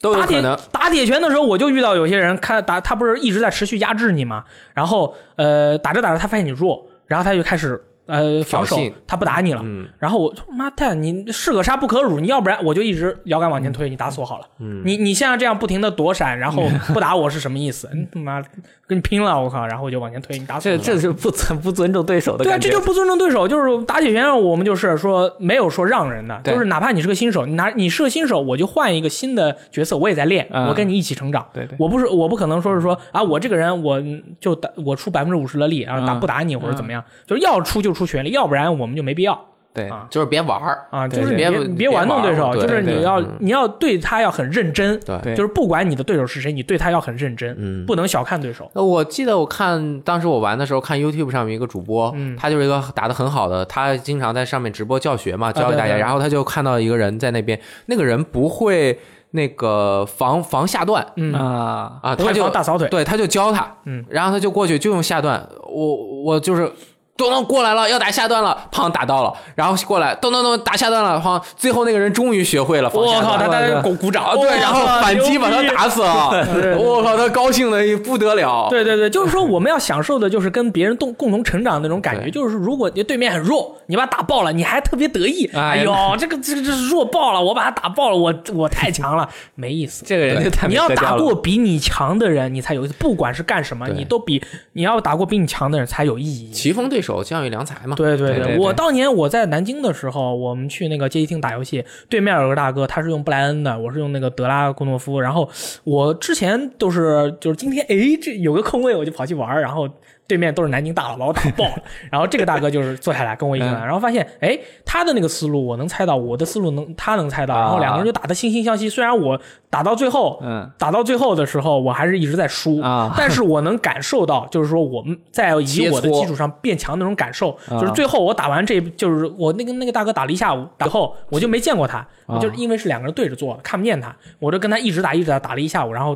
Speaker 2: 都有
Speaker 1: 打
Speaker 2: 可
Speaker 1: 铁
Speaker 2: 能。
Speaker 1: 打铁拳的时候，我就遇到有些人看打他不是一直在持续压制你嘛，然后呃打着打着他发现你弱，然后他就开始呃防守
Speaker 2: 挑衅，嗯
Speaker 1: 他不打你了。然后我说妈蛋，你是可杀不可辱，你要不然我就一直摇杆往前推，你打死我好了。
Speaker 2: 嗯
Speaker 1: 你你现在这样不停的躲闪，然 后不打我是什么意思？你他妈跟你拼了，我靠！然后我就往前推，你打死我
Speaker 3: 这
Speaker 1: 好了。
Speaker 3: 这是不尊不尊重对手的
Speaker 1: 对啊，
Speaker 3: 感觉。
Speaker 1: 这就不尊重对手，就是打铁拳上我们就是说没有说让人的，
Speaker 3: 对
Speaker 1: 就是哪怕你是个新手，你拿你是个新手，我就换一个新的角色，我也在练，
Speaker 3: 嗯
Speaker 1: 我跟你一起成长。
Speaker 3: 对对
Speaker 1: 我不是我不可能说是
Speaker 2: 嗯
Speaker 1: 说啊，我这个人我就打我出百分之五十的力，啊然后打
Speaker 3: 嗯
Speaker 1: 不打你或者怎么样，就是要出就出全力，要不然我们就没必要
Speaker 3: 对
Speaker 1: 啊
Speaker 2: 就是别玩儿
Speaker 1: 啊，
Speaker 3: 对
Speaker 1: 就是
Speaker 2: 别
Speaker 1: 别
Speaker 2: 别
Speaker 1: 玩弄对手，
Speaker 2: 玩对
Speaker 1: 就是你
Speaker 2: 对
Speaker 1: 要
Speaker 2: 嗯
Speaker 1: 你要对他要很认真，
Speaker 2: 对
Speaker 3: 对
Speaker 1: 就是不管你的对手是谁，你对他要很认真，
Speaker 2: 嗯
Speaker 1: 不能小看对手。
Speaker 2: 呃我记得我看当时我玩的时候，看 YouTube 上面一个主播，
Speaker 1: 嗯
Speaker 2: 他就是一个打得很好的，他经常在上面直播教学嘛，教
Speaker 1: 啊
Speaker 2: 给
Speaker 1: 对
Speaker 2: 大家。
Speaker 1: 对
Speaker 2: 然后他就看到一个人在那边，那个人不会那个防防下段
Speaker 1: 嗯，
Speaker 3: 啊，
Speaker 2: 啊，
Speaker 1: 不会
Speaker 2: 他就
Speaker 1: 防大扫腿
Speaker 2: 对，他就教他，
Speaker 1: 嗯，
Speaker 2: 然后他就过去就用下段，我我就是。咚咚过来了，要打下段了，砰打到了，然后过来咚咚咚打下段了，砰！最后那个人终于学会了防
Speaker 1: 我
Speaker 2: 下段。
Speaker 1: 靠，他
Speaker 3: 对
Speaker 1: 他
Speaker 3: 对
Speaker 1: 鼓鼓掌
Speaker 2: 啊，，对，
Speaker 1: 哇
Speaker 2: 然后反击把他
Speaker 1: 牛逼
Speaker 2: 打死
Speaker 1: 对
Speaker 2: 了，我靠，他高兴的不得了。
Speaker 1: 对对对， 就是说我们要享受的就是跟别人共共同成长的那种感觉。
Speaker 2: 对
Speaker 1: 就是如果你对面很弱，你把他打爆了，你还特别得意，
Speaker 3: 哎
Speaker 1: 哎呦，这个这个这是弱爆了，我把他打爆了，我我太强了，没意思。
Speaker 3: 这个人就太没
Speaker 1: 你要
Speaker 3: 格调
Speaker 1: 打
Speaker 3: 了
Speaker 1: 过比你强的人，你才有意思。不管是干什么，
Speaker 2: 对
Speaker 1: 你都比你要打过比你强的人才有意义。
Speaker 2: 棋逢对手，将遇良才嘛。
Speaker 1: 对对
Speaker 3: 对对对
Speaker 1: 我当年我在南京的时候，我们去那个街机厅打游戏，对面有个大哥，他是用布莱恩的，我是用那个德拉库诺夫。然后我之前都是就是今天哎这有个空位，我就跑去玩儿，然后对面都是南京大佬，把我打爆 了。然后这个大哥就是坐下来跟我一起
Speaker 3: 嗯
Speaker 1: 玩，然后发现，哎，他的那个思路我能猜到，我的思路能他能猜到，
Speaker 3: 啊
Speaker 1: 然后两个人就打得惺惺相惜。虽然我打到最后，
Speaker 3: 嗯，
Speaker 1: 打到最后的时候，我还是一直在输
Speaker 3: 啊
Speaker 1: 但是我能感受到，就是说我们在以我的基础上变强那种感受，
Speaker 3: 啊
Speaker 1: 就是最后我打完这，就是我那个那个大哥打了一下午，打后我就没见过他，
Speaker 3: 啊
Speaker 1: 就是因为是两个人对着坐，看不见他，我就跟他一直打一直打，打了一下午，然后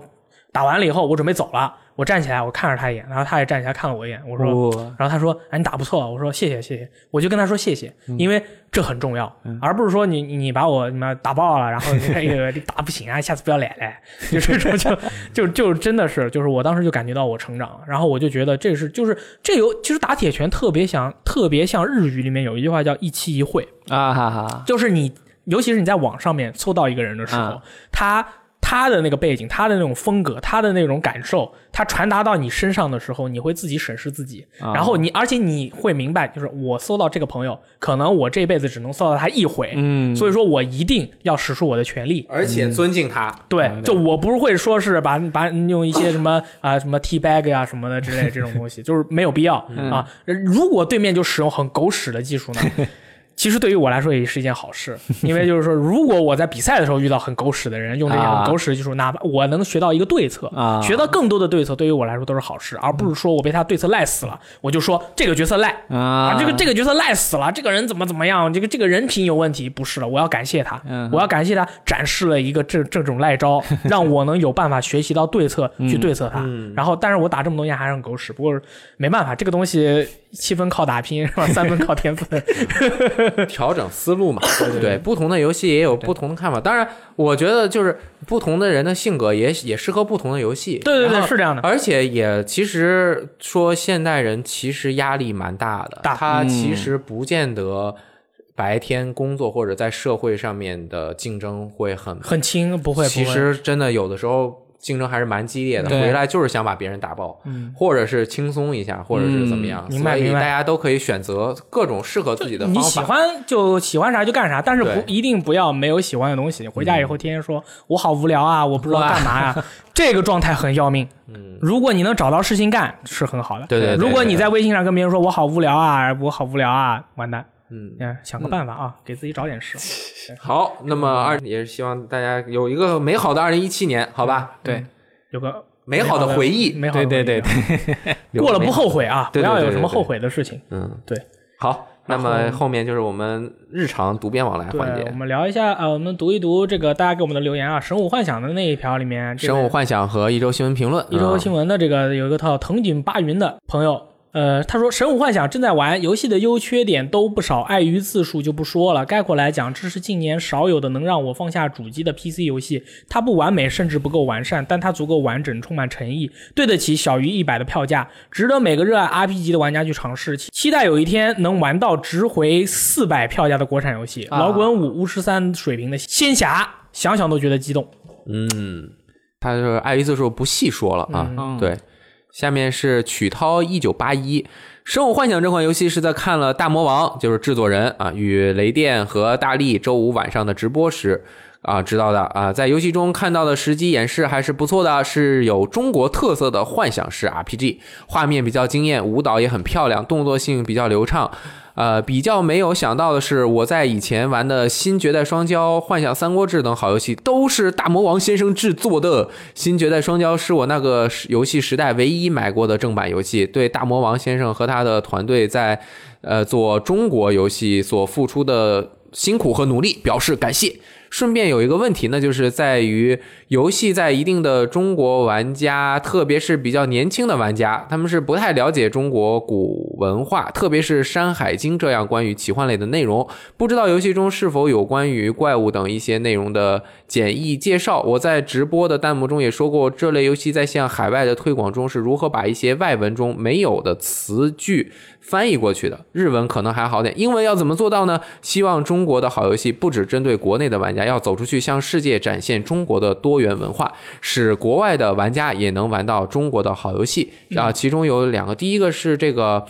Speaker 1: 打完了以后，我准备走了，我站起来我看了他一眼，然后他也站起来看了我一眼，我说。
Speaker 3: 哦
Speaker 1: 然后他说：“哎，你打不错。”我说：“谢谢，谢谢。”我就跟他说：“谢谢，因为这很重要，而不是说你你你把我你妈打爆了，然后你那个 你打不行啊，下次不要来来。”就这种就就就真的是，就是我当时就感觉到我成长了，然后我就觉得这是就是这有其实打铁拳特别像特别像日语里面有一句话叫一期一会，
Speaker 3: 啊哈哈，
Speaker 1: 就是你，尤其是你在网上面搜到一个人的时候，
Speaker 3: 啊
Speaker 1: 他他的那个背景，他的那种风格，他的那种感受，他传达到你身上的时候，你会自己审视自己，
Speaker 3: 啊
Speaker 1: 然后你，而且你会明白，就是我搜到这个朋友，可能我这辈子只能搜到他一回，
Speaker 3: 嗯，
Speaker 1: 所以说我一定要使出我的全力，
Speaker 2: 而且尊敬他，
Speaker 1: 对，就我不会说是把把用一些什么啊、什么 T bag 呀、什么的之类的这种东西，就是没有必要啊。如果对面就使用很狗屎的技术呢，其实对于我来说也是一件好事，因为就是说，如果我在比赛的时候遇到很狗屎的人，用这些很狗屎的技术，哪怕我能学到一个对策，
Speaker 3: 啊
Speaker 1: 学到更多的对策，对于我来说都是好事，而不是说我被他对策赖死了，我就说这个角色赖。
Speaker 3: 啊
Speaker 1: 啊，
Speaker 2: 嗯
Speaker 1: 这个这个角色赖死了，这个人怎么怎么样，这个这个人品有问题，不是的，我要感谢他，
Speaker 3: 嗯
Speaker 1: 我要感谢他展示了一个这这种赖 招，让我能有办法学习到对策去对策他。然后，但是我打这么多年还是很狗屎，不过没办法，这个东西七分靠打拼是吧？三分靠天分。
Speaker 2: 调整思路嘛，对不同的游戏也有不同的看法。当然，我觉得就是不同的人的性格也也适合不同的游戏。
Speaker 1: 对对对
Speaker 2: 然后
Speaker 1: 是这样的
Speaker 2: 而且也其实说现代人其实压力蛮大的，
Speaker 1: 大
Speaker 2: 他
Speaker 3: 嗯
Speaker 2: 其实不见得白天工作或者在社会上面的竞争会很
Speaker 1: 很轻，不会，不
Speaker 2: 其
Speaker 1: 会
Speaker 2: 实真的有的时候竞争还是蛮激烈的，
Speaker 3: 对
Speaker 2: 回来就是想把别人打爆，或者是轻松一下，或者是怎么样，
Speaker 1: 嗯明白
Speaker 2: 所以
Speaker 1: 明白
Speaker 2: 大家都可以选择各种适合自己的方
Speaker 1: 你
Speaker 2: 法。
Speaker 1: 喜欢就喜欢啥就干啥，但是不
Speaker 2: 对嗯
Speaker 1: 一定不要没有喜欢的东西。回家以后天天说“我好无聊啊，我不知道干嘛呀、 这个状态很要命。嗯，如果你能找到事情干是很好的。
Speaker 2: 对对对对
Speaker 1: 如果你在微信上跟别人说“我好无聊啊，我好无聊啊”，完蛋。
Speaker 2: 嗯，
Speaker 1: 嗯，想个办法啊，给自己找点事。
Speaker 2: 好，那么二也是希望大家有一个美好的二零一七年，好吧？
Speaker 3: 对，
Speaker 1: 有个
Speaker 2: 美好的回忆，
Speaker 1: 美好
Speaker 3: 对
Speaker 1: 的回忆啊
Speaker 3: 对对对，
Speaker 1: 过了不后悔啊，不
Speaker 2: 对对对
Speaker 1: 要有
Speaker 2: 对
Speaker 1: 什么
Speaker 2: 对
Speaker 1: 后悔的事情。
Speaker 2: 嗯，
Speaker 1: 对，
Speaker 2: 好。那么后面就是我们日常读编往来环
Speaker 1: 对，我
Speaker 2: 节，
Speaker 1: 们聊一下啊，我们读一读这个大家给我们的留言啊，《神武幻想》的那一条里面，这个
Speaker 2: 神武幻想和一周新闻评论，啊
Speaker 1: 一周新
Speaker 2: 闻，
Speaker 1: 闻的这个有一个叫藤井八云的朋友，呃，他说《神武幻想》正在玩，游戏的优缺点都不少，碍于字数就不说了。概括来讲，这是近年少有的能让我放下主机的 PC 游戏。它不完美，甚至不够完善，但它足够完整，充满诚意，对得起小于一百的票价，值得每个热爱 RPG 的玩家去尝试。期期待有一天能玩到值回四百票价的国产游戏，
Speaker 3: 啊
Speaker 1: 老滚五巫师三水平的仙侠，想想都觉得激动。
Speaker 2: 嗯，他就是碍于字数不细说了啊，
Speaker 3: 嗯
Speaker 2: 对，下面是曲涛一九八一，《生物幻想》这款游戏是在看了《大魔王》，就是制作人啊与雷电和大力周五晚上的直播时。啊，知道的啊，在游戏中看到的实际演示还是不错的，是有中国特色的幻想式 RPG，画面比较惊艳，舞蹈也很漂亮，动作性比较流畅。呃，比较没有想到的是，我在以前玩的《新绝代双骄》《幻想三国志》等好游戏都是大魔王先生制作的，新绝代双骄是我那个时游戏时代唯一买过的正版游戏，对大魔王先生和他的团队在呃做中国游戏所付出的辛苦和努力表示感谢。顺便有一个问题，那就是在于游戏在一定的中国玩家，特别是比较年轻的玩家，他们是不太了解中国古文化，特别是《山海经》这样关于奇幻类的内容。不知道游戏中是否有关于怪物等一些内容的简易介绍。我在直播的弹幕中也说过，这类游戏在向海外的推广中是如何把一些外文中没有的词句翻译过去的。日文可能还好点，英文要怎么做到呢？希望中国的好游戏不只针对国内的玩家，要走出去向世界展现中国的多元文化，使国外
Speaker 1: 嗯
Speaker 2: 的玩家也能玩到中国的好游戏啊。其中有两个，第一个是这个。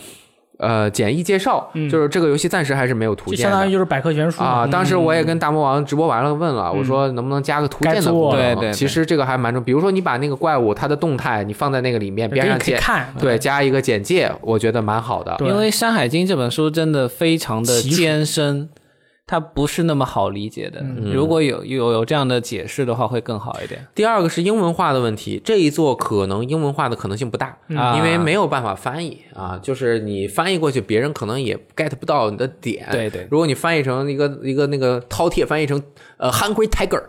Speaker 2: 呃简易介绍，就是这个游戏暂时还是没有
Speaker 1: 嗯
Speaker 2: 图
Speaker 1: 就
Speaker 2: 鉴
Speaker 1: 相当于
Speaker 2: 的。
Speaker 1: 就是百科全书
Speaker 2: 啊，
Speaker 1: 嘛。
Speaker 2: 当时我也跟大魔王直播完了问了，我说能不能加个图鉴
Speaker 1: 该
Speaker 2: 的
Speaker 1: 做
Speaker 2: 功能？
Speaker 3: 了对对对
Speaker 2: 其实这个还蛮重，比如说你把那个怪物它的动态你放在那个里面，
Speaker 1: 给
Speaker 2: 哎边
Speaker 1: 你
Speaker 2: 上
Speaker 1: 可以
Speaker 2: 简
Speaker 1: 看，
Speaker 2: 对加一个简介，我觉得蛮好的。
Speaker 1: 对
Speaker 3: 因为《山海经》这本书真的非常的
Speaker 1: 奇数
Speaker 3: 艰深，它不是那么好理解的。
Speaker 2: 嗯
Speaker 3: 如果有有有这样的解释的话，会更好一点。
Speaker 2: 第二个是英文化的问题，这一座可能英文化的可能性不大，
Speaker 3: 嗯
Speaker 2: 因为没有办法翻译啊，就是你翻译过去，别人可能也 get 不到你的点。
Speaker 3: 对对
Speaker 2: 如果你翻译成一个一个那个饕餮翻译成呃 hungry tiger，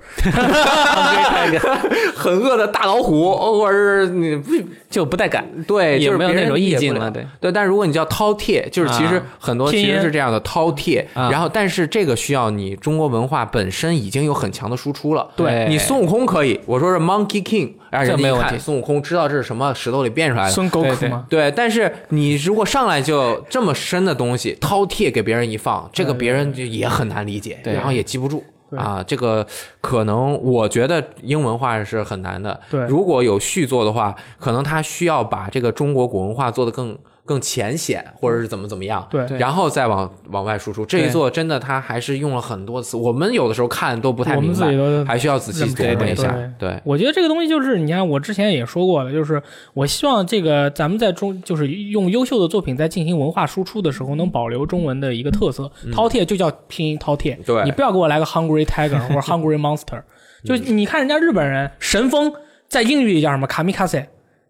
Speaker 2: 很饿的大老虎，或者是你不
Speaker 3: 就不太敢，
Speaker 2: 对，
Speaker 3: 也
Speaker 2: 就是
Speaker 3: 没有
Speaker 2: 别
Speaker 3: 那
Speaker 2: 人
Speaker 3: 种意
Speaker 2: 理解
Speaker 3: 境
Speaker 2: 不
Speaker 3: 了对
Speaker 2: 对，但如果你叫饕餮，就是其实
Speaker 3: 啊
Speaker 2: 很多其
Speaker 1: 拼
Speaker 2: 实
Speaker 1: 音
Speaker 2: 是这样的饕餮，
Speaker 3: 啊
Speaker 2: 然后但是这个需要你中国文化本身已经有很强的输出了。
Speaker 3: 对
Speaker 2: 你孙悟空可以，我说是 Monkey King，哎，
Speaker 3: 这
Speaker 2: 人
Speaker 3: 没
Speaker 2: 家一
Speaker 3: 有问
Speaker 2: 看
Speaker 3: 题
Speaker 2: 孙悟空知道这是什么石头里变出来的。
Speaker 1: 孙狗
Speaker 3: 对
Speaker 1: 可
Speaker 3: 对
Speaker 1: 嘛，
Speaker 2: 啊对，但是你如果上来就这么深的东西饕餮给别人一放，这个别人就也很难理解，
Speaker 3: 对
Speaker 2: 然后也记不住。
Speaker 1: 对
Speaker 2: 啊，这个可能我觉得英文化是很难的。
Speaker 1: 对
Speaker 2: 如果有续作的话，可能他需要把这个中国古文化做得更更浅显，或者是怎么怎么样，
Speaker 1: 对
Speaker 2: 然后再往往外输出。这一作真的他还是用了很多次，我们有的时候看都不太
Speaker 1: 我们
Speaker 2: 明
Speaker 1: 自己
Speaker 2: 白，
Speaker 1: 都
Speaker 2: 还需要仔细
Speaker 1: 认不
Speaker 2: 琢
Speaker 1: 出来
Speaker 2: 磨一下
Speaker 1: 对。
Speaker 2: 对，
Speaker 1: 我觉得这个东西就是，你看我之前也说过了，就是我希望这个咱们在中，就是用优秀的作品在进行文化输出的时候，能保留中文的一个特色。饕餮就叫拼音饕餮，
Speaker 2: 嗯对
Speaker 1: 你不要给我来个 hungry tiger 或者 hungry monster，就
Speaker 2: 嗯
Speaker 1: 你看人家日本人神风在英语里叫什么卡米卡塞。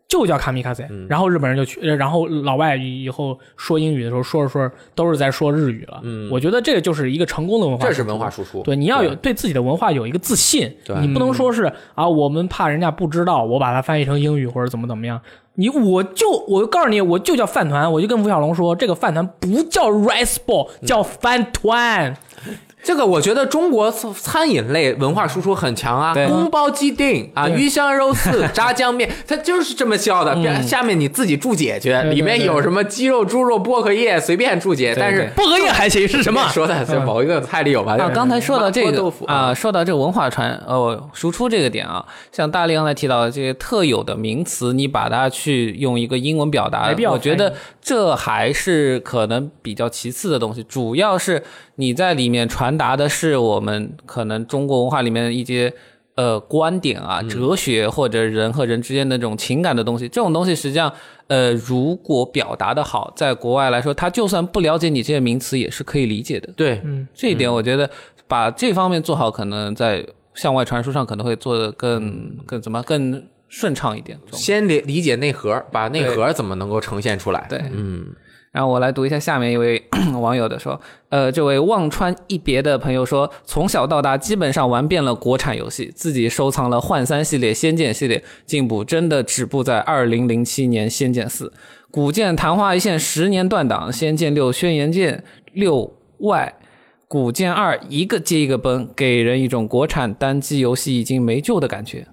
Speaker 1: 就叫卡米卡塞，
Speaker 2: 嗯
Speaker 1: 然后日本人就去，呃然后老外以后说英语的时候，说着说着都是在说日语了。嗯，我觉得这个就是一个成功的文化，
Speaker 2: 这是文化输出。
Speaker 1: 对，你要有对自己的文化有一个自信，你不能说是啊，我们怕人家不知道，我把它翻译成英语或者怎么怎么样。你我就我告诉你，我就叫饭团，我就跟吴小龙说，这个饭团不叫 rice ball，叫饭团。
Speaker 2: 这个我觉得中国餐饮类文化输出很强啊，
Speaker 3: 对
Speaker 2: 宫保鸡丁啊，
Speaker 1: 对
Speaker 2: 鱼香肉丝、炸酱面，它就是这么叫的。下面你自己注解去，
Speaker 1: 对
Speaker 2: 里面
Speaker 1: 对
Speaker 2: 有什么鸡肉、猪肉、薄荷叶，随便注解。
Speaker 3: 对
Speaker 2: 但是
Speaker 3: 对
Speaker 1: 薄荷叶还行是什么？
Speaker 2: 说的在某一个菜里有吧？
Speaker 3: 啊，刚才说到这
Speaker 2: 麻婆
Speaker 3: 个
Speaker 2: 豆腐
Speaker 3: 啊、，说到这个文化传呃输出这个点啊，像大力刚才提到的这些特有的名词，你把它去用一个英文表达
Speaker 1: 没必，要
Speaker 3: 我觉得
Speaker 1: 翻
Speaker 3: 这还是可能比较其次的东西，主要是你在里面传达的是我们可能中国文化里面一些。呃，观点啊，哲学或者人和人之间的这种情感的东西，这种东西实际上，呃，如果表达的好，在国外来说，他就算不了解你这些名词，也是可以理解的。
Speaker 2: 对，
Speaker 3: 这一点我觉得把这方面做好，可能在向外传输上可能会做得更更怎么更顺畅一点。
Speaker 2: 先理理解内核，把内核怎么能够呈现出来？
Speaker 3: 对
Speaker 2: 嗯，
Speaker 3: 然后我来读一下下面一位 网友的说，呃，这位忘川一别的朋友说，从小到大基本上玩遍了国产游戏，自己收藏了《幻三》系列、《仙剑》系列，进步真的止步在二零零七年《仙剑四》。古剑昙花一现十年断档，《仙剑六》《轩辕剑六》外，《古剑二》一个接一个崩，给人一种国产单机游戏已经没救的感觉。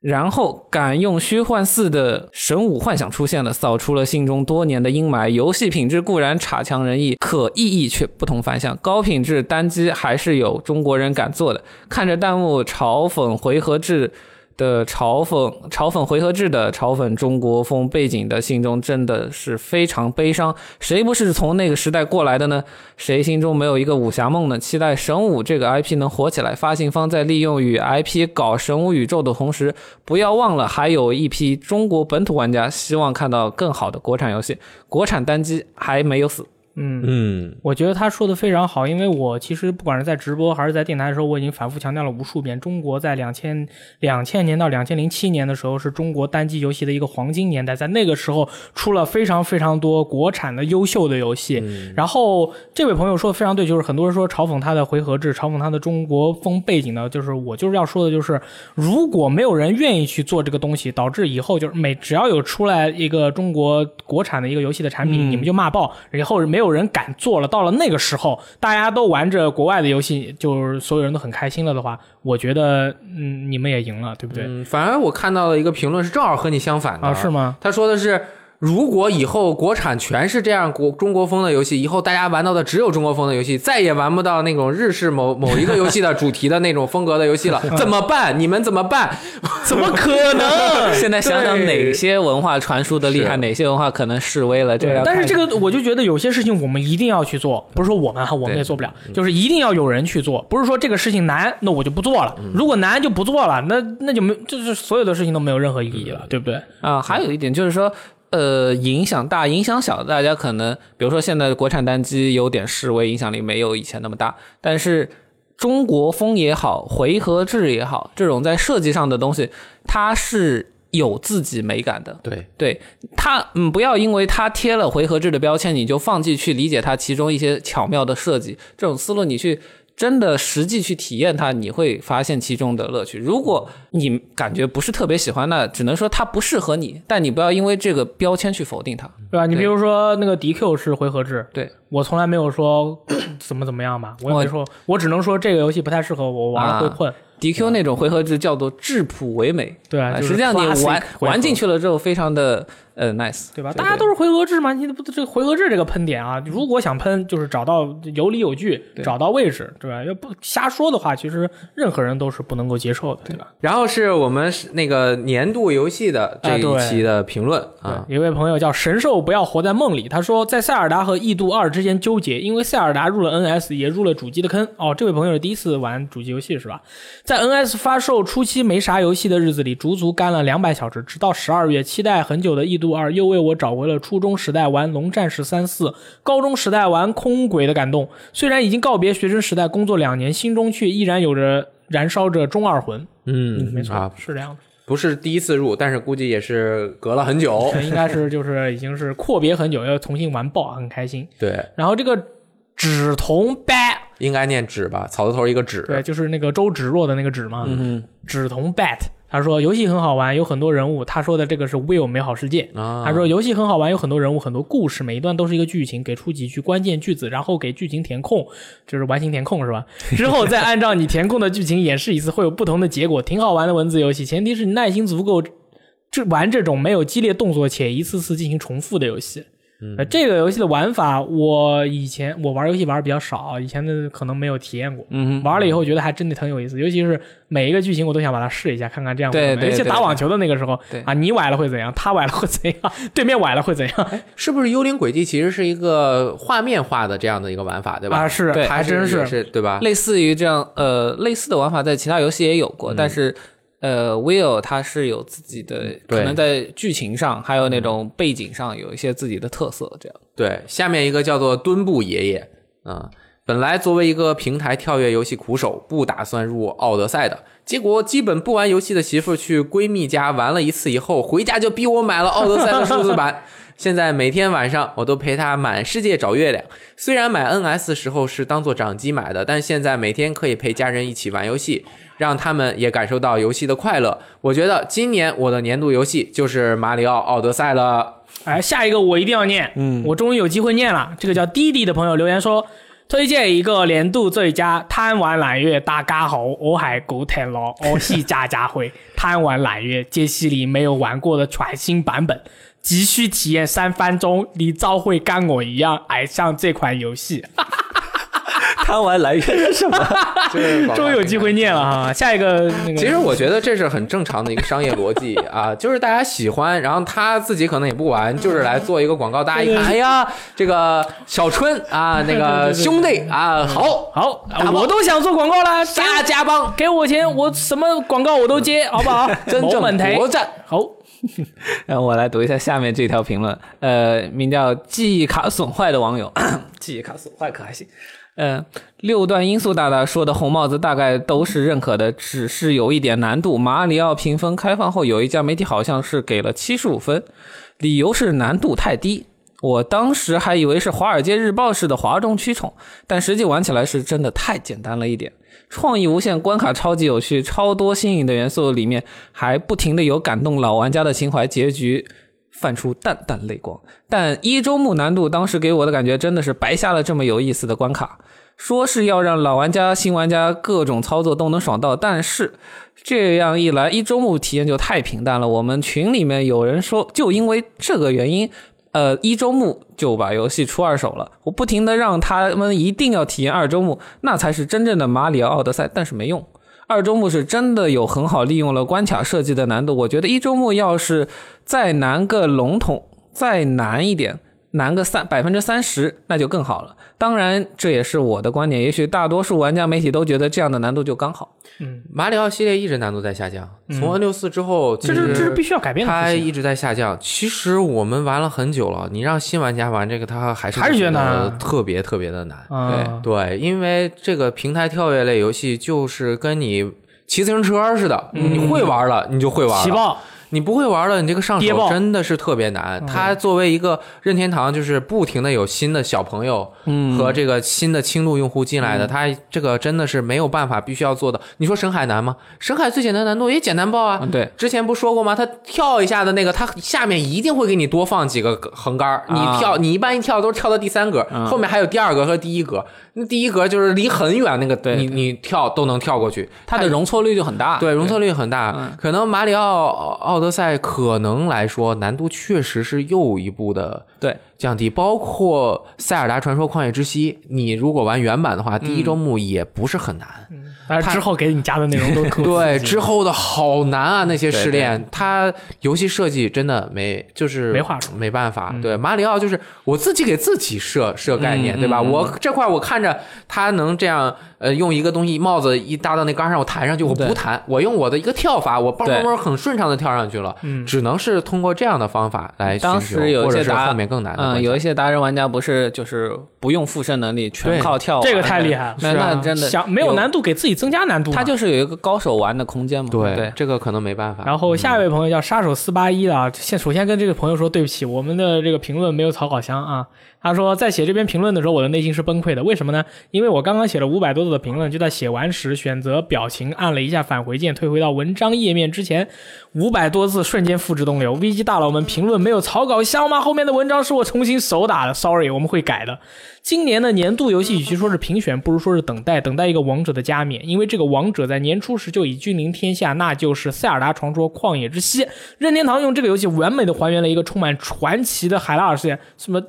Speaker 3: 然后敢用虚幻四的神武幻想出现了，扫除了心中多年的阴霾。游戏品质固然差强人意，可意义却不同凡响。高品质单机还是有中国人敢做的。看着弹幕嘲讽回合制的嘲讽，嘲讽回合制的嘲讽中国风背景的，心中真的是非常悲伤。谁不是从那个时代过来的呢？谁心中没有一个武侠梦呢？期待神武这个 IP 能火起来。发行方在利用与 IP 搞神武宇宙的同时，不要忘了还有一批中国本土玩家希望看到更好的国产游戏，国产单机还没有死。
Speaker 1: 嗯，
Speaker 2: 嗯，
Speaker 1: 我觉得他说的非常好，因为我其实不管是在直播还是在电台的时候，我已经反复强调了无数遍，中国在两千两千年到两千零七年的时候，是中国单机游戏的一个黄金年代，在那个时候出了非常非常多国产的优秀的游戏。然后这位朋友说的非常对，就是很多人说嘲讽他的回合制，嘲讽他的中国风背景呢，就是我就是要说的就是，如果没有人愿意去做这个东西，导致以后就是每只要有出来一个中国国产的一个游戏的产品，你们就骂爆，以后没有人敢做了。到了那个时候，大家都玩着国外的游戏，就是所有人都很开心了的话，我觉得嗯，
Speaker 2: 嗯
Speaker 1: 你们也赢了，对不对？
Speaker 2: 嗯，反而我看到了一个评论是正好和你相反的
Speaker 1: 啊，是吗？
Speaker 2: 他说的是。如果以后国产全是这样国中国风的游戏，以后大家玩到的只有中国风的游戏，再也玩不到那种日式某 某一个游戏的主题的那种风格的游戏了，怎么办？你们怎么办？
Speaker 1: 嗯 怎么可 能？
Speaker 3: 现在想想
Speaker 1: 对
Speaker 3: 哪些文化传输的厉害，
Speaker 2: 是
Speaker 3: 哪些文化可能示威了，这
Speaker 1: 对
Speaker 3: 要，
Speaker 1: 但是
Speaker 3: 看
Speaker 1: 这个我就觉得有些事情我们一定要去做，不是说我们啊哈，我们
Speaker 2: 对
Speaker 1: 也做不了，就是一定要有人去做，不是说这个事情难，那我就不做了，如果难就不做了，那那就没，就是所有的事情都没有任何意义了，对不对？
Speaker 3: 啊，还有一点就是说，呃，影响大，影响小，大家可能，比如说现在的国产单机有点示威，影响力没有以前那么大，但是中国风也好，回合制也好，这种在设计上的东西，它是有自己美感的。
Speaker 2: 对，
Speaker 3: 对它，嗯，不要因为它贴了回合制的标签，你就放弃去理解它其中一些巧妙的设计。这种思路，你去真的实际去体验它，你会发现其中的乐趣。如果你感觉不是特别喜欢，那只能说它不适合你，但你不要因为这个标签去否定它。
Speaker 1: 对吧？你
Speaker 3: 对
Speaker 1: 比如说那个 DQ 是回合制，
Speaker 3: 对
Speaker 1: 我从来没有说 怎么怎么样吧，我也没说，我只能说这个游戏不太适合我，我玩了会
Speaker 3: 啊
Speaker 1: 困。
Speaker 3: ，DQ 那种回合制叫做质朴唯美，
Speaker 1: 对
Speaker 3: 啊
Speaker 1: 啊，就是
Speaker 3: 实际上你
Speaker 1: classic
Speaker 3: 玩
Speaker 1: 回合
Speaker 3: 玩进去了之后，非常的呃 nice。
Speaker 1: 对吧？大家都是回合制嘛，你不这个回合制这个喷点啊，如果想喷，就是找到有理有据，找到位置，对吧？要不瞎说的话，其实任何人都是不能够接受的，对吧？
Speaker 2: 然后是我们是那个年度游戏的这
Speaker 1: 啊
Speaker 2: 一
Speaker 1: 对
Speaker 2: 期的评论
Speaker 1: 对
Speaker 2: 啊，，
Speaker 1: 有一位朋友叫神兽，不要活在梦里。他说，在塞尔达和异度二之间纠结，因为塞尔达入了 NS，也入了主机的坑。哦，这位朋友是第一次玩主机游戏是吧？在 NS 发售初期没啥游戏的日子里，足足干了两百小时，直到十二月，期待很久的异度二又为我找回了初中时代玩龙战士三四、高中时代玩空轨的感动。虽然已经告别学生时代，工作两年，心中却依然有着燃烧着中二魂。
Speaker 2: 嗯，
Speaker 1: 没错，
Speaker 2: 啊，
Speaker 1: 是这样的。
Speaker 2: 不是第一次入，但是估计也是隔了很久。
Speaker 1: 应该是就是已经是阔别很久，要重新完爆，很开心。
Speaker 2: 对，
Speaker 1: 然后这个芷桐bat，
Speaker 2: 应该念纸吧，草字头一个纸。嗯
Speaker 1: 对，就是那个周芷若的那个芷嘛，芷桐 bat。他说游戏很好玩，有很多人物。他说的这个是 Will 美好世界。
Speaker 2: 啊，
Speaker 1: 他说游戏很好玩，有很多人物，很多故事，每一段都是一个剧情，给出几句关键句子，然后给剧情填空，就是完形填空是吧？之后再按照你填空的剧情演示一次，会有不同的结果，挺好玩的文字游戏，前提是你耐心足够。这玩这种没有激烈动作且一次次进行重复的游戏，
Speaker 2: 嗯
Speaker 1: 呃，这个游戏的玩法，我以前我玩游戏玩的比较少，以前的可能没有体验过。
Speaker 3: 嗯哼，
Speaker 1: 玩了以后觉得还真的挺有意思，尤其是每一个剧情我都想把它试一下，看看这样会
Speaker 3: 对
Speaker 1: 怎么样
Speaker 3: 对
Speaker 1: 尤其
Speaker 3: 对
Speaker 1: 打网球的那个时候
Speaker 3: 对
Speaker 1: 啊，你崴了会怎样，他崴了会怎样，对面崴了会怎样
Speaker 2: 是不是《幽灵轨迹》其实是一个画面化的这样的一个玩法，对吧？
Speaker 1: 啊？是，
Speaker 3: 对
Speaker 2: 它
Speaker 1: 还真
Speaker 2: 是也
Speaker 1: 是。
Speaker 2: 是对吧？
Speaker 3: 类似于这样，呃，类似的玩法在其他游戏也有过，
Speaker 4: 嗯
Speaker 3: 但是。呃，Will 它是有自己的，可
Speaker 2: 对
Speaker 3: 能在剧情上还有
Speaker 4: 嗯
Speaker 3: 那种背景上有一些自己的特色， 这样。
Speaker 2: 对，下面一个叫做墩布爷爷啊、本来作为一个平台跳跃游戏苦手，不打算入奥德赛的，结果基本不玩游戏的媳妇去闺蜜家玩了一次以后，回家就逼我买了奥德赛的数字版。 现在每天晚上我都陪她满世界找月亮。虽然买 NS 时候是当做掌机买的，但现在每天可以陪家人一起玩游戏，让他们也感受到游戏的快乐。我觉得今年我的年度游戏就是《马里奥奥德赛》了。
Speaker 1: 哎，下一个我一定要念，嗯，我终于有机会念了。这个叫滴滴的朋友留言说，推荐一个年度最佳贪玩揽月，大家好，我系古天乐，我是哦家家辉， 贪玩揽月杰西里没有玩过的全新版本。急需体验三分钟，你照会跟我一样爱上这款游戏。
Speaker 4: 贪玩来源是 什么？
Speaker 1: 终于有机会念了哈，下一个那个
Speaker 2: 其实我觉得这是很正常的一个商业逻 辑啊，就是大家喜欢，然后他自己可能也不玩，就是来做一个广告。大家一看，哎呀，这个小春 啊，那个兄弟啊，好，
Speaker 1: 嗯好
Speaker 3: 啊
Speaker 1: 啊
Speaker 2: 打，爆
Speaker 1: 我都想做广 告了，给
Speaker 2: 沙家帮，
Speaker 1: 给我钱，我什么广告我都接，
Speaker 4: 嗯
Speaker 1: 好不 好？
Speaker 2: 真
Speaker 1: 没问
Speaker 2: 正
Speaker 1: 题
Speaker 2: 国战。
Speaker 1: 好，
Speaker 3: 让呃我来读一下下面这条评论，呃，名叫记忆卡损坏的网友， 记忆卡损坏可还行。呃，六段音速大大说的红帽子大概都是认可的，只是有一点难度。马里奥评分开放后，有一家媒体好像是给了七十五分，理由是难度太低。我当时还以为是《华尔街日报》式的哗众取宠，但实际玩起来是真的太简单了一点。创意无限，关卡超级有趣，超多新颖的元素里面还不停的有感动老玩家的情怀，结局泛出淡淡泪光。但一周目难度当时给我的感觉真的是白瞎了这么有意思的关卡。说是要让老玩家、新玩家各种操作都能爽到，但是这样一来，一周目体验就太平淡了。我们群里面有人说，就因为这个原因，呃，一周目就把游戏出二手了。我不停的让他们一定要体验二周目，那才是真正的马里奥奥德赛，但是没用。二周目是真的有很好利用了关卡设计的难度，我觉得一周目要是再难个笼统，再难一点，难个三百分之三十，那就更好了。当然，这也是我的观点，也许大多数玩家媒体都觉得这样的难度就刚好。
Speaker 2: 马里奥系列一直难度在下降，从 N 六四之后，
Speaker 1: 嗯这是这是必须要改变的
Speaker 2: 它
Speaker 1: 事情。
Speaker 2: 一直在下降。其实我们玩了很久了，你让新玩家玩这个，他还是
Speaker 1: 还是觉得难啊
Speaker 2: 特别特别的难。
Speaker 1: 嗯，
Speaker 2: 对，因为这个平台跳跃类游戏就是跟你骑自行车似的，你会玩了你就会玩
Speaker 1: 嗯起
Speaker 2: 了，
Speaker 1: 爆，
Speaker 2: 你不会玩了，你这个上
Speaker 1: 跌爆嗯
Speaker 2: 手真的是特别难。它作为一个任天堂，就是不停的有新的小朋友
Speaker 1: 嗯
Speaker 2: 和这个新的轻度用户进来的，它这个真的是没有办法，必须要做的。你说深海难吗？深海最简单难度也简单爆啊
Speaker 3: 嗯，。对，
Speaker 2: 之前不说过吗？它跳一下的那个，它下面一定会给你多放几个横杆儿。你
Speaker 3: 啊嗯
Speaker 2: 跳，你一般一跳都是跳到第三格，后面还有第二格和第一格。那第一格就是离很远那个，
Speaker 3: 对
Speaker 2: 你你跳都能跳过去。
Speaker 3: 它的容错率就很大。
Speaker 2: 对，容错率很大。
Speaker 3: 嗯
Speaker 2: 可能马里奥奥德赛可能来说难度确实是又一步的
Speaker 3: 对
Speaker 2: 降低，包括塞尔达传说旷野之息，你如果玩原版的话，第
Speaker 3: 嗯
Speaker 2: 一周目也不是很难。
Speaker 1: 但是之后给你加的内容都特
Speaker 2: 对，
Speaker 1: 刺激
Speaker 2: 之后的好难啊，那些
Speaker 3: 对
Speaker 2: 试炼，它游戏设计真的没就是
Speaker 1: 没话说
Speaker 2: 没办法。
Speaker 3: 嗯
Speaker 2: 对，马里奥就是我自己给自己设设概念，对
Speaker 3: 嗯
Speaker 2: 吧？我这块我看着他能这样，呃，用一个东西帽子一搭到那杆上，我弹上去，我
Speaker 3: 对
Speaker 2: 不弹，我用我的一个跳法，我嘣
Speaker 3: 对嗯
Speaker 2: 嘣嘣很顺畅的跳上去了，只能是通过这样的方法来寻求，
Speaker 3: 当时有
Speaker 2: 或
Speaker 3: 一
Speaker 2: 者
Speaker 3: 些
Speaker 2: 是
Speaker 3: 达
Speaker 2: 后面更难
Speaker 3: 嗯，
Speaker 2: 的关卡
Speaker 3: 有一些达人玩家不是就是不用附身能力，全
Speaker 2: 对
Speaker 3: 靠跳啊，
Speaker 1: 这个太厉害了，
Speaker 3: 那
Speaker 1: 是啊
Speaker 3: 那真的
Speaker 1: 想没有
Speaker 3: 有
Speaker 1: 难度给自己增加难度嘛，
Speaker 3: 它就是有一个高手玩的空间嘛。
Speaker 2: 对
Speaker 3: 对，
Speaker 2: 这个可能没办法。
Speaker 1: 然后下一位朋友叫杀手四八一的啊，先首先跟这个朋友说对不起，我们的这个评论没有草稿箱啊。他说在写这篇评论的时候，我的内心是崩溃的，为什么呢？因为我刚刚写了五百多字的评论，就在写完时选择表情按了一下返回键，退回到文章页面之前，五百多字瞬间付之东流。V G 大佬们评论没有草稿箱吗？后面的文章是我重新手打的，sorry，我们会改的。今年的年度游戏与其说是评选，不如说是等待，等待一个王者的加冕。因为这个王者在年初时就已君临天下，那就是《塞尔达传说：旷野之息》。任天堂用这个游戏完美的还原了一个充满传奇的海拉尔事件，什么。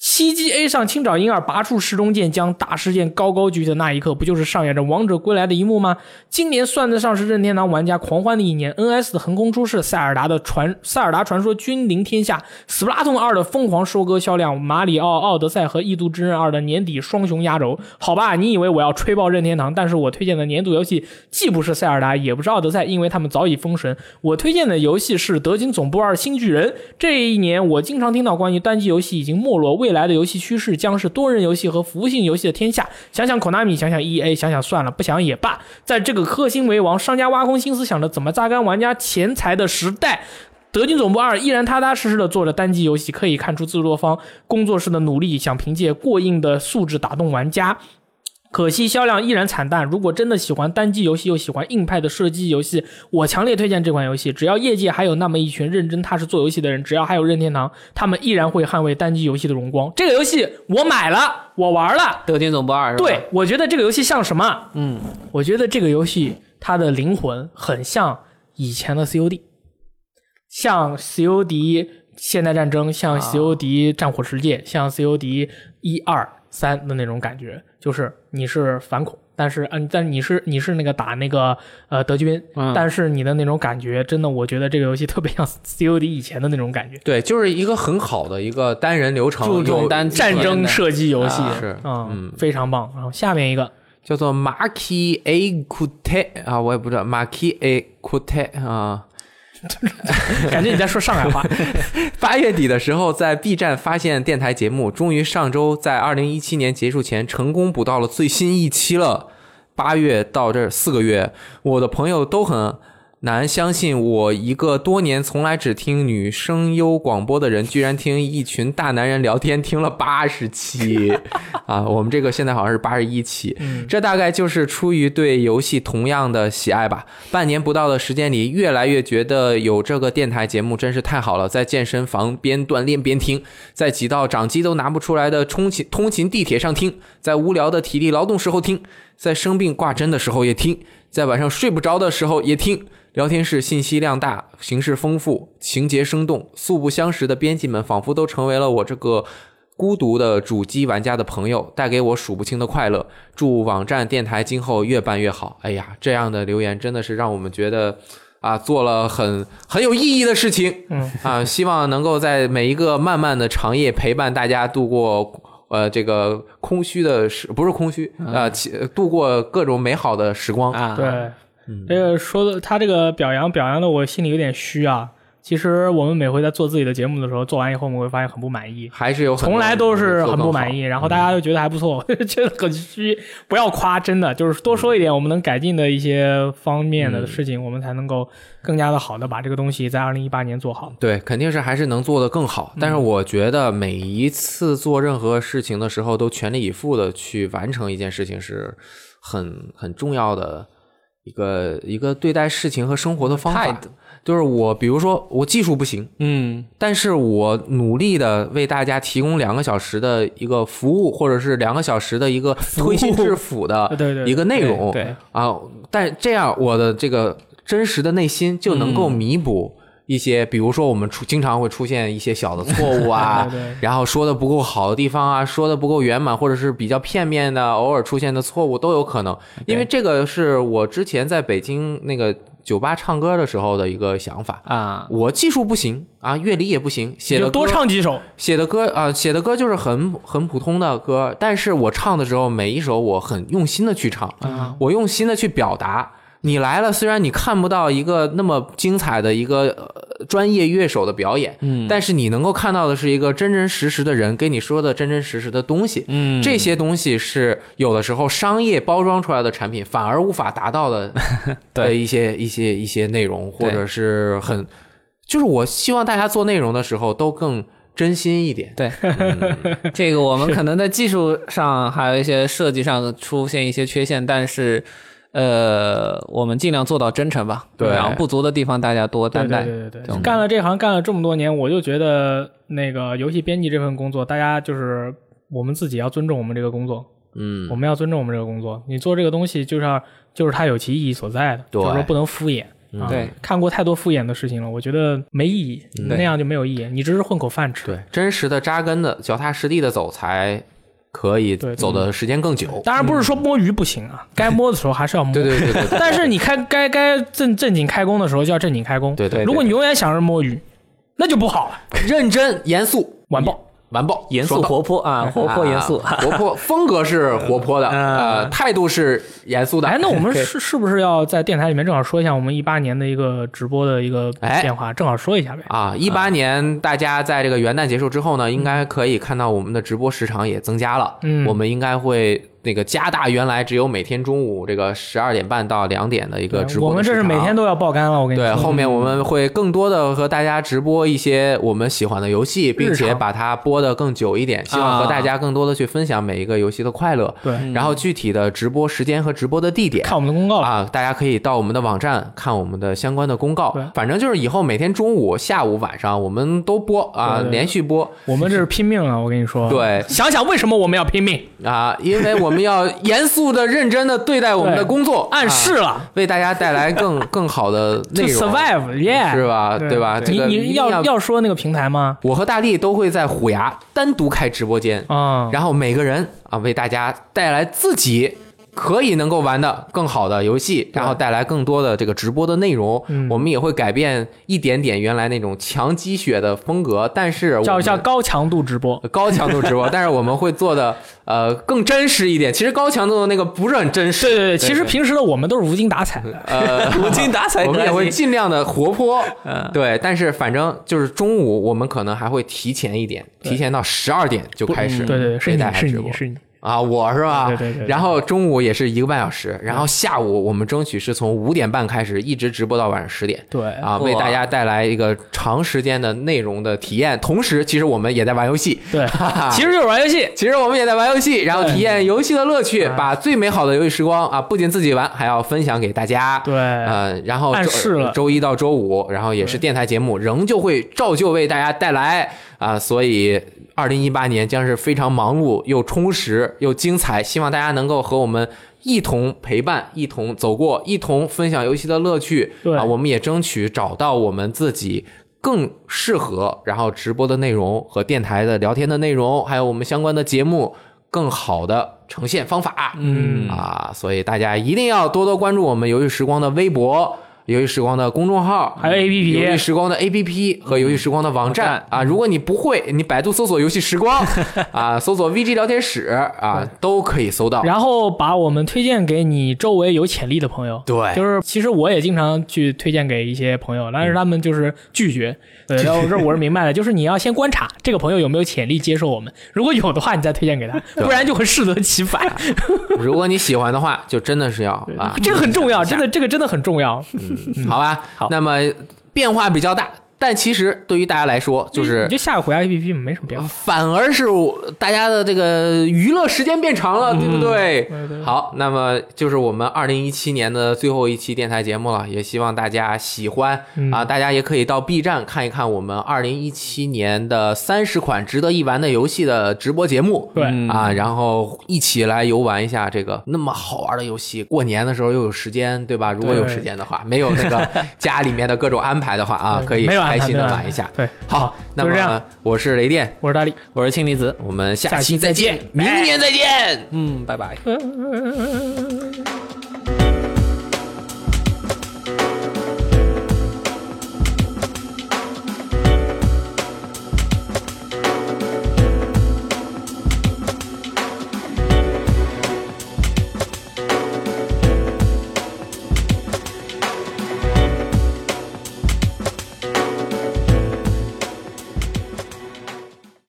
Speaker 1: 七击 A 上青沼英二拔出时钟剑，将大事件高高举起的那一刻，不就是上演着王者归来的一幕吗？今年算得上是任天堂玩家狂欢的一年，NS 的横空出世，塞尔达的传塞尔达传说君临天下，Splatoon 二的疯狂收割销量，马里奥奥德赛和异度之刃二的年底双雄压轴。好吧，你以为我要吹爆任天堂，但是我推荐的年度游戏既不是塞尔达，也不是奥德赛，因为他们早已封神。我推荐的游戏是《德军总部二：新巨人》。这一年，我经常听到关于单机游戏已经没落，未来的游戏趋势将是多人游戏和服务性游戏的天下。想想 Konami，想想 EA，想想算了，不想也罢。在这个氪金为王、商家挖空心思想着怎么榨干玩家钱财的时代。德军总部二依然踏踏实实的做着单机游戏，可以看出制作方工作室的努力，想凭借过硬的素质打动玩家。可惜销量依然惨淡。如果真的喜欢单机游戏，又喜欢硬派的射击游戏，我强烈推荐这款游戏。只要业界还有那么一群认真踏实做游戏的人，只要还有任天堂，他们依然会捍卫单机游戏的荣光。这个游戏我买了，我玩了。
Speaker 3: 德军总部二是吧？
Speaker 1: 对，我觉得这个游戏像什么？嗯，我觉得这个游戏它的灵魂很像以前的 COD，像 COD 现代战争，像 COD 战火世界，像 COD 一二三的那种感觉，就是你是反恐。但是，嗯，但你是你是那个打那个呃德军，
Speaker 3: 嗯
Speaker 1: 但是你的那种感觉，真的，我觉得这个游戏特别像 COD 以前的那种感觉，
Speaker 2: 对，就是一个很好的一个单人流程，
Speaker 3: 注重
Speaker 2: 有
Speaker 3: 单机
Speaker 1: 战争
Speaker 3: 的
Speaker 1: 射击游戏，
Speaker 3: 啊
Speaker 2: 是
Speaker 1: 嗯，非常棒。然后下面一个，
Speaker 2: 叫做 Marki A Kute 啊，我也不知道 Marki A Kute 啊。
Speaker 1: 感觉你在说上海话，
Speaker 2: 八月底的时候，在 B 站发现电台节目，终于上周在二零一七年结束前成功补到了最新一期了。八月到这儿四个月，我的朋友都很难相信我一个多年从来只听女声优广播的人，居然听一群大男人聊天，听了八十期啊！我们这个现在好像是八十一期，这大概就是出于对游戏同样的喜爱吧。半年不到的时间里，越来越觉得有这个电台节目真是太好了，在健身房边锻炼边听，在挤到掌机都拿不出来的通勤通勤地铁上听，在无聊的体力劳动时候听，在生病挂针的时候也听，在晚上睡不着的时候也听。聊天室信息量大，形式丰富，情节生动，素不相识的编辑们仿佛都成为了我这个孤独的主机玩家的朋友，带给我数不清的快乐。祝网站电台今后越办越好。哎呀，这样的留言真的是让我们觉得。啊，做了很很有意义的事情，
Speaker 1: 嗯
Speaker 2: 啊，希望能够在每一个漫漫的长夜陪伴大家度过，呃，这个空虚的时不是空虚，呃，其度过各种美好的时光。
Speaker 3: 啊，
Speaker 1: 对，
Speaker 2: 嗯
Speaker 1: 这个说的他这个表扬表扬的我心里有点虚啊。其实我们每回在做自己的节目的时候，做完以后我们会发现很不满意，
Speaker 2: 还是有很多
Speaker 1: 从来都是很不满
Speaker 2: 人
Speaker 1: 意，然后大家又觉得还不错， 觉得很虚。不要夸，真的就是多说一点我们能改进的一些方面
Speaker 2: 嗯
Speaker 1: 的事情，我们才能够更加的好的把这个东西在二零一八年做好。
Speaker 2: 对，肯定是还是能做得更好。
Speaker 1: 嗯
Speaker 2: 但是我觉得每一次做任何事情的时候，都全力以赴的去完成一件事情，是很很重要的一个一个对待事情和生活的方
Speaker 3: 态
Speaker 2: 法
Speaker 3: 度。
Speaker 2: 就是我，比如说我技术不行，
Speaker 3: 嗯，
Speaker 2: 但是我努力的为大家提供两个小时的一个服务，或者是两个小时的一个推心置腹的
Speaker 1: 对 对对
Speaker 2: 一个内容。
Speaker 3: 对，
Speaker 2: 啊，但这样我的这个真实的内心就能
Speaker 1: 嗯
Speaker 2: 够弥补一些，比如说我们出经常会出现一些小的错误 啊，
Speaker 1: 对对
Speaker 2: 然后说的不够好的地方啊，说的不够圆满，或者是比较片面的，偶尔出现的错误都有可能。因为这个是我之前在北京那个酒吧唱歌的时候的一个想法。
Speaker 3: 啊，
Speaker 2: 我技术不行啊，乐理也不行，写
Speaker 1: 你
Speaker 2: 的
Speaker 1: 就多
Speaker 2: 歌
Speaker 1: 唱几首，
Speaker 2: 写的歌啊、写的歌就是很很普通的歌，但是我唱的时候，每一首我很用心的去唱，我用心的去表达。你来了，虽然你看不到一个那么精彩的一个、呃专业乐手的表演，嗯，但是你能够看到的是一个真真实实的人跟你说的真真实实的东西，
Speaker 3: 嗯，
Speaker 2: 这些东西是有的时候商业包装出来的产品反而无法达到的
Speaker 3: 对
Speaker 2: 的一些一些一些内容，或
Speaker 3: 对
Speaker 2: 者是很，就是我希望大家做内容的时候都更真心一点。
Speaker 3: 对，
Speaker 2: 嗯
Speaker 3: 这个我们可能在技术上还有一些设计上出现一些缺陷，但是，呃，我们尽量做到真诚吧。
Speaker 2: 对
Speaker 3: 然后不足的地方大家多
Speaker 1: 对
Speaker 3: 担
Speaker 1: 对
Speaker 3: 待。
Speaker 1: 对对
Speaker 3: 这
Speaker 1: 对，
Speaker 3: 种
Speaker 1: 干了这行干了这么多年，我就觉得那个游戏编辑这份工作，大家就是我们自己要尊重我们这个工作，
Speaker 2: 嗯，
Speaker 1: 我们要尊重我们这个工作。你做这个东西，就是要就是它有其意义所在的，
Speaker 2: 对
Speaker 1: 就是说不能敷衍。
Speaker 2: 嗯
Speaker 1: 啊
Speaker 3: 对，
Speaker 1: 看过太多敷衍的事情了，我觉得没意义，
Speaker 2: 嗯
Speaker 1: 那样就没有意义，你只是混口饭吃。
Speaker 2: 对，真实的扎根的、脚踏实地的走才可以
Speaker 1: 对
Speaker 2: 走的时间更久。
Speaker 1: 当然不是说摸鱼不行啊，该摸的时候还是要摸。
Speaker 2: 对对对对对，
Speaker 1: 但是你开该该正正经开工的时候就要正经开工。
Speaker 2: 对对对
Speaker 1: 如果你永远想着摸鱼，那就不好了，
Speaker 2: 认真、严肃、
Speaker 1: 完爆。
Speaker 2: 完爆、
Speaker 4: 严肃
Speaker 2: 爽到
Speaker 4: 活泼 啊，活泼严肃。
Speaker 2: 啊活泼风格是活泼的，呃，态度是严肃 的。
Speaker 1: 哎，那我们
Speaker 4: 对
Speaker 1: 是是不是要在电台里面正好说一下我们一八年的一个直播的一个
Speaker 2: 哎
Speaker 1: 变化？正好说一下呗。
Speaker 2: 啊，一
Speaker 1: 嗯
Speaker 2: 八年大家在这个元旦结束之后呢，应该可以看到我们的直播时长也增加了。
Speaker 1: 嗯
Speaker 2: 我们应该会那个加大原来只有每天中午这个十二点半到两点的一个直播
Speaker 1: 哎我们
Speaker 2: 的时
Speaker 1: 这是
Speaker 2: 长
Speaker 1: 每天都要嗯爆肝了，我跟你
Speaker 2: 对，
Speaker 1: 说。
Speaker 2: 后面我们会更多的和大家直播一些我们喜欢的游戏，并且把它播的更久一点，希望和
Speaker 1: 啊
Speaker 2: 大家更多的去分享每一个游戏的快乐。
Speaker 1: 对
Speaker 2: 然后具体的直播时间和直播的地点，
Speaker 1: 看我们的公告了。
Speaker 2: 啊，大家可以到我们的网站看我们的相关的公告
Speaker 1: 对。
Speaker 2: 反正就是以后每天中午、下午、晚上我们都播啊
Speaker 1: 对，对对
Speaker 2: 连续播
Speaker 1: 我们这是拼命了，我跟你说。
Speaker 2: 对
Speaker 1: 想想为什么我们要拼命？
Speaker 2: 啊，因为我们要严肃的、认真的对待我们的工作，
Speaker 1: 暗示
Speaker 2: 啊
Speaker 1: 了
Speaker 2: 为大家带 来更更好的
Speaker 1: ，to
Speaker 2: 内容，
Speaker 1: survive，yeah，
Speaker 2: 是吧？对吧？这
Speaker 1: 你
Speaker 2: 个
Speaker 1: 你
Speaker 2: 一定
Speaker 1: 要要说那个平台吗？
Speaker 2: 我和大力都会在虎牙单独开直播间，
Speaker 1: 啊，
Speaker 2: 然后每个人啊为大家带来自己可以能够玩的更好的游戏，然后带来更多的这个直播的内容。
Speaker 1: 嗯
Speaker 2: 我们也会改变一点点原来那种强鸡血的风格，但是我们
Speaker 1: 叫叫高强度直播。
Speaker 2: 高强度 直播，但是我们会做的呃更真实一点。其实高强度的那个不是很真实，
Speaker 1: 对对对，其实平时的我们都是无精打采的。
Speaker 2: 呃，
Speaker 4: 无精打采
Speaker 2: 我们也
Speaker 4: 可
Speaker 2: 会
Speaker 4: 以
Speaker 2: 尽量的活泼，
Speaker 1: 嗯
Speaker 2: 对，但是反正就是中午我们可能还会提前一点，提前到十二点就开始
Speaker 1: 嗯对对对，是
Speaker 2: 给大
Speaker 1: 你
Speaker 2: 家
Speaker 1: 是
Speaker 2: 直
Speaker 1: 你
Speaker 2: 播。
Speaker 1: 是你，
Speaker 2: 啊，我是吧？
Speaker 1: 对对嗯对对
Speaker 2: 然后中午也是一个半小时，然后下午我们争取是从五点半开始，一直直播到晚上十点。
Speaker 1: 对
Speaker 2: 啊，为大家带来一个长时间的内容的体验，同时其实我们也在玩游戏。
Speaker 1: 对，
Speaker 2: 哈哈
Speaker 1: 其实就是玩游戏。
Speaker 2: 其实我们也在玩游戏，然后体验游戏的乐
Speaker 1: 啊
Speaker 2: 趣，把最美好的游戏时光啊，不仅自己玩，还要分享给大家。
Speaker 1: 对
Speaker 2: 呃，然后
Speaker 1: 暗
Speaker 2: 周
Speaker 1: 示了嗯
Speaker 2: 周一到周五，然后也是电台节目，仍旧会照旧为大家带来啊、所以，二零一八年将是非常忙碌又充实又精彩，希望大家能够和我们。一同陪伴，一同走过，一同分享游戏的乐趣。
Speaker 1: 对
Speaker 2: 啊，我们也争取找到我们自己更适合，然后直播的内容和电台的聊天的内容，还有我们相关的节目更好的呈现方法。
Speaker 1: 嗯
Speaker 2: 啊，所以大家一定要多多关注我们游戏时光的微博。游戏时光的公众号，
Speaker 1: 还有 APP
Speaker 2: 游戏时光的
Speaker 1: 嗯
Speaker 2: APP 和游戏时光的网站啊。如果你不会，你百度搜索“游戏时光” 啊，搜索 VG 聊天室啊，都可以搜到。
Speaker 1: 然后把我们推荐给你周围有潜力的朋友。
Speaker 2: 对
Speaker 1: 就是 其实我也经常去推荐给一些朋友，但是他们就是拒绝。对，然后这我是明白 的，就是你要先观察这个朋友有没有潜力接受我们，如果有的话，你再推荐 给他，不然就会适得其反。
Speaker 2: 如果你喜欢的话，就真的是要啊，嗯
Speaker 1: 这个很重要，真的，这个真的很重要。
Speaker 2: 好吧？那么变化比较大，但其实对于大家来说，就
Speaker 1: 你
Speaker 2: 是
Speaker 1: 就下个虎牙 APP 没什么变化。
Speaker 2: 反而是大家的这个娱乐时间变长
Speaker 1: 嗯
Speaker 2: 了，对不对？好，那么就是我们二零一七年的最后一期电台节目了，也希望大家喜欢、
Speaker 1: 嗯
Speaker 2: 啊！大家也可以到 B 站看一看我们二零一七年的三十款值得一玩的游戏的直播节目。
Speaker 1: 对
Speaker 2: 啊，然后一起来游玩一下这个那么好玩的游戏。过年的时候又有时间，对吧？如果有
Speaker 1: 对
Speaker 2: 时间的话，没有那个家里面的各种安排的话 啊，可以
Speaker 1: 没有安
Speaker 2: 开
Speaker 1: 排
Speaker 2: 心的
Speaker 1: 没有安排
Speaker 2: 玩一下。
Speaker 1: 对，
Speaker 2: 好，那
Speaker 1: 就
Speaker 2: 么
Speaker 1: 这样
Speaker 2: 我是雷电，
Speaker 1: 我是大力。
Speaker 3: 我是氢离子，
Speaker 2: 我们下
Speaker 1: 下期
Speaker 2: 期再见，明
Speaker 1: 拜
Speaker 2: 年再见。
Speaker 3: 嗯，拜拜。
Speaker 1: 嗯